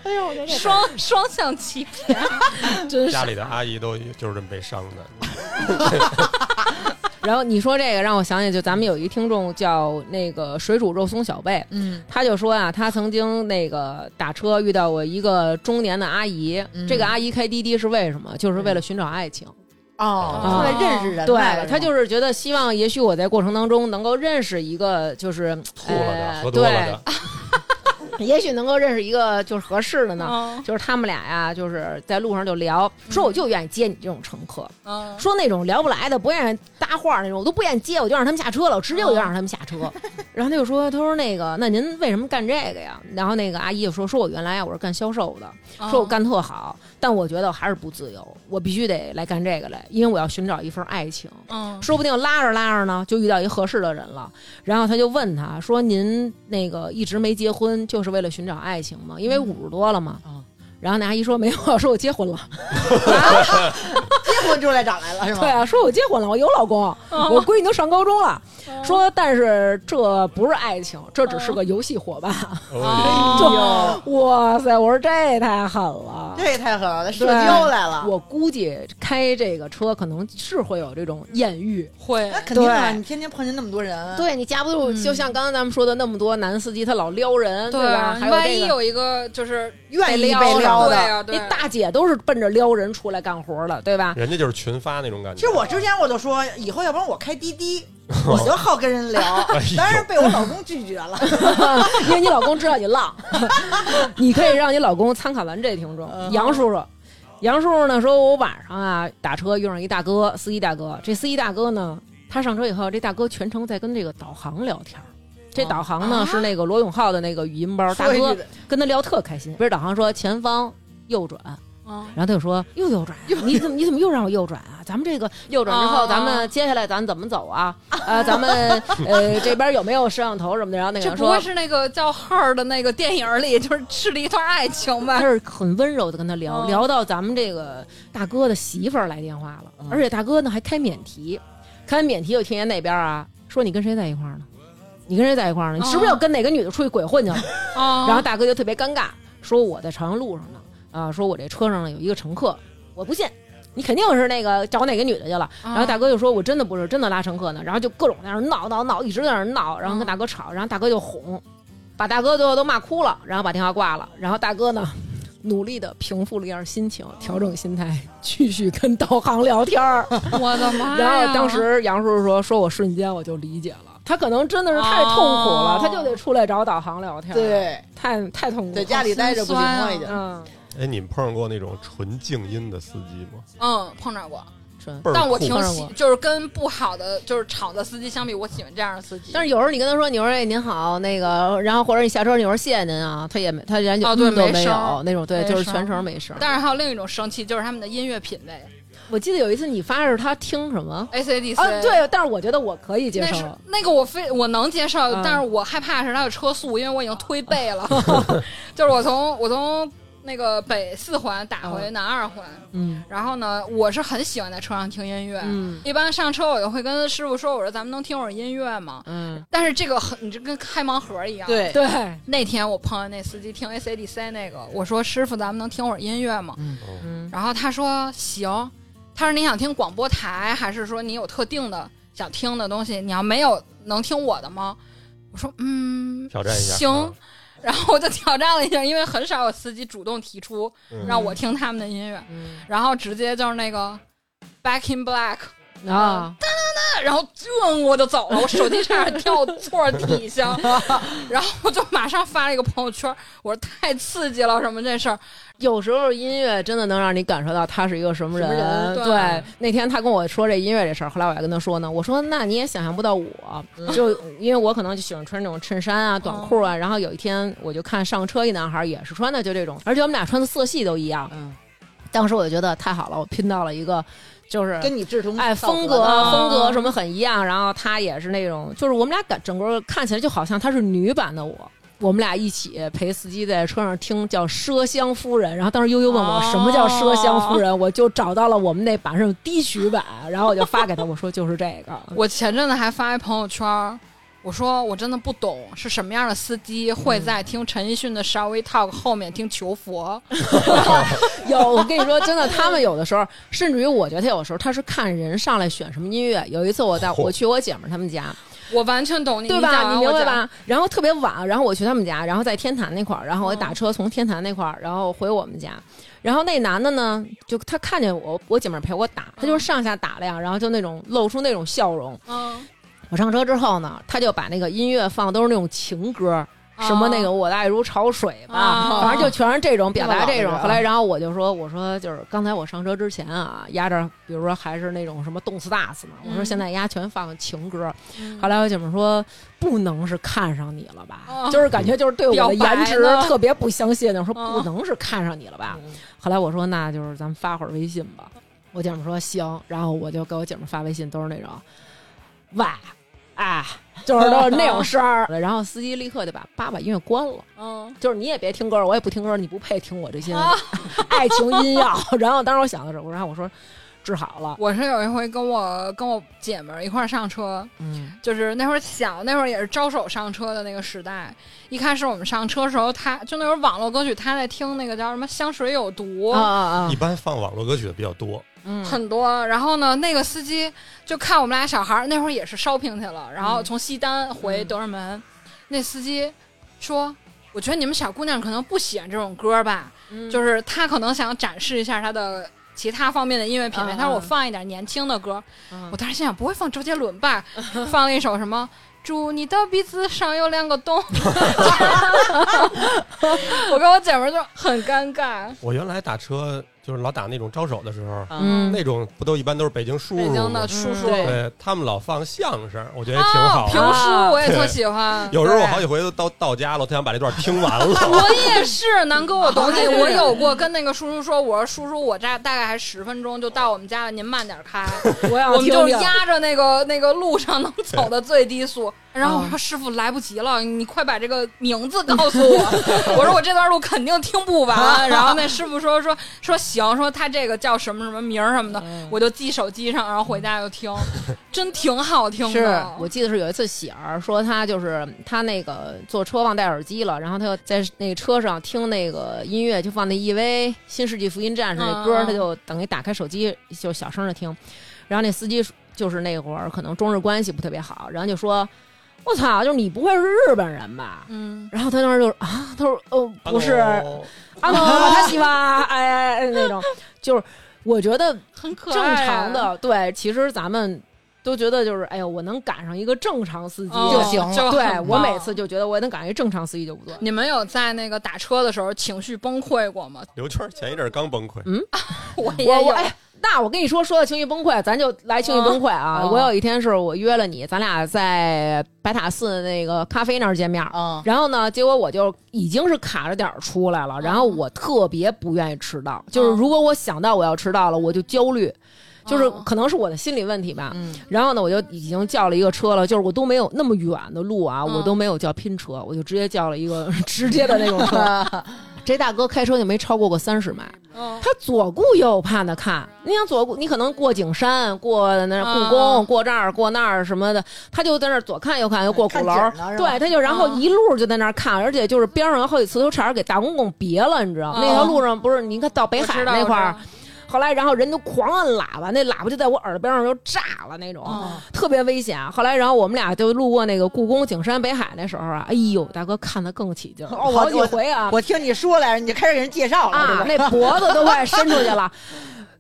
[SPEAKER 5] 哎呦，我觉得这
[SPEAKER 2] 双双向欺骗，
[SPEAKER 3] 真是
[SPEAKER 4] 家里的阿姨都就是这么被伤的。
[SPEAKER 3] 然后你说这个让我想起，就咱们有一听众叫那个水煮肉松小贝，
[SPEAKER 1] 嗯，
[SPEAKER 3] 他就说啊，他曾经那个打车遇到过一个中年的阿姨，
[SPEAKER 1] 嗯
[SPEAKER 3] 这个阿姨开滴滴是为什么？就是为了寻找爱情。
[SPEAKER 5] 哦，
[SPEAKER 4] 哦
[SPEAKER 5] 出来认识人
[SPEAKER 3] 对
[SPEAKER 5] 来了，
[SPEAKER 3] 他就是觉得希望，也许我在过程当中能够认识一个，就是
[SPEAKER 4] 吐了的，
[SPEAKER 3] 呃
[SPEAKER 4] 喝多了的，
[SPEAKER 3] 对， 也许能够认识一个就是合适的呢。
[SPEAKER 2] 嗯
[SPEAKER 3] 就是他们俩呀，就是在路上就聊，说我就愿意接你这种乘客，
[SPEAKER 2] 嗯，
[SPEAKER 3] 说那种聊不来的、不愿意搭话那种，我都不愿意接，我就让他们下车了，我直接我就让他们下车。然后他就说：“他说那个，那您为什么干这个呀？”然后那个阿姨就说：“说我原来啊，我是干销售的，
[SPEAKER 2] 哦
[SPEAKER 3] 说我干特好，但我觉得我还是不自由，我必须得来干这个来，因为我要寻找一份爱情。
[SPEAKER 2] 嗯，
[SPEAKER 3] 说不定拉着拉着呢，就遇到一合适的人了。然后他就问他说：“您那个一直没结婚，就是为了寻找爱情吗？因
[SPEAKER 5] 嗯
[SPEAKER 3] 为五十多了嘛。
[SPEAKER 5] 啊
[SPEAKER 3] 然后那阿姨说：“没有， 说我结婚了。
[SPEAKER 5] 结婚就来找来了，是吗？
[SPEAKER 3] 对啊，说我结婚了，我有老公，
[SPEAKER 5] 哦
[SPEAKER 3] 我闺女都上高中了。说，但是这不是爱情，这只是个游戏伙伴。哎
[SPEAKER 4] 哦
[SPEAKER 2] 哦，
[SPEAKER 3] 哇塞！我说这也太狠了。
[SPEAKER 5] 这也太狠了，社交来了。
[SPEAKER 3] 我估计开这个车可能是会有这种艳遇。
[SPEAKER 2] 会
[SPEAKER 5] 那肯定啊，
[SPEAKER 3] 对
[SPEAKER 5] 你天天碰见那么多人，
[SPEAKER 3] 对你架不住，就像刚刚咱们说的那么多男司机，他老撩人，对吧？还有
[SPEAKER 2] 啊万
[SPEAKER 3] 这
[SPEAKER 2] 一
[SPEAKER 3] 个
[SPEAKER 2] 有一个就是
[SPEAKER 5] 愿意
[SPEAKER 2] 撩
[SPEAKER 5] 被撩
[SPEAKER 2] 对
[SPEAKER 5] 的。
[SPEAKER 2] 啊，对
[SPEAKER 3] 那哎大姐都是奔着撩人出来干活的，对 吧？
[SPEAKER 4] 人家就是群发那种感觉。
[SPEAKER 5] 其实我之前我就说，以后要不然我开滴滴，我就好跟人聊，
[SPEAKER 4] 哎
[SPEAKER 5] 当然被我老公拒绝了。
[SPEAKER 3] 因为你老公知道你浪， 你可以让你老公参考咱这听众杨叔叔。杨叔叔呢说，我晚上啊打车遇上一大哥，司机大哥。这司机大哥呢，他上车以后，这大哥全程在跟这个导航聊天儿。这导航呢、是那个罗永浩的那个语音包，大
[SPEAKER 5] 说一
[SPEAKER 3] 哥
[SPEAKER 5] 句
[SPEAKER 3] 跟他聊特开心。不是导航说前方右转，
[SPEAKER 2] 嗯
[SPEAKER 3] 然后他就说又右转，啊你怎么你怎么又让我右转啊？咱们这个啊右转之后，
[SPEAKER 2] 哦
[SPEAKER 3] 咱们接下来咱怎么走 啊？呃，咱们呃这边有没有摄像头什么的？然后那个
[SPEAKER 2] 这
[SPEAKER 3] 人
[SPEAKER 2] 不会
[SPEAKER 3] 哎说。
[SPEAKER 2] 是那个叫《Her》的那个电影里，就是吃了一段爱情吧
[SPEAKER 3] 他？是很温柔的跟他聊，
[SPEAKER 2] 哦
[SPEAKER 3] 聊到咱们这个大哥的媳妇儿来电话了，而且大哥呢还开免提，开完免提又听见那边啊说你跟谁在一块儿呢？你跟谁在一块儿呢？你是不是又跟哪个女的出去鬼混去了？
[SPEAKER 2] 啊
[SPEAKER 3] 然后大哥就特别尴尬，说我在朝阳路上呢，啊，说我这车上呢有一个乘客，我不信。你肯定是那个找哪个女的去了，
[SPEAKER 5] 啊
[SPEAKER 3] 然
[SPEAKER 2] 嗯
[SPEAKER 3] 后大哥就说：“我真的不是，真的拉乘客呢。”然后就各种在那儿闹闹闹，一直在那儿闹，然后
[SPEAKER 5] 嗯
[SPEAKER 3] 跟大哥吵，然后大哥就哄，把大哥最后都骂哭了，然后把电话挂了。然后大哥呢，努力的平复了一下心情，调整心态，继续跟导航聊天儿。
[SPEAKER 2] 我的
[SPEAKER 5] 哎
[SPEAKER 2] 妈呀！
[SPEAKER 3] 然后当时杨叔叔说：“说我瞬间我就理解了，他可能真的是太痛苦了，
[SPEAKER 2] 哦
[SPEAKER 3] 他就得出来找导航聊天儿。
[SPEAKER 5] 对，
[SPEAKER 3] 太太痛苦
[SPEAKER 5] 在
[SPEAKER 3] 了。
[SPEAKER 5] 家里待着不行
[SPEAKER 2] 好
[SPEAKER 5] 了
[SPEAKER 2] 心
[SPEAKER 5] 已经。
[SPEAKER 3] 嗯，
[SPEAKER 4] 哎，你们碰上过那种纯静音的司机吗？
[SPEAKER 2] 嗯碰着过，
[SPEAKER 3] 纯。
[SPEAKER 4] 倍儿
[SPEAKER 2] 但我
[SPEAKER 4] 酷
[SPEAKER 2] 挺
[SPEAKER 3] 碰上
[SPEAKER 2] 喜
[SPEAKER 3] 过，
[SPEAKER 2] 就是跟不好的就是吵的司机相比，我喜欢这样的司机。
[SPEAKER 3] 但是有时候你跟他说，你说哎您好，那个，然后或者你下车你说谢谢您啊，他也没他人家就、
[SPEAKER 2] 哦对
[SPEAKER 3] 嗯都
[SPEAKER 2] 没
[SPEAKER 3] 没
[SPEAKER 2] 声
[SPEAKER 3] 有
[SPEAKER 2] 儿
[SPEAKER 3] 那种，对，
[SPEAKER 2] 没
[SPEAKER 3] 就是
[SPEAKER 2] 声
[SPEAKER 3] 全
[SPEAKER 2] 儿
[SPEAKER 3] 程没声儿。
[SPEAKER 2] 但是还有另一种生气，就是他们的音乐品味
[SPEAKER 3] 我记得有一次你发是他听什么
[SPEAKER 2] ，ACDC。
[SPEAKER 3] 啊？对，但是我觉得我可以接
[SPEAKER 2] 那
[SPEAKER 3] 受
[SPEAKER 2] 是。那个我非我能接受，
[SPEAKER 3] 嗯
[SPEAKER 2] 但是我害怕是它的车速，因为我已经推背了，就是我从我从那个北四环打回南二环，
[SPEAKER 3] 嗯
[SPEAKER 2] 然后呢，我是很喜欢在车上听音乐。
[SPEAKER 3] 嗯
[SPEAKER 2] 一般上车我就会跟师傅说：“我说咱们能听会儿音乐吗？”
[SPEAKER 3] 嗯，
[SPEAKER 2] 但是这个很，你这跟开盲盒一样。，
[SPEAKER 5] 对，
[SPEAKER 3] 对，
[SPEAKER 2] 那天我碰见那司机听 ACDC 那个，我说：“师傅，咱们能听会儿音乐吗？”
[SPEAKER 4] 嗯
[SPEAKER 3] 嗯
[SPEAKER 2] 然后他说：“行。”他说：“你想听广播台，还是说你有特定的想听的东西？你要没有，能听我的吗？”我说：“嗯，
[SPEAKER 4] 挑战一下。
[SPEAKER 2] 行
[SPEAKER 4] 啊，。
[SPEAKER 2] 然后我就挑战了一下，因为很少有司机主动提出
[SPEAKER 4] 嗯
[SPEAKER 2] 让我听他们的音乐，
[SPEAKER 3] 嗯
[SPEAKER 2] 然后直接就是那个 Back in Black，
[SPEAKER 3] 啊，
[SPEAKER 2] 然后嗯我就走了，我手机差点掉座底下， 然后我就马上发了一个朋友圈，我说太刺激了，什么这事儿，
[SPEAKER 3] 有时候音乐真的能让你感受到他是一个什么人。
[SPEAKER 2] 什么人对
[SPEAKER 3] 对，那天他跟我说这音乐这事儿，后来我还跟他说呢，我说那你也想象不到我，
[SPEAKER 2] 嗯
[SPEAKER 3] 就因为我可能就喜欢穿那种衬衫啊、短裤
[SPEAKER 2] 哦
[SPEAKER 3] 啊。然后有一天我就看上车一男孩也是穿的就这种，而且我们俩穿的色系都一样。
[SPEAKER 5] 嗯，
[SPEAKER 3] 当时我就觉得太好了，我拼到了一个就是
[SPEAKER 5] 跟你志同
[SPEAKER 3] 哎，
[SPEAKER 5] 道合
[SPEAKER 3] 风格
[SPEAKER 5] 的
[SPEAKER 3] 风格什么很一样，然后她也是那种，就是我们俩感整个看起来就好像她是女版的我。我们俩一起陪司机在车上听叫《佘香夫人》，然后当时悠悠问我、
[SPEAKER 2] 哦
[SPEAKER 3] 什么叫《佘香夫人》，我就找到了我们那版是低曲版，然后我就发给他，我说就是这个。
[SPEAKER 2] 我前阵子还发一朋友圈。我说我真的不懂是什么样的司机会
[SPEAKER 3] 嗯
[SPEAKER 2] 在听陈奕迅的《Shall We Talk》后面听求佛，
[SPEAKER 3] 有，我跟你说，真的，他们有的时候，甚至于我觉得他有时候他是看人上来选什么音乐。有一次我在我去我姐们儿他们家，
[SPEAKER 2] 我完全懂你，
[SPEAKER 3] 对
[SPEAKER 2] 讲
[SPEAKER 3] 吧？
[SPEAKER 2] 完
[SPEAKER 3] 你明
[SPEAKER 2] 我
[SPEAKER 3] 白
[SPEAKER 2] 讲？
[SPEAKER 3] 吧？然后特别晚，然后我去他们家，然后在天坛那块儿，然后我打
[SPEAKER 2] 嗯
[SPEAKER 3] 车从天坛那块儿，然后回我们家。然后那男的呢，就他看见我，我姐们儿陪我打，他就上下打量，然后就那种露出那种笑容。
[SPEAKER 2] 嗯，
[SPEAKER 3] 我上车之后呢，他就把那个音乐放都是那种情歌，
[SPEAKER 2] 哦
[SPEAKER 3] 什么那个我的爱如潮水吧，
[SPEAKER 2] 哦
[SPEAKER 3] 反正就全是这种表达这
[SPEAKER 5] 这么
[SPEAKER 3] 种
[SPEAKER 5] 老。实啊
[SPEAKER 3] 后来，然后我就说，我说就是刚才我上车之前啊，压着比如说还是那种什么动次打次呢，我说
[SPEAKER 2] 嗯
[SPEAKER 3] 现在压全放情歌。
[SPEAKER 2] 嗯
[SPEAKER 3] 后来我姐们说，不能是看上你了吧？
[SPEAKER 2] 哦
[SPEAKER 3] 就是感觉就是对我的颜值
[SPEAKER 2] 表白呢
[SPEAKER 3] 特别不相信的，我说
[SPEAKER 2] 哦
[SPEAKER 3] 不
[SPEAKER 2] 嗯
[SPEAKER 3] 能是看上你了吧？后来我说，那就是咱们发会儿微信吧。我姐们说行，然后我就给我姐们发微信，都是那种喂，哎，就是都是那种声儿。 然后司机立刻就把叭把音乐关了，
[SPEAKER 2] 嗯，啊
[SPEAKER 3] 就是你也别听歌了，我也不听歌，你不配听我这些 爱情音药。 然后当时我想的是，我说然后我说治好了，
[SPEAKER 2] 我是有一回跟我跟我姐们儿一块儿上车，
[SPEAKER 3] 嗯
[SPEAKER 2] 就是那会儿小，那会儿也是招手上车的那个时代。一开始我们上车的时候，她就那会儿网络歌曲，她在听那个叫什么《香水有毒》
[SPEAKER 3] 啊啊
[SPEAKER 4] 一般放网络歌曲的比较多，
[SPEAKER 3] 啊，
[SPEAKER 2] 很多。然后呢，那个司机就看我们俩小孩儿，那会儿也是 shopping 去了，然后
[SPEAKER 3] 嗯
[SPEAKER 2] 从西单回德胜门，那司机说。我觉得你们小姑娘可能不喜欢这种歌吧，
[SPEAKER 3] 嗯
[SPEAKER 2] 就是她可能想展示一下她的其他方面的音乐品味。
[SPEAKER 3] 嗯
[SPEAKER 2] 她说我
[SPEAKER 3] 嗯
[SPEAKER 2] 放一点年轻的歌，
[SPEAKER 3] 嗯
[SPEAKER 2] 我当时心想不会放周杰伦 吧？放了一首什么？祝你的鼻子上有两个 洞， 我跟我姐们儿就很尴尬。
[SPEAKER 4] 我原来打车就是老打那种招手的时候，
[SPEAKER 3] 嗯
[SPEAKER 4] 那种不都一般都是北京叔
[SPEAKER 2] 北
[SPEAKER 4] 叔
[SPEAKER 2] 京
[SPEAKER 4] 吗
[SPEAKER 2] 的？叔啊叔，
[SPEAKER 3] 对
[SPEAKER 4] 对他们老放相声，我觉得也哎挺好
[SPEAKER 2] 评
[SPEAKER 4] 的。
[SPEAKER 2] 书哦我也特喜 欢。
[SPEAKER 4] 有时候我好几回都到到家了，我特想把这段听完 了。
[SPEAKER 2] 我也是，南哥，我懂你。我有过跟那个叔叔说，我说叔叔，我这大概还十分钟就到我们家了，您慢点 开。
[SPEAKER 3] 我要
[SPEAKER 2] 我们就
[SPEAKER 3] 听听
[SPEAKER 2] 压着那个那个路上能走的最低 速。然后我说师傅来不及了，你快把这个名字告诉 我。我说我这段路肯定听不 完。然后那师傅说说说行，说他这个叫什么什么名儿什么的，我就记手机上，然后回家就 听，真挺好听
[SPEAKER 3] 是
[SPEAKER 2] 的。
[SPEAKER 3] 我记得是有一次喜儿说她就是她那个坐车忘带耳机了，然后她就在那个车上听那个音乐，就放那 EV《新世纪福音战士》那歌，
[SPEAKER 2] 嗯嗯
[SPEAKER 3] 她就等于打开手机就小声的听，然后那司机就是那会儿可能中日关系不特别好，然后就说：“我操，就是你不会是日本人吧？”
[SPEAKER 2] 嗯，
[SPEAKER 3] 然后他当时就啊，他说：“哦，不是，
[SPEAKER 4] Hello
[SPEAKER 3] 啊，我他喜欢，哎哎 那种，就是我觉得
[SPEAKER 2] 很可爱。啊
[SPEAKER 3] 正常，的，对，其实咱们都觉得就是，哎呦，我能赶上一个正常司机
[SPEAKER 2] 哦
[SPEAKER 5] 就行了
[SPEAKER 2] 就很
[SPEAKER 3] 对我
[SPEAKER 2] 棒
[SPEAKER 3] 每次就觉得我能赶上一正常司机就不错。
[SPEAKER 2] 你们有在那个打车的时候情绪崩溃过吗？
[SPEAKER 4] 刘圈儿前一阵儿刚崩溃，
[SPEAKER 2] 我 也
[SPEAKER 3] 我我
[SPEAKER 2] 有，
[SPEAKER 3] 哎，那我跟你说，说到情绪崩溃，咱就来情绪崩溃啊！
[SPEAKER 2] 哦
[SPEAKER 5] 嗯
[SPEAKER 3] 我有一天是我约了你，咱俩在白塔寺那个咖啡那儿见面。
[SPEAKER 2] 嗯
[SPEAKER 5] 啊，
[SPEAKER 3] 然后呢，结果我就已经是卡着点儿出来
[SPEAKER 2] 哦
[SPEAKER 3] 了，然后我特别不愿意迟到，就是如果我想到我要迟到了，我就焦虑，就是
[SPEAKER 2] 嗯
[SPEAKER 3] 可能是我的心理问题吧。
[SPEAKER 5] 嗯，
[SPEAKER 3] 然后呢，我就已经叫了一个车了，就是我都没有那么远的路啊，
[SPEAKER 2] 嗯
[SPEAKER 3] 我都没有叫拼车，我就直接叫了一个直接的那种车。这大哥开车就没超过过三十迈，
[SPEAKER 2] 嗯
[SPEAKER 3] 他左顾右盼的看。你想左顾，你可能过景山，过那故宫，
[SPEAKER 2] 啊
[SPEAKER 3] 过这儿，过那儿什么的，他就在那儿左看右看，又过鼓楼
[SPEAKER 5] 看景呢，是吧
[SPEAKER 3] 对，他就然后
[SPEAKER 2] 啊
[SPEAKER 3] 一路就在那儿看，而且就是边上有好几次都差点给大公公别了，你知道吗？那条路上不是你看到北
[SPEAKER 2] 我
[SPEAKER 3] 海
[SPEAKER 2] 知道
[SPEAKER 3] 那块
[SPEAKER 2] 我
[SPEAKER 3] 儿
[SPEAKER 2] 知。
[SPEAKER 3] 后来，然后人都狂按喇叭，那喇叭就在我耳朵边上就炸了那种，特别危险。啊后来，然后我们俩就路过那个故宫、景山、北海那时候啊，哎呦，大哥看的更起劲儿，
[SPEAKER 5] 哦我
[SPEAKER 3] 好几回啊，
[SPEAKER 5] 我听你说来着，你就开始给人介绍了，是
[SPEAKER 3] 啊
[SPEAKER 5] 吧，？
[SPEAKER 3] 那脖子都快伸出去了。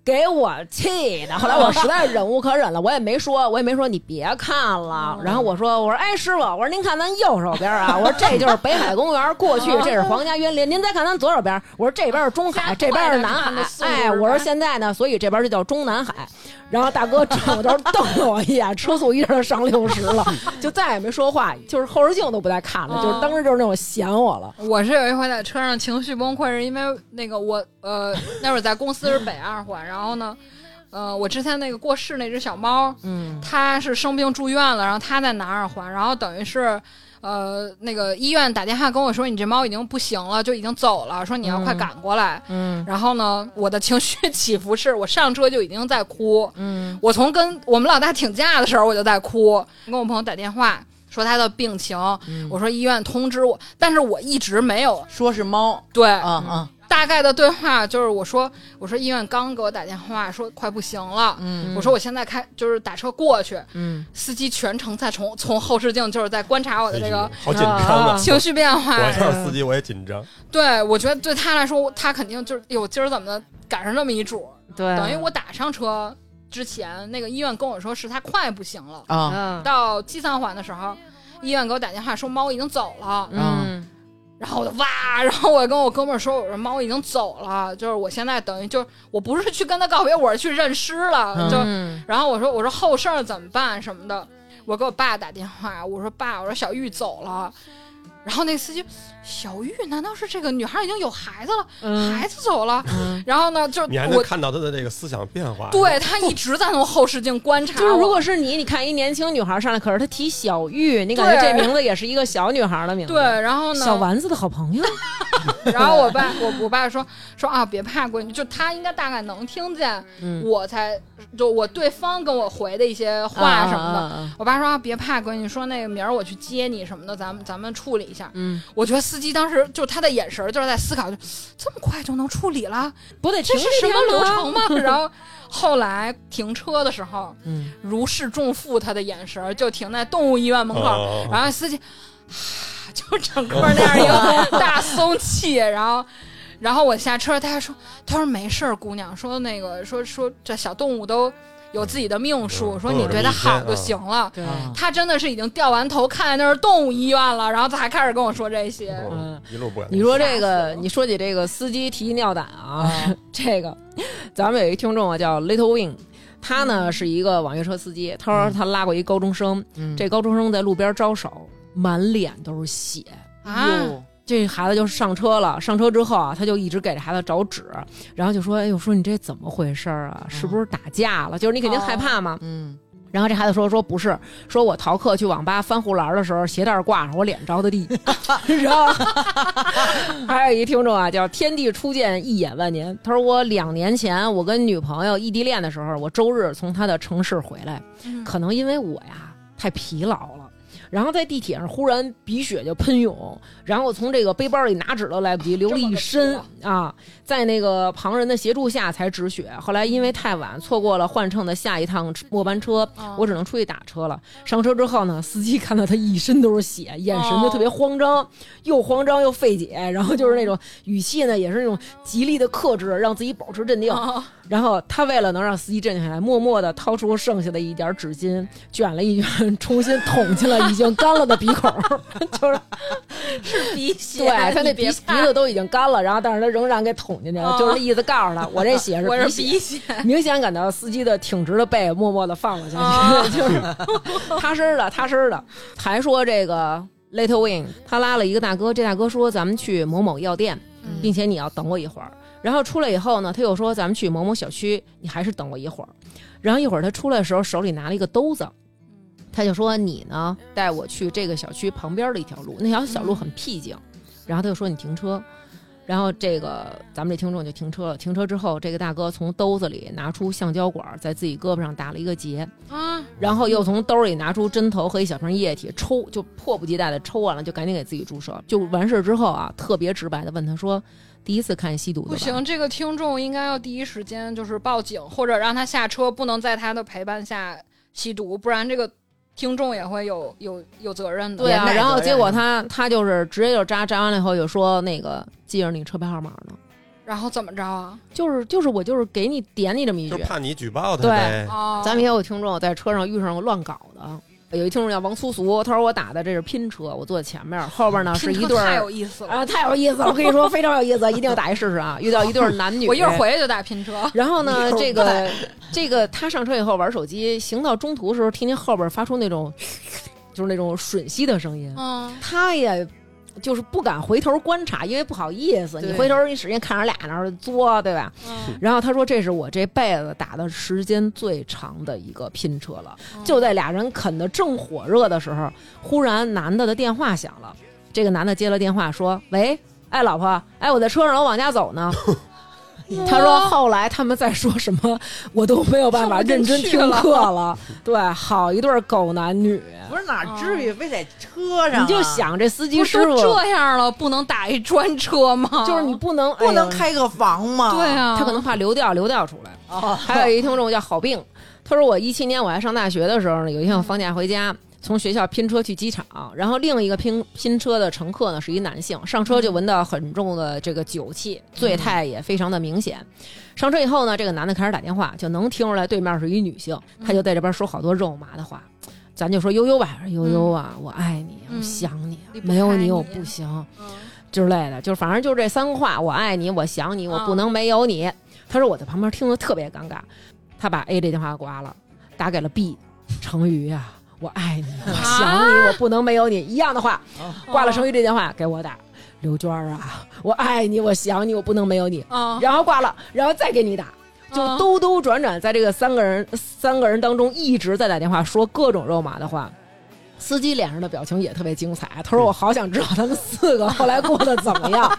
[SPEAKER 3] 给我气的，后来我实在忍无可忍了，我也没说，我也没说你别看了。然后我说，我说，哎，师傅，我说您看咱右手边啊，我说这就是北海公园，过去这是皇家园林。您再看咱左手边，我说这边是中海，这边是南海。哎，我说现在呢，所以这边就叫中南海。然后大哥转过头瞪了我一眼，车速一下就上六十了，就再也没说话，就是后视镜都不带看了，就是当时就是那种嫌我了。
[SPEAKER 2] 我是有一回在车上情绪崩溃，是因为那个我呃那会儿在公司是北二环，然后呢，呃我之前那个过世那只小猫，
[SPEAKER 3] 嗯，
[SPEAKER 2] 它是生病住院了，然后它在南二环，然后等于是。呃，那个医院打电话跟我说，你这猫已经不行了，就已经走了，说你要快赶过来。
[SPEAKER 3] 嗯，
[SPEAKER 2] 然后呢，我的情绪起伏是我上车就已经在哭，
[SPEAKER 3] 嗯，
[SPEAKER 2] 我从跟我们老大请假的时候我就在哭，跟我朋友打电话说他的病情，我说医院通知我，但是我一直没有
[SPEAKER 5] 说是猫，
[SPEAKER 2] 对、
[SPEAKER 5] 啊啊，
[SPEAKER 2] 大概的对话就是我说我说医院刚给我打电话说快不行了，
[SPEAKER 5] 嗯
[SPEAKER 2] 我说我现在开就是打车过去，
[SPEAKER 3] 嗯，
[SPEAKER 2] 司机全程在从从后视镜就是在观察我的这个
[SPEAKER 4] 好紧张
[SPEAKER 3] 啊
[SPEAKER 4] 啊！
[SPEAKER 2] 情绪变化，
[SPEAKER 4] 我要是司机我也紧张，
[SPEAKER 2] 对我觉得对他来说他肯定就是哟今儿怎么的赶上这么一主。
[SPEAKER 3] 对
[SPEAKER 2] 等于我打上车之前，那个医院跟我说是他快不行了。
[SPEAKER 5] 啊，
[SPEAKER 3] 嗯
[SPEAKER 2] 到七三环的时候，医院给我打电话说猫已经走了，
[SPEAKER 3] 嗯
[SPEAKER 2] 然后我就哇，然后我跟我哥们儿说，我说猫已经走了，就是我现在等于就是我不是去跟他告别，我是去认尸了，就
[SPEAKER 3] 嗯
[SPEAKER 2] 然后我说我说后事儿怎么办什么的，我给我爸打电话，我说爸，我说小玉走了。然后那司机，小玉难道是这个女孩已经有孩子了？
[SPEAKER 3] 嗯
[SPEAKER 2] 孩子走了，然后呢，就
[SPEAKER 4] 你还
[SPEAKER 2] 我
[SPEAKER 4] 能看到他的这个思想变化。
[SPEAKER 2] 对他一直在从后视镜观察
[SPEAKER 3] 就是
[SPEAKER 2] 我
[SPEAKER 3] 如果是你，你看一年轻女孩上来，可是她提小玉，你感觉
[SPEAKER 2] 对
[SPEAKER 3] 这名字也是一个小女孩的名字。
[SPEAKER 2] 对，，嗯然后
[SPEAKER 3] 小
[SPEAKER 2] 呢，
[SPEAKER 3] 丸子的好朋友。
[SPEAKER 2] 然后我爸我我爸说说啊，别怕闺女，就他应该大概能听见
[SPEAKER 3] 嗯，
[SPEAKER 2] 我才就我对方跟我回的一些话什么的。
[SPEAKER 3] 的。
[SPEAKER 2] 我爸说、啊、别怕闺女，说那个明儿我去接你什么的，咱们咱们处理一下。
[SPEAKER 3] 嗯，
[SPEAKER 2] 我觉得司机当时就他的眼神儿就是在思考，就这么快就能处理了，
[SPEAKER 3] 不得
[SPEAKER 2] 这
[SPEAKER 3] 停啊
[SPEAKER 2] 是什么流程吗？然后后来停车的时候，
[SPEAKER 3] 嗯，
[SPEAKER 2] 如释重负，他的眼神儿就停在动物医院门口，
[SPEAKER 4] 哦
[SPEAKER 2] 然后司机、啊就整个那样一个大松气，然后。然后我下车，他还说：“他说没事儿，姑娘，说那个说说这小动物都有自己的命数，
[SPEAKER 4] 嗯
[SPEAKER 2] 说
[SPEAKER 4] 都有
[SPEAKER 2] 你
[SPEAKER 4] 这
[SPEAKER 2] 对
[SPEAKER 4] 么
[SPEAKER 2] 它
[SPEAKER 4] 一天
[SPEAKER 2] 好
[SPEAKER 4] 啊
[SPEAKER 2] 就行了。
[SPEAKER 3] 对
[SPEAKER 5] 啊
[SPEAKER 2] 他真的是已经掉完头，看见那是动物医院了，然后他还开始跟我说这些。
[SPEAKER 4] 嗯，一路不敢。
[SPEAKER 3] 你说这个，你说起这个司机提尿胆啊，这个咱们有一听众啊叫 Little Wing，他
[SPEAKER 2] 嗯
[SPEAKER 3] 呢是一个网约车司机，他说他拉过一高中生，
[SPEAKER 2] 嗯
[SPEAKER 3] 这高中生在路边招手，满脸都是血，哎
[SPEAKER 2] 啊，
[SPEAKER 5] 哟
[SPEAKER 3] 这孩子就上车了，上车之后啊，他就一直给这孩子找纸，然后就说：“哎呦，说你这怎么回事儿啊？是不是打架了？就是你肯定害怕嘛。
[SPEAKER 5] 嗯，
[SPEAKER 3] 然后这孩子说：“说不是，说我逃课去网吧翻护栏的时候，鞋带挂上，我脸着的地。”然后 还有一听众啊，叫“天地初见，一眼万年”。他说：“我两年前我跟女朋友异地恋的时候，我周日从她的城市回来，可能因为我呀太疲劳了。”然后在地铁上忽然鼻血就喷涌，然后我从这个背包里拿纸都来不及，流了一身啊，在那个旁人的协助下才止血。后来因为太晚，错过了换乘的下一趟末班车，我只能出去打车了。上车之后呢，司机看到他一身都是血，眼神就特别慌张，又慌张又费解，然后就是那种语气呢，也是那种极力的克制，让自己保持镇定。
[SPEAKER 2] 哦啊
[SPEAKER 3] 然后他为了能让司机镇下来，默默地掏出剩下的一点纸巾，卷了一卷，重新捅进了已经干了的鼻孔，就是
[SPEAKER 2] 鼻血，
[SPEAKER 3] 对他那
[SPEAKER 2] 你
[SPEAKER 3] 鼻
[SPEAKER 2] 别哦
[SPEAKER 3] 鼻子都已经干了，然后但是他仍然给捅进去了，就是那意思告诉他，我这血是
[SPEAKER 2] 我是
[SPEAKER 3] 鼻
[SPEAKER 2] 鼻血，
[SPEAKER 3] 明显感到司机的挺直的背默默的放了下去，
[SPEAKER 2] 哦
[SPEAKER 3] 就是踏实儿的踏实儿的。还说这个 Little Wing，他拉了一个大哥，这大哥说咱们去某某药店，
[SPEAKER 2] 嗯
[SPEAKER 3] 并且你要等我一会儿。然后出来以后呢，他又说咱们去某某小区，你还是等我一会儿。然后一会儿他出来的时候，手里拿了一个兜子。他就说：“你呢，带我去这个小区旁边的一条路，那条小路很僻静。然后他就说：“你停车。”然后这个咱们这听众就停车了，停车之后，这个大哥从兜子里拿出橡胶管，在自己胳膊上打了一个结，
[SPEAKER 2] 啊，
[SPEAKER 3] 然后又从兜里拿出针头和一小瓶液体抽，就迫不及待的抽完了，就赶紧给自己注射。就完事儿之后啊，特别直白的问他说：“第一次看吸毒的吧
[SPEAKER 2] 不行，这个听众应该要第一时间就是报警，或者让他下车，不能在他的陪伴下吸毒，不然这个听众也会有有有责任的。
[SPEAKER 3] 对啊，
[SPEAKER 5] 连带
[SPEAKER 3] 然后
[SPEAKER 5] 责任
[SPEAKER 3] 结果他他就是直接就扎扎完了以后就说那个记着你车牌号码呢，
[SPEAKER 2] 然后怎么着啊？
[SPEAKER 3] 就是就是我就是给你点你这么一
[SPEAKER 4] 就
[SPEAKER 3] 句。
[SPEAKER 4] 怕你举报他
[SPEAKER 3] 对
[SPEAKER 4] 呗。
[SPEAKER 2] 哦，
[SPEAKER 3] 哎咱们也有听众在车上遇上过乱搞的，有一听众叫王苏苏，他说我打的这是拼车，我坐在前面，后边呢是
[SPEAKER 2] 哦拼
[SPEAKER 3] 一
[SPEAKER 2] 车
[SPEAKER 3] 对
[SPEAKER 2] 太
[SPEAKER 3] 儿
[SPEAKER 2] 有意思了，
[SPEAKER 3] 啊，太有意思了，我跟你说非常有意思，一定要打一试试啊！遇到一对儿男女，
[SPEAKER 2] 我一会儿。回去就打拼车。
[SPEAKER 3] 然后
[SPEAKER 5] 一
[SPEAKER 3] 呢，
[SPEAKER 5] 会儿
[SPEAKER 3] 这个这个他上车以后玩手机，行到中途的时候，听见后边发出那种 就是那种吮吸的声音，
[SPEAKER 2] 嗯，
[SPEAKER 3] 他也就是不敢回头观察，因为不好意思，
[SPEAKER 5] 对
[SPEAKER 3] 你回头你使劲看着俩那儿作，对吧？
[SPEAKER 2] 嗯
[SPEAKER 3] 然后他说这是我这辈子打的时间最长的一个拼车了。
[SPEAKER 2] 哦
[SPEAKER 3] 就在俩人啃得正火热的时候，忽然男的的电话响了，这个男的接了电话说：“喂，哎，老婆，哎，我在车上，我往家走呢。” 他说：“后来他们在说什么，我都没有办法认真听课了。对，好一对儿狗男女，
[SPEAKER 5] 不是哪至于非在车上啊？
[SPEAKER 3] 你就想这司机
[SPEAKER 2] 不是
[SPEAKER 3] 师傅
[SPEAKER 2] 都这样了，不能打一专车吗？
[SPEAKER 3] 就是你不能
[SPEAKER 5] 不能、
[SPEAKER 3] 哎
[SPEAKER 5] 开个房吗？
[SPEAKER 2] 对啊，
[SPEAKER 3] 呦他可能怕流调流调出来。
[SPEAKER 5] 哦，
[SPEAKER 3] 还有一听众叫好病，他说我一七年我还上大学的时候呢，有
[SPEAKER 2] 嗯
[SPEAKER 3] 一天我放假回家。从学校拼车去机场，然后另一个拼拼车的乘客呢是一男性，上车就
[SPEAKER 2] 嗯
[SPEAKER 3] 闻到很重的这个酒气，醉态也非常的明显。上车以后呢，这个男的开始打电话，就能听出来对面是一女性，他就
[SPEAKER 2] 嗯
[SPEAKER 3] 在这边说好多肉麻的话，咱就说悠悠吧，悠悠啊，我爱你，我
[SPEAKER 2] 嗯
[SPEAKER 3] 想你，啊
[SPEAKER 2] 离不
[SPEAKER 3] 没有
[SPEAKER 2] 开
[SPEAKER 3] 你
[SPEAKER 2] 你
[SPEAKER 3] 我不行，
[SPEAKER 2] 嗯
[SPEAKER 3] 之类的，就是反正就是这三个话：我爱你，我想你，我
[SPEAKER 2] 啊
[SPEAKER 3] 不能没有你。他说我在旁边听得特别尴尬，他把 A 这电话挂了，打给了 B，成语啊，我爱你，我想你，我不能没有你，一样的话，挂了成语这电话给我打，刘娟儿啊，我爱你，我想你，我不能没有你，
[SPEAKER 2] 啊，
[SPEAKER 3] 然后挂了，然后再给你打。就
[SPEAKER 2] 啊
[SPEAKER 3] 兜兜转转，在这个三个人三个人当中，一直在打电话说各种肉麻的话。司机脸上的表情也特别精彩，他说：“我好想知道他们四个后来过得怎么 样。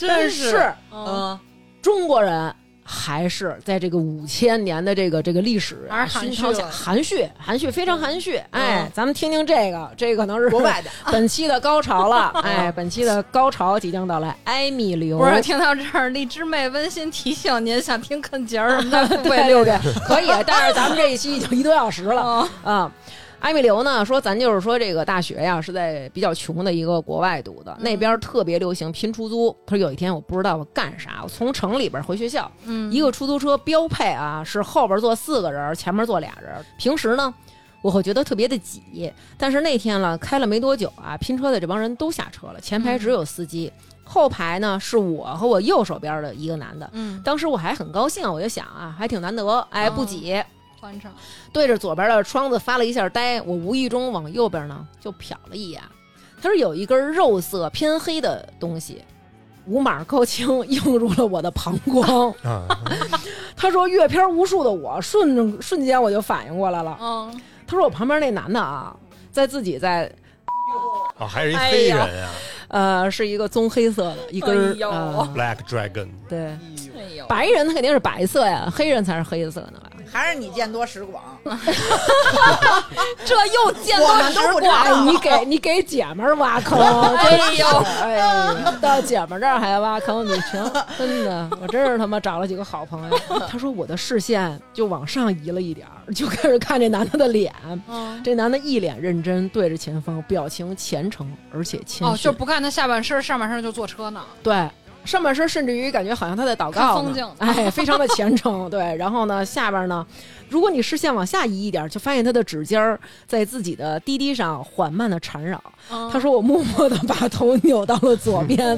[SPEAKER 3] 但
[SPEAKER 5] 真
[SPEAKER 3] 是
[SPEAKER 5] 嗯，
[SPEAKER 3] 中国人还是在这个五千年的这个这个历史啊
[SPEAKER 2] 还是含
[SPEAKER 3] 熏
[SPEAKER 2] 蓄
[SPEAKER 3] 陶下
[SPEAKER 2] 了嗯
[SPEAKER 3] 含蓄，含蓄，非常含蓄。哎，咱们听听这个，这可能是
[SPEAKER 5] 国外的
[SPEAKER 3] 本期的高潮 了。哎，本期的高潮即将到来，艾米刘
[SPEAKER 2] 不是听到这儿，荔枝妹温馨提醒您，想听肯节儿什么的，
[SPEAKER 3] 对对对，可以。但是咱们这一期已经一个多小时 了
[SPEAKER 2] 嗯
[SPEAKER 3] 啊。艾米刘呢说，咱就是说这个大学呀是在比较穷的一个国外读的，那边特别流行拼出租。他说有一天我不知道我干啥，我从城里边回学校，
[SPEAKER 2] 嗯
[SPEAKER 3] 一个出租车标配啊是后边坐四个人，前面坐俩人。平时呢。我会觉得特别的挤，但是那天了开了没多久啊，拼车的这帮人都下车了，前排只有司机，后排呢是我和我右手边的一个男的，
[SPEAKER 2] 嗯，
[SPEAKER 3] 当时我还很高兴，我就想啊，还挺难得，哎，
[SPEAKER 2] 嗯
[SPEAKER 3] 不挤。
[SPEAKER 2] 欢唱
[SPEAKER 3] 对着左边的窗子发了一下呆，我无意中往右边呢就瞟了一眼，它是有一根肉色偏黑的东西，无码高清映入了我的膀胱。
[SPEAKER 4] 啊，
[SPEAKER 3] 他说阅片无数的我，瞬瞬间我就反应过来了。
[SPEAKER 2] 嗯，
[SPEAKER 3] 他说我旁边那男的啊，在自己在
[SPEAKER 4] 哦，还是一
[SPEAKER 3] 哎
[SPEAKER 4] 黑
[SPEAKER 3] 呀
[SPEAKER 4] 人啊
[SPEAKER 3] 呃是一个棕黑色的一根儿
[SPEAKER 2] 哎、呦
[SPEAKER 3] 呃
[SPEAKER 4] 啊，Black Dragon。
[SPEAKER 3] 对，
[SPEAKER 2] 哎呦，
[SPEAKER 3] 白人他肯定是白色呀，黑人才是黑色呢吧？
[SPEAKER 5] 嗯还是你见多识广，
[SPEAKER 2] 这又见
[SPEAKER 5] 我
[SPEAKER 2] 到
[SPEAKER 5] 们都不知
[SPEAKER 3] 哎，
[SPEAKER 5] 道。
[SPEAKER 3] 你给你给姐们儿挖 坑，哎呦，哎呦，到姐们儿这儿还挖坑，你成真的，我真是他妈找了几个好朋友。他说我的视线就往上移了一点儿，就开始看这男的的脸。
[SPEAKER 2] 嗯
[SPEAKER 3] 这男的一脸认真，对着前方，表情虔诚而且谦
[SPEAKER 2] 哦，
[SPEAKER 3] 逊。
[SPEAKER 2] 就不看他下半身，上半身就坐车呢。
[SPEAKER 3] 对。上半身甚至于感觉好像他在祷告
[SPEAKER 2] 看
[SPEAKER 3] 呢，
[SPEAKER 2] 风景
[SPEAKER 3] 哎，非常的虔诚。对，然后呢，下边呢，如果你视线往下移一点儿，就发现他的指尖儿在自己的滴滴上缓慢的缠绕。
[SPEAKER 2] 嗯
[SPEAKER 3] 他说我默默地把头扭到了左边，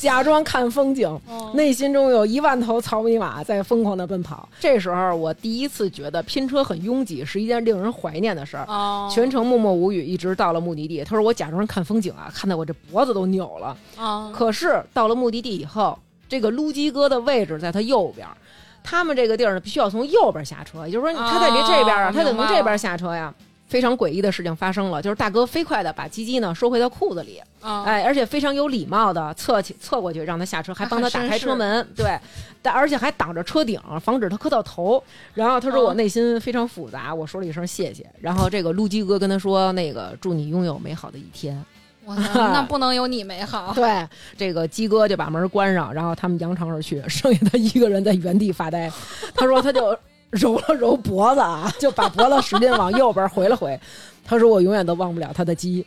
[SPEAKER 3] 假装看风景，
[SPEAKER 2] 嗯
[SPEAKER 3] 内心中有一万头草泥马在疯狂地奔跑。这时候我第一次觉得拼车很拥挤是一件令人怀念的事儿。
[SPEAKER 2] 哦，
[SPEAKER 3] 全程默默无语，一直到了目的地。他说我假装看风景啊，看得我这脖子都扭了。
[SPEAKER 2] 啊，
[SPEAKER 3] 可是到了目的地以后，这个撸鸡哥的位置在他右边儿，他们这个地儿呢必须要从右边下车，也就是说你他得离这边儿啊，
[SPEAKER 2] 哦
[SPEAKER 3] 他得从
[SPEAKER 2] 明白
[SPEAKER 3] 这边
[SPEAKER 2] 了
[SPEAKER 3] 下车呀。非常诡异的事情发生了，就是大哥飞快的把鸡鸡呢收回到裤子里，
[SPEAKER 2] 啊，
[SPEAKER 3] 哎，而且非常有礼貌的侧起侧过去让他下车，还帮
[SPEAKER 2] 啊
[SPEAKER 3] 他打开车门，对，但而且还挡着车顶，防止他磕到头。然后他说
[SPEAKER 2] 嗯
[SPEAKER 3] 我内心非常复杂，我说了一声谢谢。然后这个陆基哥跟他说那个祝你拥有美好的一天。
[SPEAKER 2] 我操， 那不能有你美 好。
[SPEAKER 3] 对，这个鸡哥就把门关上，然后他们扬长而去，剩下他一个人在原地发呆。他说他就揉了揉脖子啊，就把脖子使劲往右边回了回。他说我永远都忘不了他的鸡，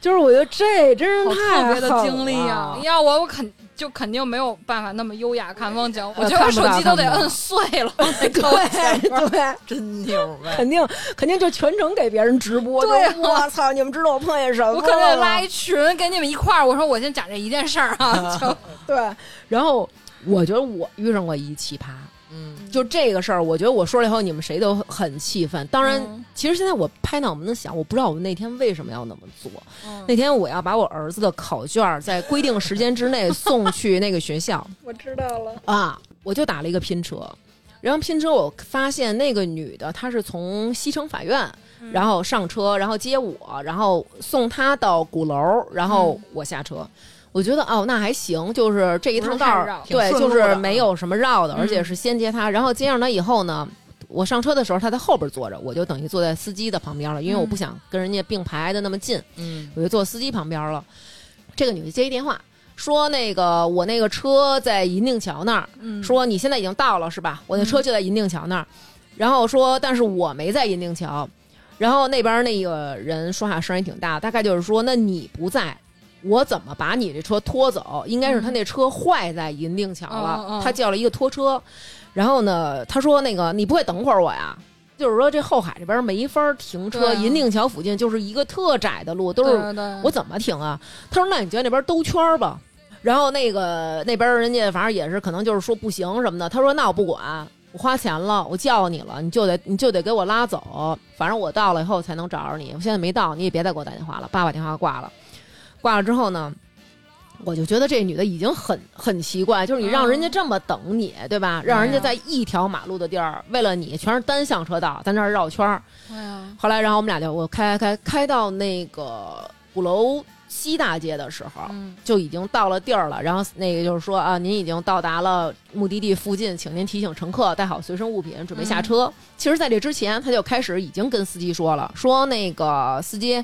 [SPEAKER 3] 就是我觉得这真
[SPEAKER 2] 好
[SPEAKER 3] 是太
[SPEAKER 2] 特别的
[SPEAKER 3] 狠
[SPEAKER 2] 经历啊呀、
[SPEAKER 3] 了
[SPEAKER 2] 要我我肯就肯定没有办法那么优雅看风景，我觉得
[SPEAKER 3] 呃看
[SPEAKER 2] 我
[SPEAKER 3] 不
[SPEAKER 2] 手
[SPEAKER 3] 到
[SPEAKER 2] 机
[SPEAKER 3] 看
[SPEAKER 2] 都得
[SPEAKER 3] 不到
[SPEAKER 2] 摁 碎了。
[SPEAKER 3] 对对，
[SPEAKER 5] 真牛 呗！
[SPEAKER 3] 肯定肯定就全程给别人直播。
[SPEAKER 2] 对啊
[SPEAKER 3] 就我操！你们知道我碰见什么了
[SPEAKER 2] 我
[SPEAKER 3] 吗？
[SPEAKER 2] 可得拉一群跟你们一块儿，我说我先讲这一件事儿 啊，就
[SPEAKER 3] 对。然后我觉得我遇上过一奇葩，
[SPEAKER 5] 嗯，
[SPEAKER 3] 就这个事儿，我觉得我说了以后，你们谁都很气愤。当然，
[SPEAKER 2] 嗯
[SPEAKER 3] 其实现在我拍脑门子想，我不知道我那天为什么要那么做。
[SPEAKER 2] 嗯
[SPEAKER 3] 那天我要把我儿子的考卷儿在规定时间之内送去那个学校
[SPEAKER 2] 我知道了。
[SPEAKER 3] 啊，我就打了一个拼车。然后拼车，我发现那个女的她是从西城法院，
[SPEAKER 2] 嗯
[SPEAKER 3] 然后上车，然后接我，然后送她到鼓楼，然
[SPEAKER 2] 嗯
[SPEAKER 3] 后我下车。我觉得哦，那还行，就是这一趟道
[SPEAKER 2] 不是太
[SPEAKER 3] 儿
[SPEAKER 2] 绕，
[SPEAKER 3] 对，
[SPEAKER 5] 挺
[SPEAKER 3] 就
[SPEAKER 5] 顺路的
[SPEAKER 3] 是没有什么绕的，
[SPEAKER 2] 嗯
[SPEAKER 3] 而且是先接她，然后接上她以后呢，我上车的时候她在后边坐着，我就等于坐在司机的旁边了，因为我
[SPEAKER 2] 嗯
[SPEAKER 3] 不想跟人家并排的那么近，
[SPEAKER 5] 嗯，
[SPEAKER 3] 我就坐司机旁边了。这个女的接一电话，说那个我那个车在银锭桥那儿，
[SPEAKER 2] 嗯，
[SPEAKER 3] 说你现在已经到了是吧？我那车就在银锭桥那儿，然后说但是我没在银锭桥，然后那边那个人说话声音挺大，大概就是说那你不在。我怎么把你这车拖走？应该是
[SPEAKER 2] 嗯
[SPEAKER 3] 他那车坏在银锭桥了，
[SPEAKER 2] 嗯嗯嗯
[SPEAKER 3] 他叫了一个拖车，然后呢，他说那个你不会等会儿我呀？就是说这后海这边没法停车，
[SPEAKER 2] 对啊
[SPEAKER 3] 银锭桥附近就是一个特窄的路，都是
[SPEAKER 2] 对对
[SPEAKER 3] 我怎么停啊？他说那你就在那边兜圈儿吧。然后那个那边人家反正也是可能就是说不行什么的，他说那我不管，我花钱了，我叫你了，你就得你就得给我拉走，反正我到了以后才能找着你，我现在没到，你也别再给我打电话了，爸把电话挂了，挂了之后呢？我就觉得这女的已经很很奇怪，就是你让人家这么等你，对吧？让人家在一条马路的地儿，为了你全是单向车道，在那儿绕圈儿，
[SPEAKER 2] 哎呀，
[SPEAKER 3] 后来，然后我们俩就我开开开开到那个鼓楼西大街的时候，
[SPEAKER 2] 嗯
[SPEAKER 3] 就已经到了地儿了。然后那个就是说啊，您已经到达了目的地附近，请您提醒乘客带好随身物品，准备下车。
[SPEAKER 2] 嗯
[SPEAKER 3] 其实，在这之前，他就开始已经跟司机说了，说那个司机，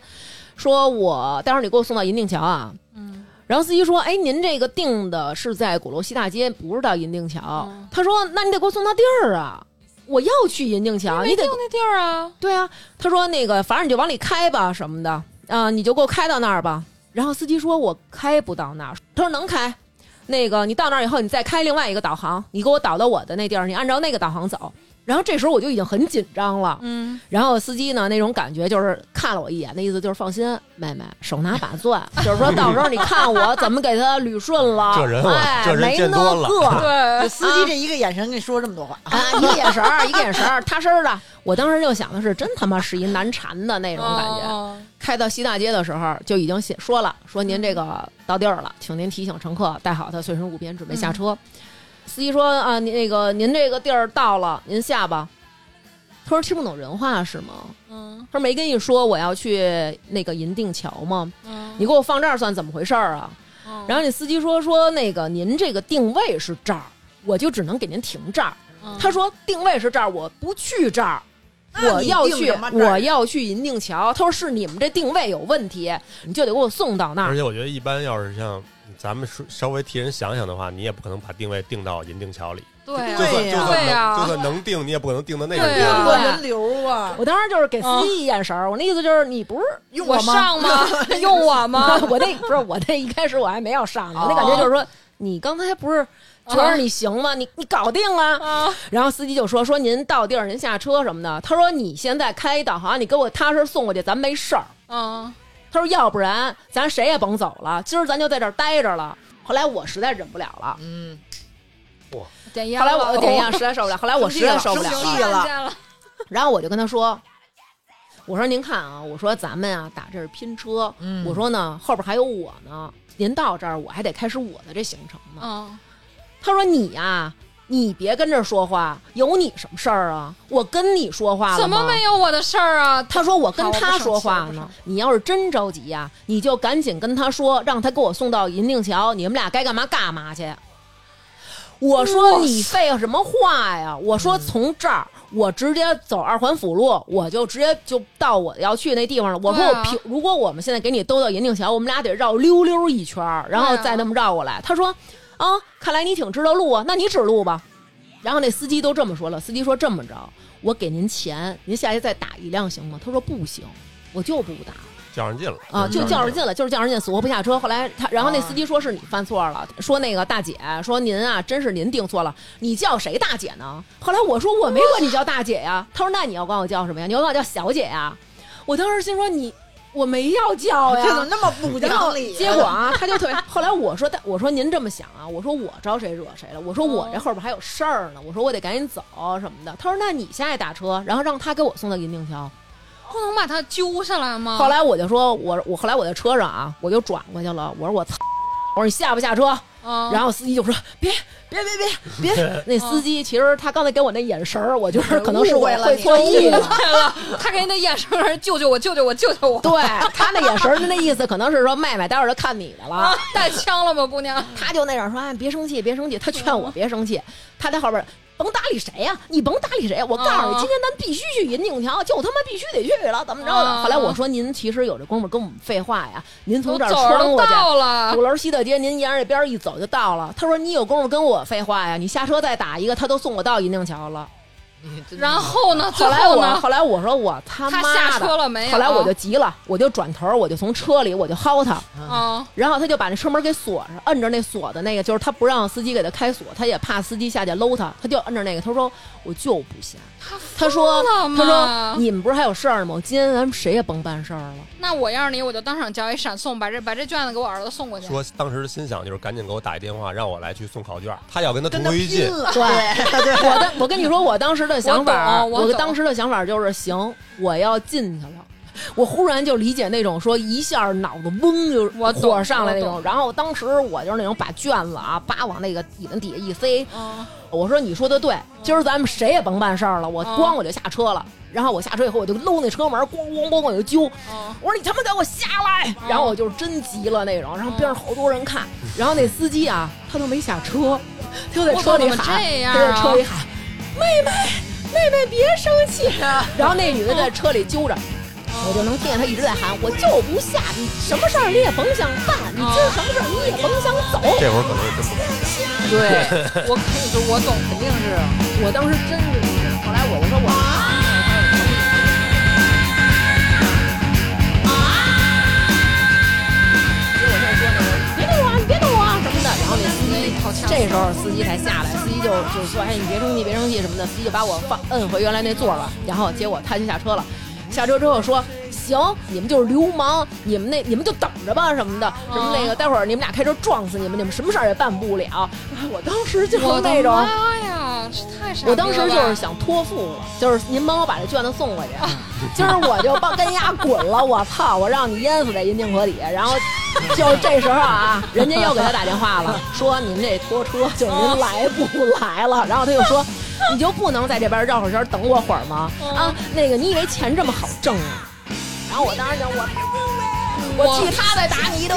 [SPEAKER 3] 说我待会儿你给我送到银锭桥啊。
[SPEAKER 2] 嗯，
[SPEAKER 3] 然后司机说：“哎，您这个定的是在鼓楼西大街，不是到银锭桥。
[SPEAKER 2] 嗯
[SPEAKER 3] 他说：“那你得给我送到地儿啊，我要去银锭桥，你得给
[SPEAKER 2] 那地儿啊，
[SPEAKER 3] 对啊，他说那个，反正你就往里开吧，什么的，啊、你就给我开到那儿吧。然后司机说我开不到那儿，他说能开，那个你到那儿以后，你再开另外一个导航，你给我导到我的那地儿，你按照那个导航走。然后这时候我就已经很紧张 了，
[SPEAKER 2] 嗯，
[SPEAKER 3] 然后司机呢那种感觉就是看了我一眼，那意思就是放心，妹妹手拿把攥，就是说到时候你看我怎么给他捋顺了，
[SPEAKER 4] 这人我
[SPEAKER 3] 哎，
[SPEAKER 4] 这人
[SPEAKER 3] 没
[SPEAKER 4] 见
[SPEAKER 3] 那
[SPEAKER 4] 多了
[SPEAKER 3] 个，
[SPEAKER 2] 对，
[SPEAKER 5] 司机这一个眼神跟你说这么多话，
[SPEAKER 3] 啊，一个眼神儿，一个眼神儿，踏实儿的。我当时就想的是，真他妈是一难缠的那
[SPEAKER 2] 那
[SPEAKER 3] 种感觉。
[SPEAKER 2] 觉，
[SPEAKER 3] 开到西大街的时候，就已经写说了，说您这个到地儿了，请您提醒乘客带好他随身物品，准备下车。司机说啊，您那个您这个地儿到了，您下吧。他说听不懂人话是吗？
[SPEAKER 2] 嗯
[SPEAKER 3] 他说没跟你说我要去那个银锭桥吗？
[SPEAKER 2] 嗯，
[SPEAKER 3] 你给我放这儿算怎么回事儿啊？
[SPEAKER 2] 嗯
[SPEAKER 3] 然后那司机说说那个您这个定位是这儿，我就只能给您停这儿。
[SPEAKER 2] 嗯
[SPEAKER 3] 他说定位是这儿，我不去这儿。
[SPEAKER 5] 那
[SPEAKER 3] 我
[SPEAKER 5] 你
[SPEAKER 3] 要
[SPEAKER 5] 定
[SPEAKER 3] 去
[SPEAKER 5] 什么，这儿
[SPEAKER 3] 我要去银锭桥。他说是你们这定位有问题，你就得给我送到那
[SPEAKER 4] 而
[SPEAKER 3] 儿。
[SPEAKER 4] 且我觉得一般要是像咱们说稍微替人想想的话，你也不可能把定位定到银锭桥里，
[SPEAKER 2] 对
[SPEAKER 4] 就
[SPEAKER 2] 呀
[SPEAKER 4] 算
[SPEAKER 5] 对
[SPEAKER 4] 就
[SPEAKER 5] 呀
[SPEAKER 4] 算
[SPEAKER 2] 对呀
[SPEAKER 4] 能就算能定，你也不可能定到那个
[SPEAKER 2] 对
[SPEAKER 4] 地
[SPEAKER 2] 呀
[SPEAKER 5] 定
[SPEAKER 4] 方。
[SPEAKER 5] 个人流啊，
[SPEAKER 3] 我当时就是给司机一眼神儿，我那意思就是你不是
[SPEAKER 5] 用
[SPEAKER 2] 我
[SPEAKER 5] 吗？
[SPEAKER 2] 上吗？用我
[SPEAKER 5] 嗯
[SPEAKER 2] 吗？
[SPEAKER 3] 我那不是我那一开始我还没要上呢，
[SPEAKER 5] 哦
[SPEAKER 3] 我那感觉就是说你刚才不
[SPEAKER 5] 嗯
[SPEAKER 3] 是觉
[SPEAKER 2] 啊
[SPEAKER 3] 得你行吗？你你搞定了。
[SPEAKER 2] 啊，
[SPEAKER 3] 然后司机就说说您到地儿您下车什么的。他说你现在开一导航，你给我踏实送过去，咱没事儿。
[SPEAKER 2] 嗯，
[SPEAKER 3] 他说要不然咱谁也甭走了，今儿咱就在这儿待着了。后来我实在忍不了了，
[SPEAKER 5] 嗯，
[SPEAKER 2] 点烟
[SPEAKER 3] 后
[SPEAKER 2] 了，
[SPEAKER 3] 来我点烟实在受不了，后来我实在受不了
[SPEAKER 5] 生
[SPEAKER 3] 了
[SPEAKER 5] 气，了
[SPEAKER 2] 看见了，
[SPEAKER 3] 然后我就跟他说：“我说您看啊，我说咱们啊打这儿拼车，
[SPEAKER 5] 嗯
[SPEAKER 3] 我说呢后边还有我呢，您到这儿我还得开始我的这行程呢。
[SPEAKER 2] 嗯，
[SPEAKER 3] 他说你呀、啊你别跟这儿说话，有你什么事儿啊？我跟你说话了
[SPEAKER 2] 怎么
[SPEAKER 3] 吗
[SPEAKER 2] 没有我的事儿啊？
[SPEAKER 3] 他说我跟
[SPEAKER 2] 好我不
[SPEAKER 3] 他
[SPEAKER 2] 生
[SPEAKER 3] 说
[SPEAKER 2] 气
[SPEAKER 3] 话
[SPEAKER 2] 我不
[SPEAKER 3] 呢
[SPEAKER 2] 生气，
[SPEAKER 3] 你要是真着急呀、你就赶紧跟他说，让他给我送到银锭桥，你们俩该干嘛干嘛去。我说你废什么话呀？我说从这儿我直接走二环辅路，我就直接就到我要去那地方了。我说
[SPEAKER 2] 对
[SPEAKER 3] 我
[SPEAKER 2] 啊
[SPEAKER 3] 平，如果我们现在给你兜到银锭桥，我们俩得绕溜溜一圈儿，然后
[SPEAKER 2] 对啊
[SPEAKER 3] 再那么绕过来。他说啊，看来你挺知道路啊，那你指路吧。然后那司机都这么说了，司机说这么着，我给您钱，您下去再打一辆行吗？他说不行，我就不打
[SPEAKER 4] 较上劲了
[SPEAKER 3] 啊，就较上劲了，就是较上劲，死活不下车。后来他，然后
[SPEAKER 5] 啊
[SPEAKER 3] 那司机说是你犯错了，说那个大姐，说您啊，真是您定错了，你叫谁大姐呢？后来我说我没管你叫大姐呀，他说那你要管我叫什么呀？你要管我叫小姐呀？我当时心说你我没要叫呀，
[SPEAKER 5] 这怎么那么不
[SPEAKER 3] 然后
[SPEAKER 5] 讲理？
[SPEAKER 3] 结果啊，他就特别。后来我说，但我说您这么想啊，我说我招谁惹谁了？我说
[SPEAKER 5] 哦
[SPEAKER 3] 我这后边还有事儿呢，我说我得赶紧走什么的。他说那你下去打车，然后让他给我送到银锭桥。
[SPEAKER 2] 不能把他揪下来吗？
[SPEAKER 3] 后来我就说，我我后来我在车上啊，我就转过去了，我说我操，我说你下不下车？
[SPEAKER 2] 啊，
[SPEAKER 3] 然后司机就说别别别别别，那司机其实他刚才给我那眼神儿，我就是可能是我
[SPEAKER 5] 误会了
[SPEAKER 3] 会错
[SPEAKER 5] 你
[SPEAKER 3] 意了。
[SPEAKER 2] 来了，他给你的眼神儿，救救我，救救我，救救我！
[SPEAKER 3] 对他那眼神儿，那意思可能是说麦麦待会儿就看你的了
[SPEAKER 2] 啊。，带枪了吗，姑娘？
[SPEAKER 3] 他就那样说：“哎，别生气，别生气。”他劝我别生气，他在后边儿甭搭理谁呀、你甭搭理谁呀、我告诉你，
[SPEAKER 2] 啊
[SPEAKER 3] 今天咱必须去银锭桥，就他妈必须得去了，怎么着的？
[SPEAKER 2] 啊
[SPEAKER 3] 后来我说：“您其实有这功夫跟我们废话呀，您从
[SPEAKER 2] 都
[SPEAKER 3] 这儿
[SPEAKER 2] 走儿
[SPEAKER 3] 穿
[SPEAKER 2] 都
[SPEAKER 3] 过去。”
[SPEAKER 2] 到了
[SPEAKER 3] 鼓，楼西大街，您沿着这边儿一走就到了。他说：“你有功夫跟我废话呀？你下车再打一个，他都送我到银锭桥了。
[SPEAKER 2] 然后呢？最
[SPEAKER 3] 后来
[SPEAKER 2] 后
[SPEAKER 3] 我
[SPEAKER 2] 呢？
[SPEAKER 3] 后来我说我他
[SPEAKER 2] 他
[SPEAKER 3] 妈
[SPEAKER 2] 下车
[SPEAKER 3] 的，
[SPEAKER 2] 了没有？啊
[SPEAKER 3] 后来我就急了，我就转头，我就从车里我就薅他，
[SPEAKER 2] 啊，
[SPEAKER 3] 然后他就把那车门给锁上，摁着那锁的那个，就是他不让司机给他开锁，他也怕司机下去搂他，他就摁着那个。他说我就不下。他说
[SPEAKER 2] 疯了
[SPEAKER 3] 他
[SPEAKER 2] 吗
[SPEAKER 3] 说你们不是还有事儿吗？今天咱们谁也甭办事儿了。
[SPEAKER 2] 那我要是你，我就当场叫一闪送，把这把这卷子给我儿子送过去。
[SPEAKER 4] 说当时的心想就是赶紧给我打一电话，让我来去送考卷。他要跟他
[SPEAKER 5] 跟
[SPEAKER 4] 同
[SPEAKER 5] 他
[SPEAKER 4] 归于尽
[SPEAKER 5] 拼，了，
[SPEAKER 3] 对我的我跟你说，我当时的想法儿，
[SPEAKER 2] 我懂我
[SPEAKER 3] 我
[SPEAKER 2] 懂
[SPEAKER 3] 当时的想法就是行，我要进去了。我忽然就理解那种说一下脑子嗡就
[SPEAKER 2] 我懂
[SPEAKER 3] 火上来那
[SPEAKER 2] 我
[SPEAKER 3] 种，
[SPEAKER 2] 懂
[SPEAKER 3] 然后当时我就是那种把卷子啊叭往那个椅子底下一塞，
[SPEAKER 2] 嗯，
[SPEAKER 3] 我说你说的对，今儿咱们谁也甭办事儿了，我
[SPEAKER 2] 嗯
[SPEAKER 3] 咣我就下车了。然后我下车以后，我就搂那车门，咣咣咣我就揪，
[SPEAKER 2] 嗯
[SPEAKER 3] 我说你他妈给我下来！嗯然后我就是真急了那种，然后边上好多人看，然后那司机啊，他都没下车，他就在车里
[SPEAKER 2] 我怎么
[SPEAKER 3] 喊，
[SPEAKER 2] 这样
[SPEAKER 3] 他
[SPEAKER 2] 啊
[SPEAKER 3] 在车里喊，妹妹妹妹别生气啊！然后那女的在车里揪着。我就能听见她一直在喊，我就不下，你什么事儿你也甭想办，你今儿什么事儿你也甭想走。
[SPEAKER 4] 这会儿可能是真不敢
[SPEAKER 1] 对，
[SPEAKER 2] 我肯定我懂，肯定是。
[SPEAKER 3] 我当时真是，后来我我说我。我在说那个别动我啊，你别动我啊什么的。然后那司机这时候司机才下来，司机就就说：“哎，你别生气，别生气什么的。”司机就把我放摁回原来那座儿了。然后结果他就下车了。下车之后说：“行，你们就是流氓，你们那你们就等着吧什么的，什么那个待会儿你们俩开车撞死你们，你们什么事儿也办不了。哎”我当时就是
[SPEAKER 2] 我的
[SPEAKER 3] 那种。
[SPEAKER 2] 妈呀，这太傻逼了
[SPEAKER 3] 我
[SPEAKER 2] 吧！
[SPEAKER 3] 当时就是想托付了，就是您帮我把这卷子送过去，今儿我 就帮跟丫滚了，我操，我让你淹死在银杏河底。然后就这时候啊， 人家又给他打电话了，说您这拖车就是您来不来 了。然后他就说，你就不能在这边绕会儿圈等我会儿吗？啊，那个你以为钱这么好挣啊？然后我当时就我。我替他再打你一顿，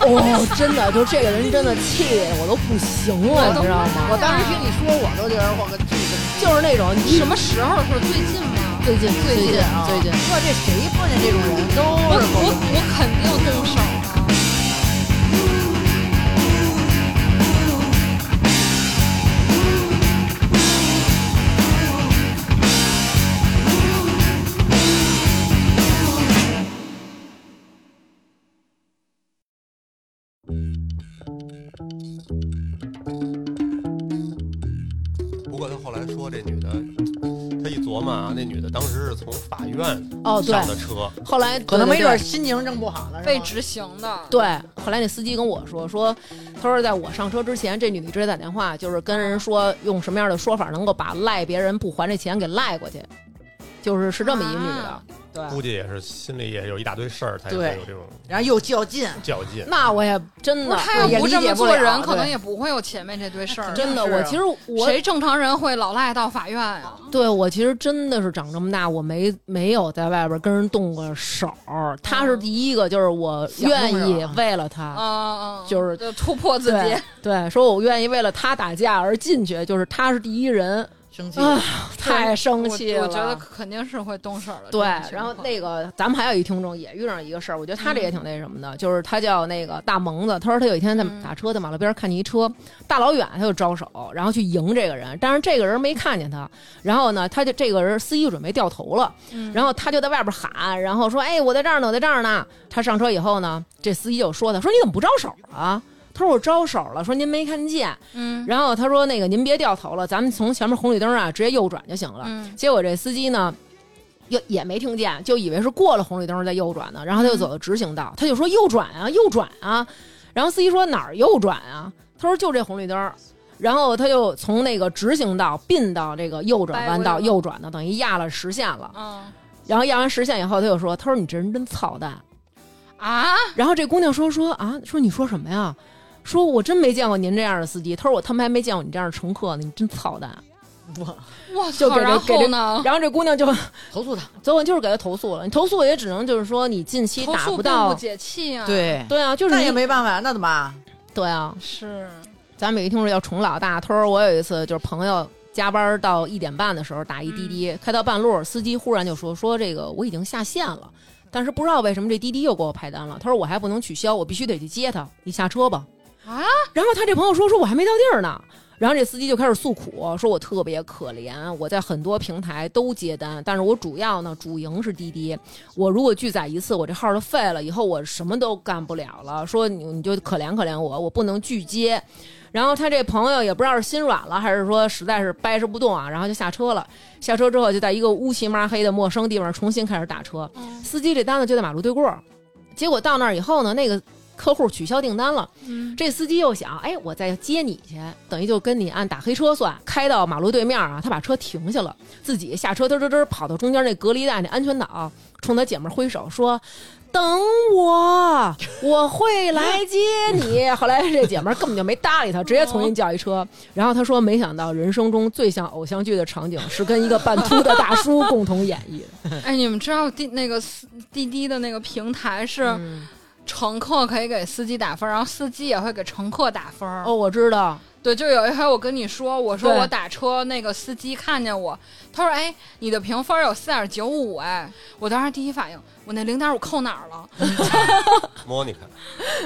[SPEAKER 3] 哦，真的，就这个人真的气得我都不行了，你知道吗？
[SPEAKER 5] 我当时听你说，我都觉得我个这个，
[SPEAKER 3] 就是那种你
[SPEAKER 2] 什么时候是最近吗？
[SPEAKER 3] 最近最近
[SPEAKER 5] 啊
[SPEAKER 3] 最近，
[SPEAKER 5] 说这谁碰见这种人都
[SPEAKER 2] 我
[SPEAKER 5] 是
[SPEAKER 2] 我
[SPEAKER 5] 狗东
[SPEAKER 2] 我
[SPEAKER 5] 西
[SPEAKER 2] 肯定动手啊！
[SPEAKER 4] 不过他后来说这女的，他一琢磨啊，那女的当时是从法院
[SPEAKER 3] 哦对
[SPEAKER 4] 上的车，
[SPEAKER 3] 后来
[SPEAKER 5] 可能没准
[SPEAKER 3] 对
[SPEAKER 5] 儿
[SPEAKER 3] 对
[SPEAKER 5] 心情正不好呢，
[SPEAKER 2] 被
[SPEAKER 5] 是吗
[SPEAKER 2] 执行的，
[SPEAKER 3] 对，后来那司机跟我说，说他说在我上车之前，这女的一直打电话，就是跟人说用什么样的说法能够把赖别人不还这钱给赖过去。就是是这么一女的
[SPEAKER 2] 啊。
[SPEAKER 3] 对，
[SPEAKER 4] 估计也是心里也有一大堆事儿，才
[SPEAKER 5] 对
[SPEAKER 4] 会有这种
[SPEAKER 5] 然后又较劲，
[SPEAKER 4] 较劲。
[SPEAKER 3] 那我也真
[SPEAKER 2] 不
[SPEAKER 3] 的
[SPEAKER 2] 是他
[SPEAKER 3] 也
[SPEAKER 2] 要不
[SPEAKER 3] 理
[SPEAKER 2] 这
[SPEAKER 3] 解
[SPEAKER 2] 么
[SPEAKER 3] 了
[SPEAKER 2] 做人，可能
[SPEAKER 3] 对啊
[SPEAKER 2] 也不会有前面这堆事儿。
[SPEAKER 3] 真的。
[SPEAKER 5] 啊
[SPEAKER 3] 我其实我啊
[SPEAKER 2] 谁正常人会老赖到法院呀？
[SPEAKER 3] 对我其实真的是长这么大，我没没有在外边跟人动过手儿。他
[SPEAKER 2] 嗯
[SPEAKER 3] 是第一个，就是我
[SPEAKER 5] 想
[SPEAKER 3] 愿
[SPEAKER 5] 动
[SPEAKER 3] 意
[SPEAKER 5] 手
[SPEAKER 3] 为了他，
[SPEAKER 2] 啊，嗯
[SPEAKER 3] 就是
[SPEAKER 2] 就突破自己
[SPEAKER 3] 对。对，说我愿意为了他打架而进去，就是他是第一人，
[SPEAKER 5] 生气。
[SPEAKER 3] 啊，太生气
[SPEAKER 2] 我
[SPEAKER 3] 了。
[SPEAKER 2] 我觉得肯定是会动手的。
[SPEAKER 3] 对
[SPEAKER 2] 这种，情
[SPEAKER 3] 然后
[SPEAKER 2] 况嗯
[SPEAKER 3] 那个咱们还有一听众也遇上一个事儿，我觉得他这也挺那什么的，就是他叫那个大萌子，他说他有一天在
[SPEAKER 2] 嗯
[SPEAKER 3] 打车，在马路边看见一车，大老远他就招手，然后去迎这个人，但是这个人没看见他，然后呢，他就这个人司机就准备掉头了，
[SPEAKER 2] 嗯
[SPEAKER 3] 然后他就在外边喊，然后说：“哎，我在这儿呢，我在这儿呢。”他上车以后呢，这司机就说他，说你怎么不招手啊？他说我招手了，说您没看见。
[SPEAKER 2] 嗯
[SPEAKER 3] 然后他说那个您别掉头了，咱们从前面红绿灯啊直接右转就行了。
[SPEAKER 2] 嗯
[SPEAKER 3] 结果这司机呢，又也没听见，就以为是过了红绿灯再右转呢，然后他就走到直行道，他就说右转啊，右转啊，然后司机说哪儿右转啊？他说就这红绿灯儿。然后他就从那个直行道并到这个右转弯
[SPEAKER 2] 掰
[SPEAKER 3] 道
[SPEAKER 2] 过去了
[SPEAKER 3] 右转呢，等于压了实线了。
[SPEAKER 2] 嗯
[SPEAKER 3] 然后压完实线以后，他就说：“他说你这人真操蛋。
[SPEAKER 2] 啊，”
[SPEAKER 3] 然后这姑娘说：“说啊，说你说什么呀？说我真没见过您这样的司机。”他说：“我他妈还没见过你这样的乘客呢，你真操蛋。”
[SPEAKER 2] 我
[SPEAKER 3] 就
[SPEAKER 2] 操！
[SPEAKER 3] 给这
[SPEAKER 2] 然
[SPEAKER 3] 给这
[SPEAKER 2] 后呢？
[SPEAKER 3] 然后这姑娘就
[SPEAKER 5] 投诉他，
[SPEAKER 3] 所以我就是给他投诉了，你投诉也只能就是说你近期
[SPEAKER 2] 投
[SPEAKER 3] 打
[SPEAKER 2] 诉并
[SPEAKER 3] 到，
[SPEAKER 2] 不解气啊。，
[SPEAKER 5] 对，
[SPEAKER 3] 对啊，就是
[SPEAKER 5] 那
[SPEAKER 3] 你
[SPEAKER 5] 也没办法，那怎么办？
[SPEAKER 3] 对啊。
[SPEAKER 2] 是
[SPEAKER 3] 咱们有一听众叫虫老大，他说我有一次就是朋友加班到一点半的时候打一滴滴，开到半路，司机忽然就说说这个我已经下线了，但是不知道为什么这滴滴又给我派单了，他说我还不能取消，我必须得去接他，你下车吧。
[SPEAKER 2] 啊，
[SPEAKER 3] 然后他这朋友说说我还没到地儿呢。然后这司机就开始诉苦，说我特别可怜，我在很多平台都接单，但是我主要呢主营是滴滴。我如果拒载一次，我这号就废了，以后我什么都干不了了。说你你就可怜可怜我，我不能拒接。然后他这朋友也不知道是心软了，还是说实在是掰扯不动啊，然后就下车了。下车之后就在一个乌漆嘛黑的陌生地方重新开始打车。司机这单子就在马路对过儿，结果到那儿以后呢，那个客户取消订单了。
[SPEAKER 2] 嗯，
[SPEAKER 3] 这司机又想，哎，我再接你去，等于就跟你按打黑车算，开到马路对面啊，他把车停下了，自己下车嘚嘚嘚跑到中间那隔离带那安全岛，冲他姐们儿挥手说。等我，我会来接你。 后来这姐们儿根本就没搭理他，直接重新叫一车。然后他说，没想到人生中最像偶像剧的场景是跟一个半秃的大叔共同演绎的。
[SPEAKER 2] 哎，你们知道滴那个司滴滴的那个平台是
[SPEAKER 3] 嗯
[SPEAKER 2] 乘客可以给司机打分，然后司机也会给乘客打分。
[SPEAKER 3] 哦，我知道，
[SPEAKER 2] 对，就有一回我跟你说，我说
[SPEAKER 3] 对
[SPEAKER 2] 我打车，那个司机看见我，他说：“哎，你的评分有四点九五。”哎，我当时第一反应，我那零点五扣哪儿了？
[SPEAKER 4] 莫妮卡，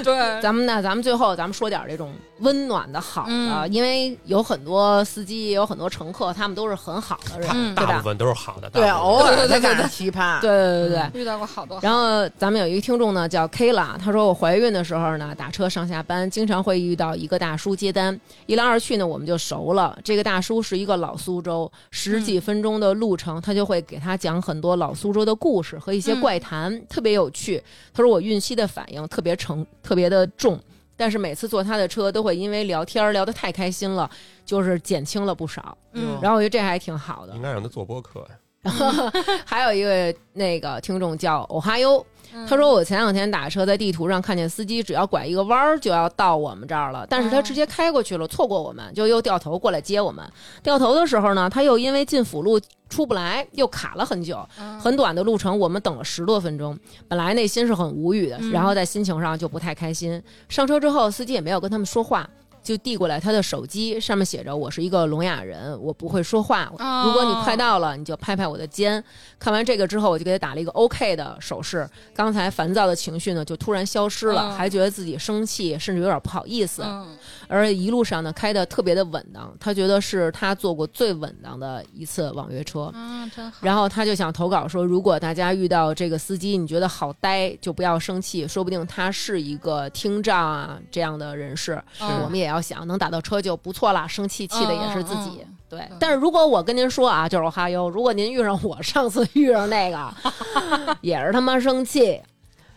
[SPEAKER 2] 对，
[SPEAKER 3] 咱们呢，咱们最后咱们说点儿这种温暖的好的，
[SPEAKER 2] 嗯
[SPEAKER 3] 因为有很多司机，有很多乘客，他们都是很好的人，
[SPEAKER 2] 嗯
[SPEAKER 3] 对哦
[SPEAKER 4] 大
[SPEAKER 3] 吧
[SPEAKER 4] 部？分都是好的。
[SPEAKER 5] 对，
[SPEAKER 4] 大部
[SPEAKER 5] 偶
[SPEAKER 4] 分
[SPEAKER 5] 尔
[SPEAKER 2] 对对对
[SPEAKER 5] 才赶
[SPEAKER 2] 对
[SPEAKER 5] 上奇葩。
[SPEAKER 3] 对对对对。
[SPEAKER 2] 遇到过好多。
[SPEAKER 3] 然后咱们有一个听众呢叫 Kla，她说我怀孕的时候呢，打车上下班，经常会遇到一个大叔接单，一来二去呢我们就熟了。这个大叔是一个老苏州，十几分钟的路程，他就会给他讲很多老苏州的故事和一些怪谈，特别有趣。他说我孕期的反应特别成特别的重。但是每次坐他的车都会因为聊天儿聊得太开心了，就是减轻了不少。
[SPEAKER 2] 嗯
[SPEAKER 3] 然后我觉得这还挺好的
[SPEAKER 4] 应。该让他做播客呀。
[SPEAKER 3] 还有一个那个听众叫欧哈优，
[SPEAKER 2] 嗯
[SPEAKER 3] 他说我前两天打车在地图上看见司机只要拐一个弯儿就要到我们这儿了，但是他直接开过去了，错过我们，就又掉头过来接我们。掉头的时候呢，他又因为进辅路出不来，又卡了很久，
[SPEAKER 2] 嗯
[SPEAKER 3] 很短的路程，我们等了十多分钟。本来内心是很无语的，然后在心情上就不太开心。上车之后，司机也没有跟他们说话。就递过来他的手机，上面写着：“我是一个聋哑人，我不会说话。
[SPEAKER 2] 哦
[SPEAKER 3] 如果你快到了，你就拍拍我的肩。”看完这个之后，我就给他打了一个 OK 的手势。刚才烦躁的情绪呢，就突然消失了，
[SPEAKER 2] 嗯
[SPEAKER 3] 还觉得自己生气，甚至有点不好意思。
[SPEAKER 2] 嗯，
[SPEAKER 3] 而且一路上呢，开的特别的稳当，他觉得是他坐过最稳当的一次网约车。
[SPEAKER 2] 啊，真好。
[SPEAKER 3] 然后他就想投稿说，如果大家遇到这个司机，你觉得好呆，就不要生气，说不定他是一个听障啊这样的人士。
[SPEAKER 2] 嗯
[SPEAKER 3] 我们也要想，能打到车就不错啦，生气气的也是自己。
[SPEAKER 2] 嗯嗯嗯
[SPEAKER 3] 对，但是如果我跟您说啊，就是哈哟，如果您遇上我上次遇上那 个，也是他妈生气。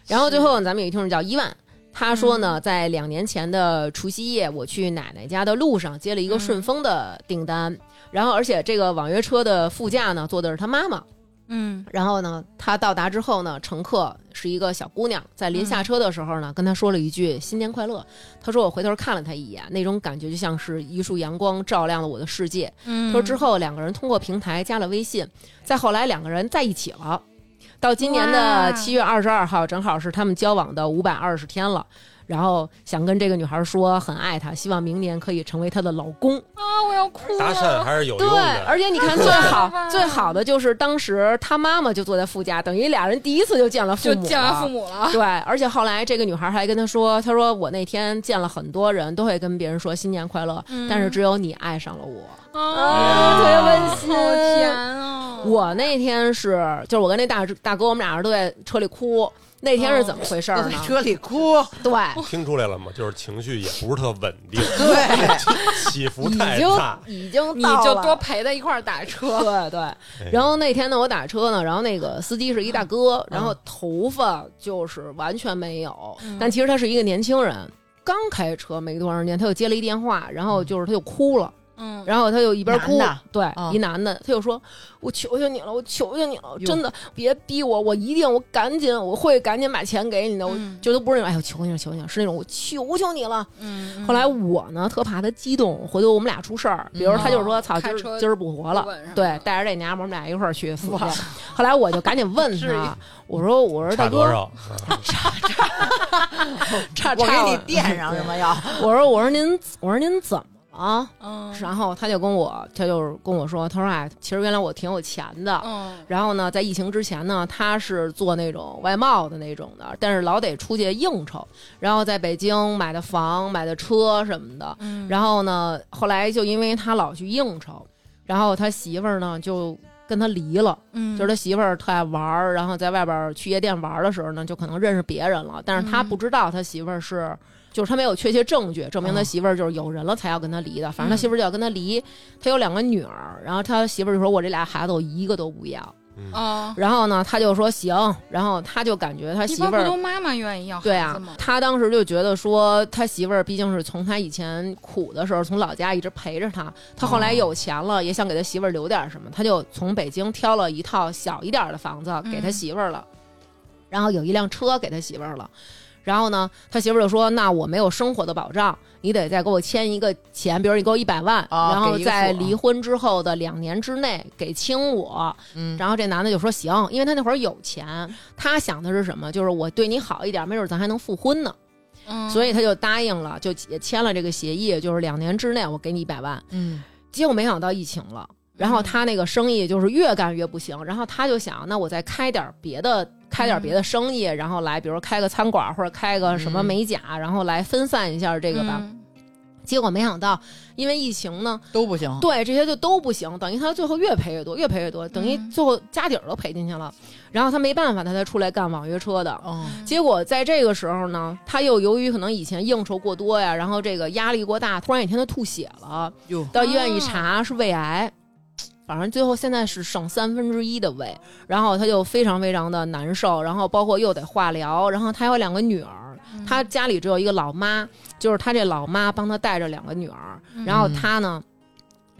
[SPEAKER 3] 然后最后咱们有一听众叫伊万，他说
[SPEAKER 2] 嗯
[SPEAKER 3] 呢，在两年前的除夕夜，我去奶奶家的路上接了一
[SPEAKER 2] 嗯
[SPEAKER 3] 个顺丰的订单，然后而且这个网约车的副驾呢坐的是他妈妈。
[SPEAKER 2] 嗯
[SPEAKER 3] 然后呢，他到达之后呢，乘客是一个小姑娘，在临下车的时候呢，跟他说了一句“新年快乐”。他说我回头看了他一眼，那种感觉就像是一束阳光照亮了我的世界。
[SPEAKER 2] 嗯
[SPEAKER 3] 他说之后两个人通过平台加了微信，再后来两个人在一起了。到今年
[SPEAKER 2] 哇
[SPEAKER 3] 的七月二十二号，正好是他们交往的五百二十天了。然后想跟这个女孩说很爱她，希望明年可以成为她的老公。
[SPEAKER 2] 啊，我要哭
[SPEAKER 4] 搭讪
[SPEAKER 2] 了。
[SPEAKER 4] 还是有
[SPEAKER 3] 对
[SPEAKER 4] 用，的。
[SPEAKER 3] 而且你 看，最好最好的就是当时他妈妈就坐在副驾，等于俩人第一次就见了父
[SPEAKER 2] 就
[SPEAKER 3] 母，啊
[SPEAKER 2] 见完父。母了，
[SPEAKER 3] 对，而且后来这个女孩还跟他说：“她说我那天见了很多人，都会跟别人说新年快乐，
[SPEAKER 2] 嗯
[SPEAKER 3] 但是只有你爱上了我。
[SPEAKER 2] 啊，
[SPEAKER 3] 特别温馨
[SPEAKER 2] 好甜啊！
[SPEAKER 3] 我那天是，就是我跟那大大哥，我们俩人都在车里哭。那天是怎么回事儿
[SPEAKER 5] 在
[SPEAKER 2] 哦
[SPEAKER 3] 呢？
[SPEAKER 5] 车里哭，
[SPEAKER 3] 对，
[SPEAKER 4] 听出来了吗？就是情绪也不是特稳定，
[SPEAKER 5] 对，
[SPEAKER 4] 起伏
[SPEAKER 3] 已
[SPEAKER 4] 太
[SPEAKER 3] 经
[SPEAKER 4] 大。
[SPEAKER 3] 已经
[SPEAKER 2] 你
[SPEAKER 3] 到
[SPEAKER 2] 就
[SPEAKER 3] 了
[SPEAKER 2] 多陪他一块儿打 车，
[SPEAKER 3] 对对。
[SPEAKER 4] 哎
[SPEAKER 3] 然后那天呢，我打车呢，然后那个司机是一大哥，然后头发就是完全没有，
[SPEAKER 2] 嗯
[SPEAKER 3] 但其实他是一个年轻人，刚开车没多长时间，他就接了一电话，然后就是他就哭了，
[SPEAKER 2] 嗯，哦
[SPEAKER 3] 然后他就一边哭
[SPEAKER 5] 男的，
[SPEAKER 3] 对，
[SPEAKER 5] 啊
[SPEAKER 3] 一男的，他就说：“我求求你了，我求求你了，
[SPEAKER 5] 哟
[SPEAKER 3] 真的别逼我，我一定，我赶紧，我会赶紧把钱给你的。”我
[SPEAKER 2] 嗯
[SPEAKER 3] 就都不是那种哎呦求求你了，求求你了，是那种我求求你了。
[SPEAKER 2] 嗯，
[SPEAKER 3] 后来我呢特怕他激动，回头我们俩出事儿，比如他就说：“操，今
[SPEAKER 2] 嗯哦开
[SPEAKER 3] 儿
[SPEAKER 2] 车
[SPEAKER 3] 今儿不活了。”
[SPEAKER 2] 嗯
[SPEAKER 3] 对，带着这娘们儿，我们俩一块儿去死去。后来我就赶紧问
[SPEAKER 2] 至于
[SPEAKER 3] 他，我说：“我说大
[SPEAKER 4] 差多
[SPEAKER 3] 哥，
[SPEAKER 4] 少？啊
[SPEAKER 3] 差
[SPEAKER 5] 我给
[SPEAKER 3] 差
[SPEAKER 5] 你
[SPEAKER 3] 了
[SPEAKER 5] 垫上什么要？
[SPEAKER 3] 我说我说您我说您怎么了？”
[SPEAKER 2] 嗯，
[SPEAKER 3] 然后他就跟我，他就跟我说，他说哎，其实原来我挺有钱的。
[SPEAKER 2] 嗯，
[SPEAKER 3] 然后呢，在疫情之前呢，他是做那种外贸的那种的，但是老得出去应酬。然后在北京买的房、买的车什么的。
[SPEAKER 2] 嗯
[SPEAKER 3] 然后呢，后来就因为他老去应酬，然后他媳妇儿呢就跟他离了。
[SPEAKER 2] 嗯，
[SPEAKER 3] 就是他媳妇儿特爱玩儿，然后在外边儿去夜店玩儿的时候呢，就可能认识别人了，但是他
[SPEAKER 2] 嗯
[SPEAKER 3] 不知道他媳妇儿是，就是他没有确切证据证明他媳妇儿就是有人了才要跟他离的，反正他
[SPEAKER 2] 嗯
[SPEAKER 3] 媳妇儿就要跟他离，他有两个女儿，然后他媳妇儿就说我这俩孩子我一个都不要，
[SPEAKER 4] 嗯
[SPEAKER 2] 啊，
[SPEAKER 3] 然后呢他就说行，然后他就感觉他
[SPEAKER 2] 一
[SPEAKER 3] 媳
[SPEAKER 2] 般
[SPEAKER 3] 妇
[SPEAKER 2] 哦不
[SPEAKER 3] 儿
[SPEAKER 2] 都妈妈愿意要
[SPEAKER 3] 对
[SPEAKER 2] 孩
[SPEAKER 3] 啊
[SPEAKER 2] 子吗，？
[SPEAKER 3] 他当时就觉得说，他媳妇儿毕竟是从他以前苦的时候，从老家一直陪着他。他后来有钱了，也想给他媳妇儿留点什么，他就从北京挑了一套小一点的房子给
[SPEAKER 2] 嗯
[SPEAKER 3] 他媳妇儿了，然后有一辆车给他媳妇儿了。然后呢，他媳妇儿就说：“那我没有生活的保障，你得再给我签一个钱，比如你给我一百万，
[SPEAKER 5] 哦
[SPEAKER 3] 然后
[SPEAKER 5] 给一个
[SPEAKER 3] 在
[SPEAKER 5] 数啊
[SPEAKER 3] 离婚之后的两年之内给清我。
[SPEAKER 5] 嗯，
[SPEAKER 3] 然后这男的就说行，因为他那会儿有钱，他想的是什么？就是我对你好一点，没准咱还能复婚呢。
[SPEAKER 2] 嗯，
[SPEAKER 3] 啊所以他就答应了，就也签了这个协议，就是两年之内我给你一百万。
[SPEAKER 5] 嗯，
[SPEAKER 3] 结果没想到疫情了，然
[SPEAKER 2] 嗯
[SPEAKER 3] 后他那个生意就是越干越不行，然后他就想，那我再开点别的，开
[SPEAKER 2] 嗯
[SPEAKER 3] 点别的生意，然后来，比如开个餐馆或者开个什么
[SPEAKER 5] 嗯
[SPEAKER 3] 美甲，然后来分散一下这个吧。
[SPEAKER 2] 嗯
[SPEAKER 3] 结果没想到，因为疫情呢，
[SPEAKER 5] 都不
[SPEAKER 2] 哦
[SPEAKER 5] 行。
[SPEAKER 3] 对，这些就都不行，等于他最后越赔越多，越赔越多，等于
[SPEAKER 2] 嗯
[SPEAKER 3] 最后家底儿都赔进去了。然后他没办法，他才出来干网约车的。
[SPEAKER 2] 哦
[SPEAKER 5] 嗯，
[SPEAKER 3] 结果在这个时候呢，他又由于可能以前应酬过多呀，然后这个压力过大，突然有一天他吐血了，
[SPEAKER 5] 哟，
[SPEAKER 3] 到医院一查是胃癌，反正最后现在是剩三分之一的胃，然后他就非常非常的难受，然后包括又得化疗，然后他有两个女儿，
[SPEAKER 2] 嗯
[SPEAKER 3] 他家里只有一个老妈，就是他这老妈帮他带着两个女儿，然后他呢。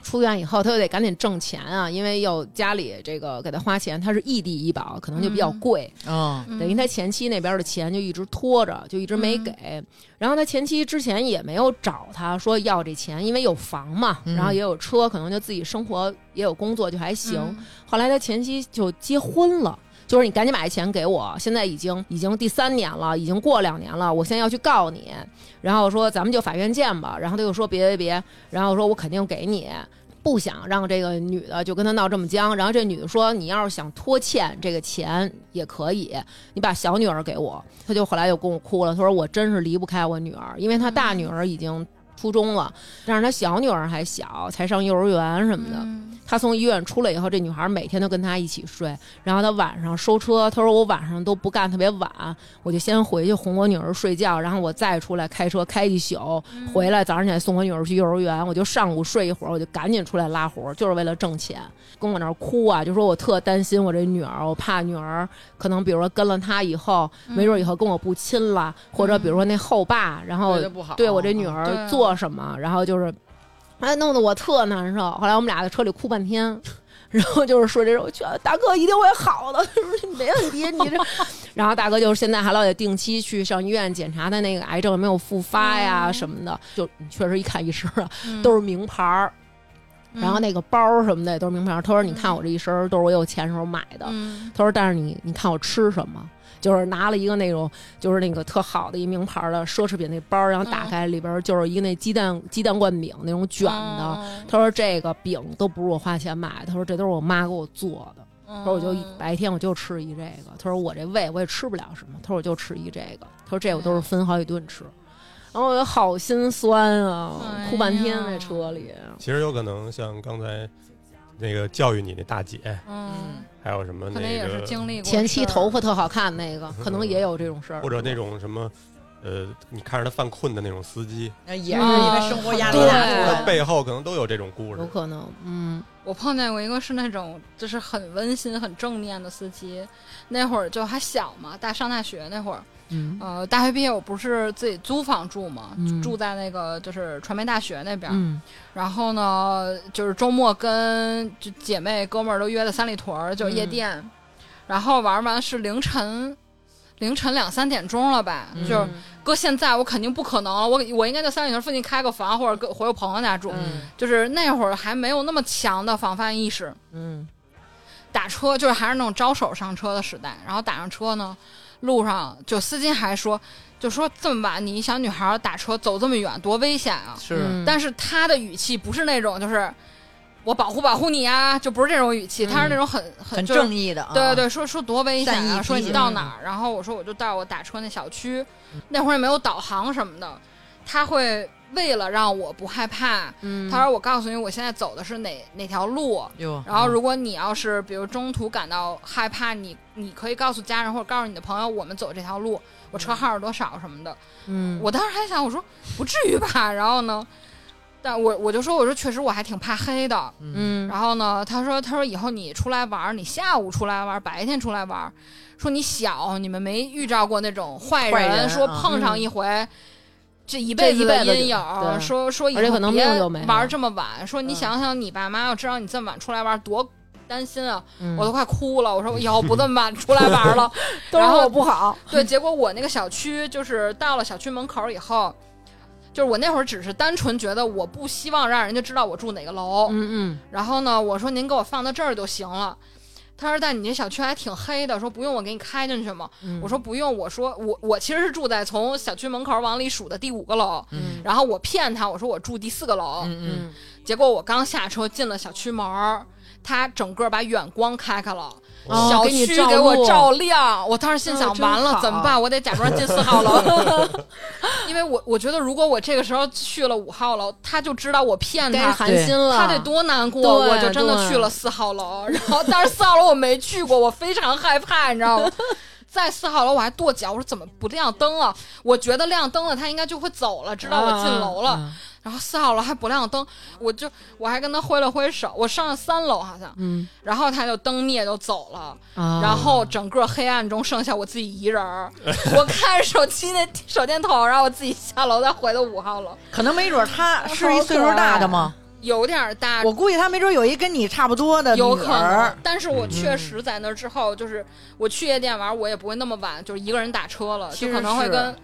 [SPEAKER 3] 出院以后，他就得赶紧挣钱啊，因为要家里这个给他花钱，他是异地医保，可能就比较
[SPEAKER 2] 嗯
[SPEAKER 3] 贵。
[SPEAKER 5] 嗯，
[SPEAKER 2] 嗯
[SPEAKER 3] 等于他前妻那边的钱就一直拖着，就一直没给。然后他前妻之前也没有找他说要这钱，因为有房嘛，
[SPEAKER 5] 嗯
[SPEAKER 3] 然后也有车，可能就自己生活也有工作，就还行。
[SPEAKER 2] 嗯
[SPEAKER 3] 后来他前妻就结婚了。就是你赶紧把这钱给我，现在已经已经第三年了，已经过两年了，我现在要去告你，然后说咱们就法院见吧，然后他就说别别别，然后说我肯定给你，不想让这个女的就跟他闹这么僵，然后这女的说你要是想拖欠这个钱也可以，你把小女儿给我，他就后来又跟我哭了，他说我真是离不开我女儿，因为他大女儿已经初中了，但是他小女儿还小，才上幼儿园什么的，
[SPEAKER 2] 嗯
[SPEAKER 3] 他从医院出来以后，这女孩每天都跟他一起睡，然后他晚上收车，他说我晚上都不干特别晚，我就先回去哄我女儿睡觉，然后我再出来开车开一宿，
[SPEAKER 5] 嗯
[SPEAKER 2] 嗯
[SPEAKER 3] 回来早上起来送我女儿去幼儿园，我就上午睡一会儿，我就赶紧出来拉活，就是为了挣钱，跟我那儿哭啊，就说我特担心我这女儿，我怕女儿可能比如说跟了他以后，没准以后跟我不亲了，或者比如说那后爸，然后
[SPEAKER 5] 对得不好
[SPEAKER 3] 对我这女
[SPEAKER 2] 对啊
[SPEAKER 3] 儿做什么，然后就是。哎，弄得我特难受。后来我们俩在车里哭半天，然后就是说这种，我觉得大哥一定会好的， 没问题，你这。 然后大哥就是现在还老得定期去上医院检查他那个癌症有没有复发呀
[SPEAKER 2] 嗯
[SPEAKER 3] 什么的，就确实一看医生啊 都是名牌儿，
[SPEAKER 2] 嗯
[SPEAKER 3] 然后那个包儿什么的也都是名牌儿。他说：“你看我这一身儿都是我有钱时候买的。
[SPEAKER 2] 嗯
[SPEAKER 3] 他说：“但是你你看我吃什么？”就是拿了一个那种，就是那个特好的一名牌儿的奢侈品那包儿，然后打
[SPEAKER 2] 嗯
[SPEAKER 3] 开里边儿就是一个那鸡蛋鸡蛋灌饼那种卷的。
[SPEAKER 2] 哦
[SPEAKER 3] 他说这个饼都不是我花钱买的，他说这都是我妈给我做的。他说我就
[SPEAKER 2] 嗯
[SPEAKER 3] 白天我就吃一这个，他说我这胃我也吃不了什么，他说我就吃一这个，他说这我
[SPEAKER 2] 嗯
[SPEAKER 3] 都是分好几顿吃，然后我就好心酸啊
[SPEAKER 2] 哎，呀
[SPEAKER 3] 哭半天在车里。
[SPEAKER 4] 其实有可能像刚才那个教育你那大姐，
[SPEAKER 2] 嗯，
[SPEAKER 4] 还有什么
[SPEAKER 2] 可能
[SPEAKER 4] 那
[SPEAKER 2] 也是
[SPEAKER 4] 个
[SPEAKER 2] 经历过
[SPEAKER 3] 前期
[SPEAKER 2] 事儿
[SPEAKER 3] 头发特好看那个，可能也有这种事儿，
[SPEAKER 4] 或者那种什么，呃，你看着他犯困的那种司机，
[SPEAKER 5] 那也是因
[SPEAKER 3] 嗯
[SPEAKER 5] 为生活压力大出来
[SPEAKER 4] 他
[SPEAKER 5] 的。
[SPEAKER 4] 背后可能都有这种故
[SPEAKER 3] 有
[SPEAKER 4] 事。
[SPEAKER 3] 可能，嗯，
[SPEAKER 2] 我碰见过一个是那种就是很温馨、很正念的司机，那会儿就还小嘛，大上大学那会儿，
[SPEAKER 3] 嗯
[SPEAKER 2] 呃，大学毕业我不是自己租房住嘛，
[SPEAKER 3] 嗯
[SPEAKER 2] 住在那个就是传媒大学那边儿，
[SPEAKER 3] 嗯
[SPEAKER 2] 然后呢，就是周末跟就姐妹哥们儿都约在三里屯儿，就是夜店，
[SPEAKER 3] 嗯
[SPEAKER 2] 然后玩完是凌晨。凌晨两三点钟了吧，
[SPEAKER 3] 嗯
[SPEAKER 2] 就是搁现在我肯定不可能了，我我应该在三里屯附近开个房，或者跟回我朋友家住，
[SPEAKER 3] 嗯
[SPEAKER 2] 就是那会儿还没有那么强的防范意识，
[SPEAKER 3] 嗯
[SPEAKER 2] 打车就是还是那种招手上车的时代，然后打上车呢，路上就司机还说，就说这么晚你一小女孩打车走这么远多危险啊！
[SPEAKER 3] 嗯
[SPEAKER 6] 是，
[SPEAKER 2] 但是他的语气不是那种就是我保护保护你啊，就不是这种语气，他是那种很很
[SPEAKER 5] 很
[SPEAKER 2] 就是
[SPEAKER 5] 正义的啊，
[SPEAKER 2] 对对对，说说多危险
[SPEAKER 5] 善
[SPEAKER 2] 啊！
[SPEAKER 5] 意
[SPEAKER 2] 说
[SPEAKER 5] 提
[SPEAKER 2] 你
[SPEAKER 5] 醒
[SPEAKER 2] 到哪儿？然后我说我就到我打车那小区，那会儿也没有导航什么的，他会为了让我不害怕，
[SPEAKER 3] 嗯
[SPEAKER 2] 他说我告诉你我现在走的是哪哪条路，
[SPEAKER 5] 哟，
[SPEAKER 2] 然后如果你要是比如中途感到害怕，你你可以告诉家人或者告诉你的朋友，我们走这条路，我车号是多少什么的。
[SPEAKER 3] 嗯
[SPEAKER 2] 我当时还想，我说不至于吧，然后呢，但我我就说我说确实我还挺怕黑的，
[SPEAKER 3] 嗯
[SPEAKER 2] 然后呢，他说：“他说以后你出来玩儿，你下午出来玩儿，白天出来玩儿，说你小，你们没遇着过那种坏人，
[SPEAKER 5] 坏人
[SPEAKER 2] 说
[SPEAKER 5] 啊
[SPEAKER 2] 碰上一回，这一
[SPEAKER 3] 嗯这
[SPEAKER 2] 辈
[SPEAKER 3] 一
[SPEAKER 2] 的
[SPEAKER 3] 辈子
[SPEAKER 2] 阴影
[SPEAKER 3] 就
[SPEAKER 2] 儿。
[SPEAKER 3] 对
[SPEAKER 2] 说说以
[SPEAKER 3] 而且
[SPEAKER 2] 后
[SPEAKER 3] 可能
[SPEAKER 2] 别
[SPEAKER 3] 命就没了
[SPEAKER 2] 玩儿这么晚，说你
[SPEAKER 5] 嗯
[SPEAKER 2] 想想你爸妈要知道你这么晚出来玩儿，多担心啊！
[SPEAKER 3] 嗯
[SPEAKER 2] 我都快哭了。我说我以后不这么晚出来 玩儿了。
[SPEAKER 3] 都是
[SPEAKER 2] 然后
[SPEAKER 3] 我不好，
[SPEAKER 2] 对，结果我那个小区就是到了小区门口儿以后。”就是我那会儿只是单纯觉得我不希望让人家知道我住哪个楼，
[SPEAKER 3] 嗯
[SPEAKER 2] 然后呢，我说您给我放到这儿就行了。他说：“但你这小区还挺黑的，说不用我给你开进去吗？”
[SPEAKER 3] 嗯
[SPEAKER 2] 我说：“不用。”我说：“我我其实是住在从小区门口往里数的第五个楼。
[SPEAKER 5] 嗯
[SPEAKER 2] 然后我骗他，我说我住第四个楼。
[SPEAKER 5] 嗯
[SPEAKER 2] 结果我刚下车进了小区门儿，他整个把远光开开了，
[SPEAKER 3] 哦
[SPEAKER 2] 小
[SPEAKER 3] 给你
[SPEAKER 2] 区
[SPEAKER 3] 照
[SPEAKER 2] 给我
[SPEAKER 3] 路
[SPEAKER 2] 照亮。我当时心
[SPEAKER 3] 哦
[SPEAKER 2] 想：
[SPEAKER 3] 真
[SPEAKER 2] 完了
[SPEAKER 3] 好
[SPEAKER 2] 怎么办？我得假装进四 号楼，因为我我觉得如果我这个时候去了五号楼，他就知道我骗
[SPEAKER 3] 该
[SPEAKER 2] 他，
[SPEAKER 3] 寒心了，
[SPEAKER 2] 他得多难过！
[SPEAKER 3] 对
[SPEAKER 2] 我就真的去了四号楼，然后但是四号楼我没去过，我非常害怕，你知道吗？ 在四号楼我还跺脚，我说怎么不亮灯啊？我觉得亮灯了，他应该就会走了，知道我进楼了。
[SPEAKER 3] 啊，
[SPEAKER 2] 然后四号楼还不亮灯，我就我还跟他挥了挥手，我上了三楼好像，
[SPEAKER 3] 嗯，
[SPEAKER 2] 然后他就灯灭就走了。
[SPEAKER 3] 啊
[SPEAKER 2] 嗯然后整个黑暗中剩下我自己一人儿，我看着手机那手电筒，然后我自己下楼再回到五号楼，
[SPEAKER 5] 嗯可能没准他是一岁数大的吗？
[SPEAKER 2] 有点儿大
[SPEAKER 5] 我估计他没准有一跟你差不多的
[SPEAKER 2] 有
[SPEAKER 5] 女
[SPEAKER 2] 可能
[SPEAKER 5] 儿，，
[SPEAKER 2] 但是我确实在那之后，就是我去夜店玩，我也不会那么晚，就是一个人打车了，
[SPEAKER 5] 其
[SPEAKER 2] 就
[SPEAKER 5] 实
[SPEAKER 2] 可能会
[SPEAKER 5] 是
[SPEAKER 2] 跟，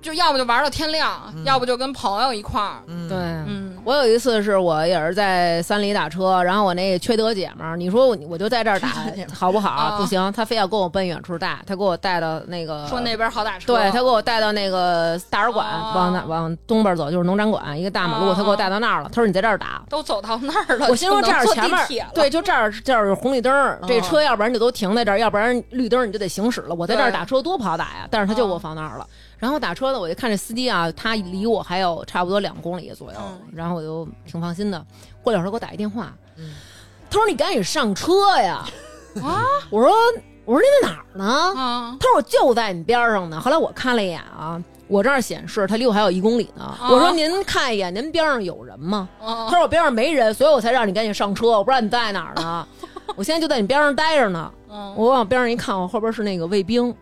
[SPEAKER 2] 就要不就玩到天亮，
[SPEAKER 3] 嗯
[SPEAKER 2] 要不就跟朋友一块儿，
[SPEAKER 5] 嗯
[SPEAKER 3] 对，，
[SPEAKER 2] 嗯，
[SPEAKER 3] 我有一次是我也是在三里打车，然后我那缺德姐们儿，你说我我就在这儿打
[SPEAKER 5] 缺德姐们
[SPEAKER 3] 好不好？
[SPEAKER 2] 啊
[SPEAKER 3] 不行，她非要跟我奔远处带，她给我带到那个
[SPEAKER 2] 说那边好打车，
[SPEAKER 3] 嗯对她给我带到那个大使馆，
[SPEAKER 2] 哦
[SPEAKER 3] 往哪往东边走就是农展馆一个大马路，
[SPEAKER 2] 哦
[SPEAKER 3] 她给我带到那儿了。她说你在这儿打，
[SPEAKER 2] 都走到那儿了，
[SPEAKER 3] 我心说
[SPEAKER 2] 就
[SPEAKER 3] 这
[SPEAKER 2] 能
[SPEAKER 3] 儿
[SPEAKER 2] 坐
[SPEAKER 3] 前
[SPEAKER 2] 地
[SPEAKER 3] 面
[SPEAKER 2] 铁了嗯
[SPEAKER 3] 对，就这儿这儿有红绿灯儿，这车要不然就都停在这儿，要不然绿灯儿你就得行驶了。我在这儿
[SPEAKER 2] 对嗯
[SPEAKER 3] 打车多不好打呀，但是他就给我放那儿了。然后打车呢，我就看这司机啊，他离我还有差不多两公里左右，
[SPEAKER 2] 嗯
[SPEAKER 3] 然后我就挺放心的。过两会儿给我打一电话，
[SPEAKER 2] 嗯
[SPEAKER 3] 他说你赶紧上车呀！
[SPEAKER 2] 啊
[SPEAKER 3] 我说我说你在哪儿呢？
[SPEAKER 2] 啊，
[SPEAKER 3] 他说我就在你边儿上呢。后来我看了一眼啊，我这儿显示他离我还有一公里呢。
[SPEAKER 2] 哦
[SPEAKER 3] 我说您看一眼，您边上有人吗？
[SPEAKER 2] 嗯
[SPEAKER 3] 他说我边上没人，所以我才让你赶紧上车。我不知道你在 哪儿呢，我现在就在你边上待着呢。
[SPEAKER 2] 嗯
[SPEAKER 3] 我往边上一看，我后边是那个卫兵，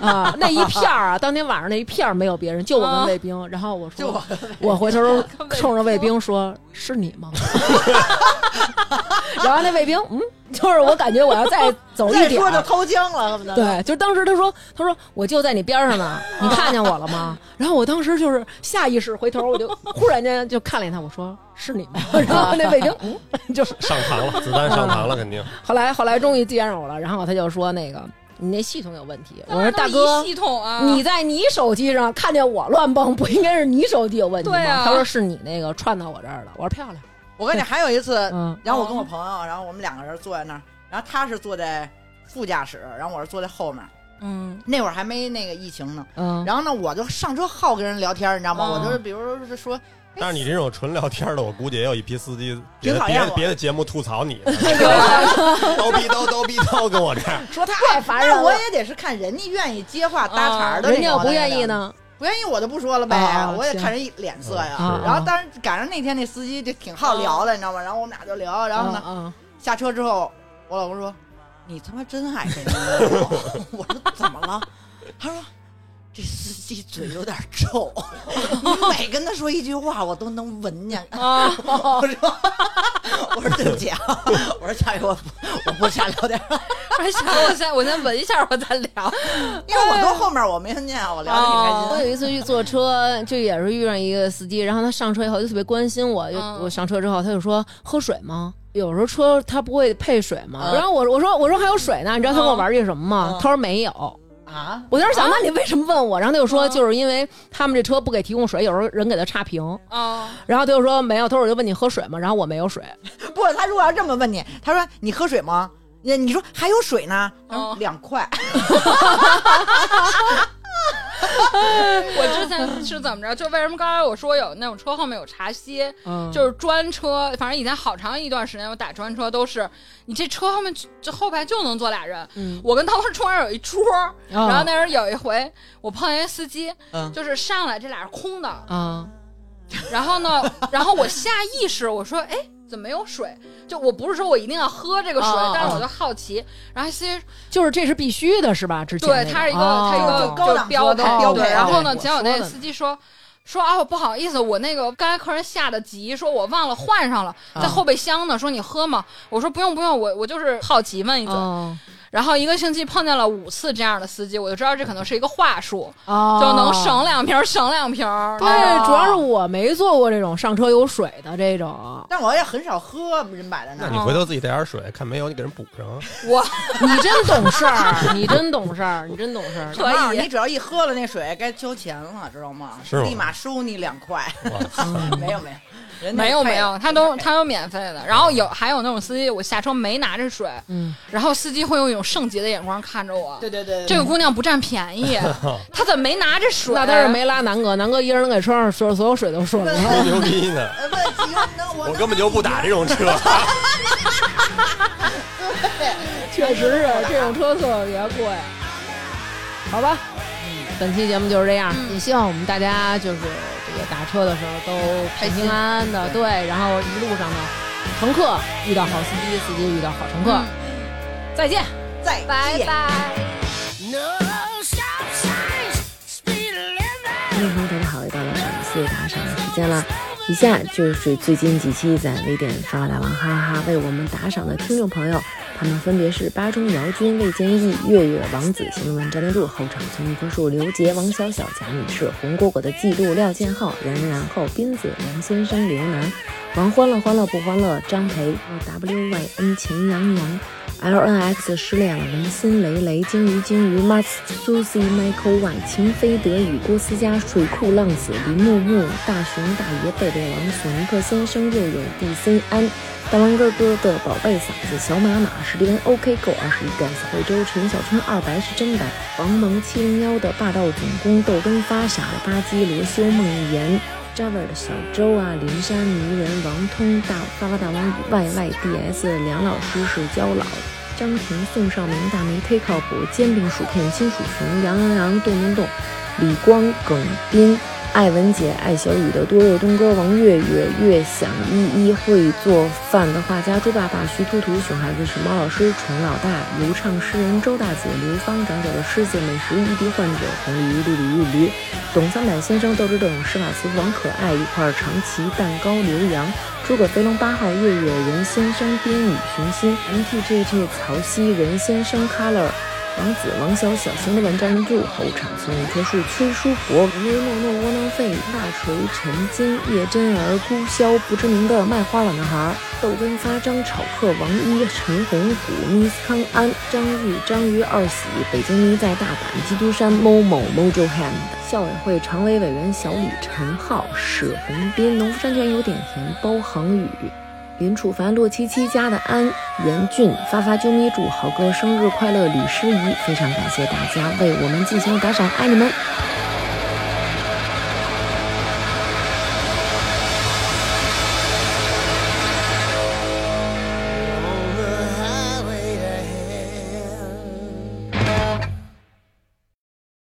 [SPEAKER 3] 啊，那一片儿啊，当天晚上那一片儿没有别人，就我跟卫兵。然后我说，我回头冲着卫兵说：“是你吗？” 然后那卫兵，嗯，就是我感觉我要再走一
[SPEAKER 5] 再
[SPEAKER 3] 点
[SPEAKER 5] 说就
[SPEAKER 3] 儿。
[SPEAKER 5] 偷腥了，恨不 得。
[SPEAKER 3] 对，就当时他说，他说我就在你边上呢，你看见我了吗？ 然后我当时就是下意识回头，我就忽然间就看了一眼他，我说是你吗？ 然后那卫兵，嗯，就是
[SPEAKER 4] 上膛了，子弹
[SPEAKER 5] 嗯
[SPEAKER 4] 上膛了，肯
[SPEAKER 5] 哎
[SPEAKER 4] 定。
[SPEAKER 3] 后来后来终于接上我了，然后他就说那个你那系统有问题。我说大
[SPEAKER 2] 当然
[SPEAKER 3] 哥
[SPEAKER 2] 都一，系统啊，
[SPEAKER 3] 你在你手机上看见我乱蹦，不应该是你手机有问题吗？
[SPEAKER 2] 对啊
[SPEAKER 3] 他说是你那个串到我这儿了。我说漂亮，
[SPEAKER 5] 我跟你还有一次，
[SPEAKER 3] 嗯
[SPEAKER 5] 然后我跟我朋友，然后我们两个人坐在那儿，然后他是坐在副驾驶，然后我是坐在后面。
[SPEAKER 2] 嗯，
[SPEAKER 5] 那会儿还没那个疫情呢，
[SPEAKER 3] 嗯，
[SPEAKER 5] 然后呢，我就上车好跟人聊天，你知道吗？
[SPEAKER 2] 嗯
[SPEAKER 5] 我就是比如说说，
[SPEAKER 4] 但是你这种纯聊天的，我估计也有一批司机
[SPEAKER 5] 挺
[SPEAKER 4] 别的
[SPEAKER 5] 讨
[SPEAKER 4] 别
[SPEAKER 5] 厌
[SPEAKER 4] 的
[SPEAKER 5] 我啊
[SPEAKER 4] 别的节目吐 槽你呢，叨逼叨叨逼叨跟我这儿，
[SPEAKER 3] 说太烦人
[SPEAKER 5] 那我
[SPEAKER 3] 了。
[SPEAKER 5] 也得是看人家愿意接
[SPEAKER 2] 嗯
[SPEAKER 5] 话搭茬儿的那
[SPEAKER 3] 人家
[SPEAKER 5] 种的。
[SPEAKER 3] 要不愿意？呢，
[SPEAKER 5] 不愿意我就不说了呗
[SPEAKER 3] 啊，
[SPEAKER 5] 我也
[SPEAKER 3] 行
[SPEAKER 5] 看人脸色呀。
[SPEAKER 4] 嗯
[SPEAKER 3] 啊
[SPEAKER 5] 然后当然赶上那天那司机就挺
[SPEAKER 2] 嗯
[SPEAKER 5] 好聊的，你知道吗？然后我们俩就聊，然后呢，
[SPEAKER 3] 呢，
[SPEAKER 5] 下车之后，我老公说：“你他妈真爱这个人。” 我说：“怎么了？”他说：“这司机嘴有点臭， 你每跟他说一句话，我都能闻见。”
[SPEAKER 2] 啊，
[SPEAKER 5] 我说：“ 我说对不起啊，我说下回我不我不瞎聊天了，
[SPEAKER 2] 还想 我先我先闻一下，我再 聊。
[SPEAKER 5] 因为我坐后面我没听见，我聊的挺开心。”
[SPEAKER 3] 我有一次去坐车，就也是遇上一个司机，然后他上车以后就特别关心我，就
[SPEAKER 2] 嗯
[SPEAKER 3] 我上车之后他就说喝水吗？有时候车他不会配水吗？
[SPEAKER 5] 嗯
[SPEAKER 3] 然后我我说我说还有水呢，你知道他跟我
[SPEAKER 2] 嗯
[SPEAKER 3] 玩这什么吗？
[SPEAKER 5] 嗯
[SPEAKER 3] 他说没有。
[SPEAKER 5] 啊，
[SPEAKER 3] 我当时想，那你为什么问我？然后他就说，
[SPEAKER 2] 啊
[SPEAKER 3] 就是因为他们这车不给提供水，有时候人给他差评。
[SPEAKER 2] 啊，
[SPEAKER 3] 然后他就说没有，他说我就问你喝水吗？然后我没有水，
[SPEAKER 5] 不，他如果要这么问你，他说你喝水吗？你你说还有水呢？他说
[SPEAKER 2] 哦
[SPEAKER 5] 两块，
[SPEAKER 2] 我之前是怎么着？就为什么刚才我说有那种车后面有茶歇，
[SPEAKER 3] 嗯
[SPEAKER 2] 就是专车，反正以前好长一段时间我打专车都是，你这车后面就就后排就能坐俩人。
[SPEAKER 3] 嗯，
[SPEAKER 2] 我跟涛哥中间有一桌，
[SPEAKER 3] 哦
[SPEAKER 2] 然后那时候有一回我碰见一司机，
[SPEAKER 5] 嗯
[SPEAKER 2] 就是上来这俩是空的，
[SPEAKER 3] 啊
[SPEAKER 2] 然后呢，然后我下意识我说，哎，怎么没有水？就我不是说我一定要喝这个水，
[SPEAKER 3] 哦哦
[SPEAKER 2] 但是
[SPEAKER 3] 哦
[SPEAKER 2] 我就好奇。然后司机
[SPEAKER 3] 就是这是必须的，是吧？之前
[SPEAKER 2] 对，
[SPEAKER 3] 那
[SPEAKER 2] 它是一个，
[SPEAKER 3] 哦
[SPEAKER 2] 它一
[SPEAKER 5] 就
[SPEAKER 2] 个
[SPEAKER 5] 是
[SPEAKER 2] 就
[SPEAKER 5] 高
[SPEAKER 2] 是
[SPEAKER 5] 档
[SPEAKER 2] 标
[SPEAKER 5] 车
[SPEAKER 3] 它
[SPEAKER 2] 配
[SPEAKER 3] 标
[SPEAKER 2] 对
[SPEAKER 3] 配
[SPEAKER 2] 然后呢，
[SPEAKER 3] 对
[SPEAKER 2] 前两
[SPEAKER 3] 我
[SPEAKER 2] 天
[SPEAKER 3] 说的
[SPEAKER 2] 司机说。说啊，我不好意思，我那个刚才客人下的急，说我忘了换上了，在后备箱呢。说你喝吗？我说不用不用，我我就是好奇问一嘴。
[SPEAKER 3] 哦
[SPEAKER 2] 然后一个星期碰见了五次这样的司机，我就知道这可能是一个话术，
[SPEAKER 3] 哦，
[SPEAKER 2] 就能省两瓶儿省两瓶儿。哎
[SPEAKER 3] 对，主要是我没坐过这种上车有水的这种。
[SPEAKER 5] 但我也很少喝，人摆在那儿。
[SPEAKER 4] 那你回头自己带点水，看没有你给人补 上。
[SPEAKER 2] 我
[SPEAKER 3] 你真懂事儿，你真懂事儿，你真懂事儿。
[SPEAKER 2] 可
[SPEAKER 5] 妈
[SPEAKER 2] 以
[SPEAKER 5] 你只要一喝了那水，该交钱了，知道吗？
[SPEAKER 4] 是吗
[SPEAKER 5] 立马收你两块。
[SPEAKER 4] 哇
[SPEAKER 5] 没有没有，人家
[SPEAKER 2] 没有
[SPEAKER 5] 配
[SPEAKER 2] 没有，他都他都免费的。然后有还有那种司机，我下车没拿着水，
[SPEAKER 3] 嗯，
[SPEAKER 2] 然后司机会用一种圣洁的眼光看着我，
[SPEAKER 5] 对对对，对
[SPEAKER 2] 这个姑娘不占便宜，她怎么没拿着水？
[SPEAKER 3] 那他是没拉南哥，南哥一人给车上所所有水都顺了。
[SPEAKER 4] 吹牛逼 呢！
[SPEAKER 5] 呃不急那我
[SPEAKER 4] 我根本就不打这种车，
[SPEAKER 3] 确实是这种车特别贵。好吧，嗯本期节目就是这样，也希望我们大家就是这个打车的时候都平平安安的，对，然后一路上呢，乘客遇到好司机，司机遇到好乘客，再见。
[SPEAKER 5] 再
[SPEAKER 2] 拜
[SPEAKER 5] 见
[SPEAKER 2] 拜。
[SPEAKER 6] No stop signs, speed limit.
[SPEAKER 7] 夜空中的好味道到赏四打赏的时间了，以下就是最近几期在微店发大王哈哈为我们打赏的听众朋友，他们分别是巴中姚军、魏建义、月月、王子、行文、张连柱、后场村一棵树、刘杰、王小小、贾女士、红果果的记录、廖建浩、然然然后、斌子、梁先生、刘楠、王欢乐欢乐不欢乐、张培、W Y N 秦阳阳。L N X 失恋了，文心雷雷、鲸鱼鲸鱼、Mars、Susie、Michael Y、秦飞、德语、郭思佳、水库浪子、林木木、大熊大爷、贝贝王、索尼克先生，又有 D C 安、大王哥哥的宝贝嗓子、小马马、史蒂文 O K 够二十一 gas、惠州陈小春、二白是真的、王蒙七零幺的霸道总攻、豆根发傻的吧唧、罗修梦一言。Java 的小周啊，林山迷人，王通大发发大王，YYDS 梁老师是焦老，张婷宋少明大梅忒靠谱，煎饼薯片金属熊杨洋洋动动动，李光耿斌艾文姐、艾小雨的多肉东哥、王月月、月想依依、会做饭的画家朱爸爸、徐图图、熊孩子是猫老师、虫老大、游唱诗人周大姐、刘芳长角的狮子、美食异地患者、红鲤鱼、绿鲤鱼、驴、董三板先生、斗智斗勇、施瓦茨、王可爱、一块长崎蛋糕、刘洋。诸葛飞龙八号、月月、任先生、边宇、熊心、MTJJ、曹曦、任先生、Color、王子、王小小、型的文站住、后场村一棵树、崔叔伯、唯唯诺诺、窝囊废、大锤、陈金、叶真儿、孤骁、不知名的卖花老男孩、豆根发、张炒客、王一、陈红谷、Miss 康安、张玉、章鱼二喜、北京迷在大阪、基督山、某某 Mojo Hand。校委会常委委员小李、陈浩、史红斌、农夫山泉有点甜、包航宇、林楚凡、洛七七家的安、严俊、发发啾咪祝豪哥生日快乐，吕诗怡，非常感谢大家为我们进行的打赏，爱你们。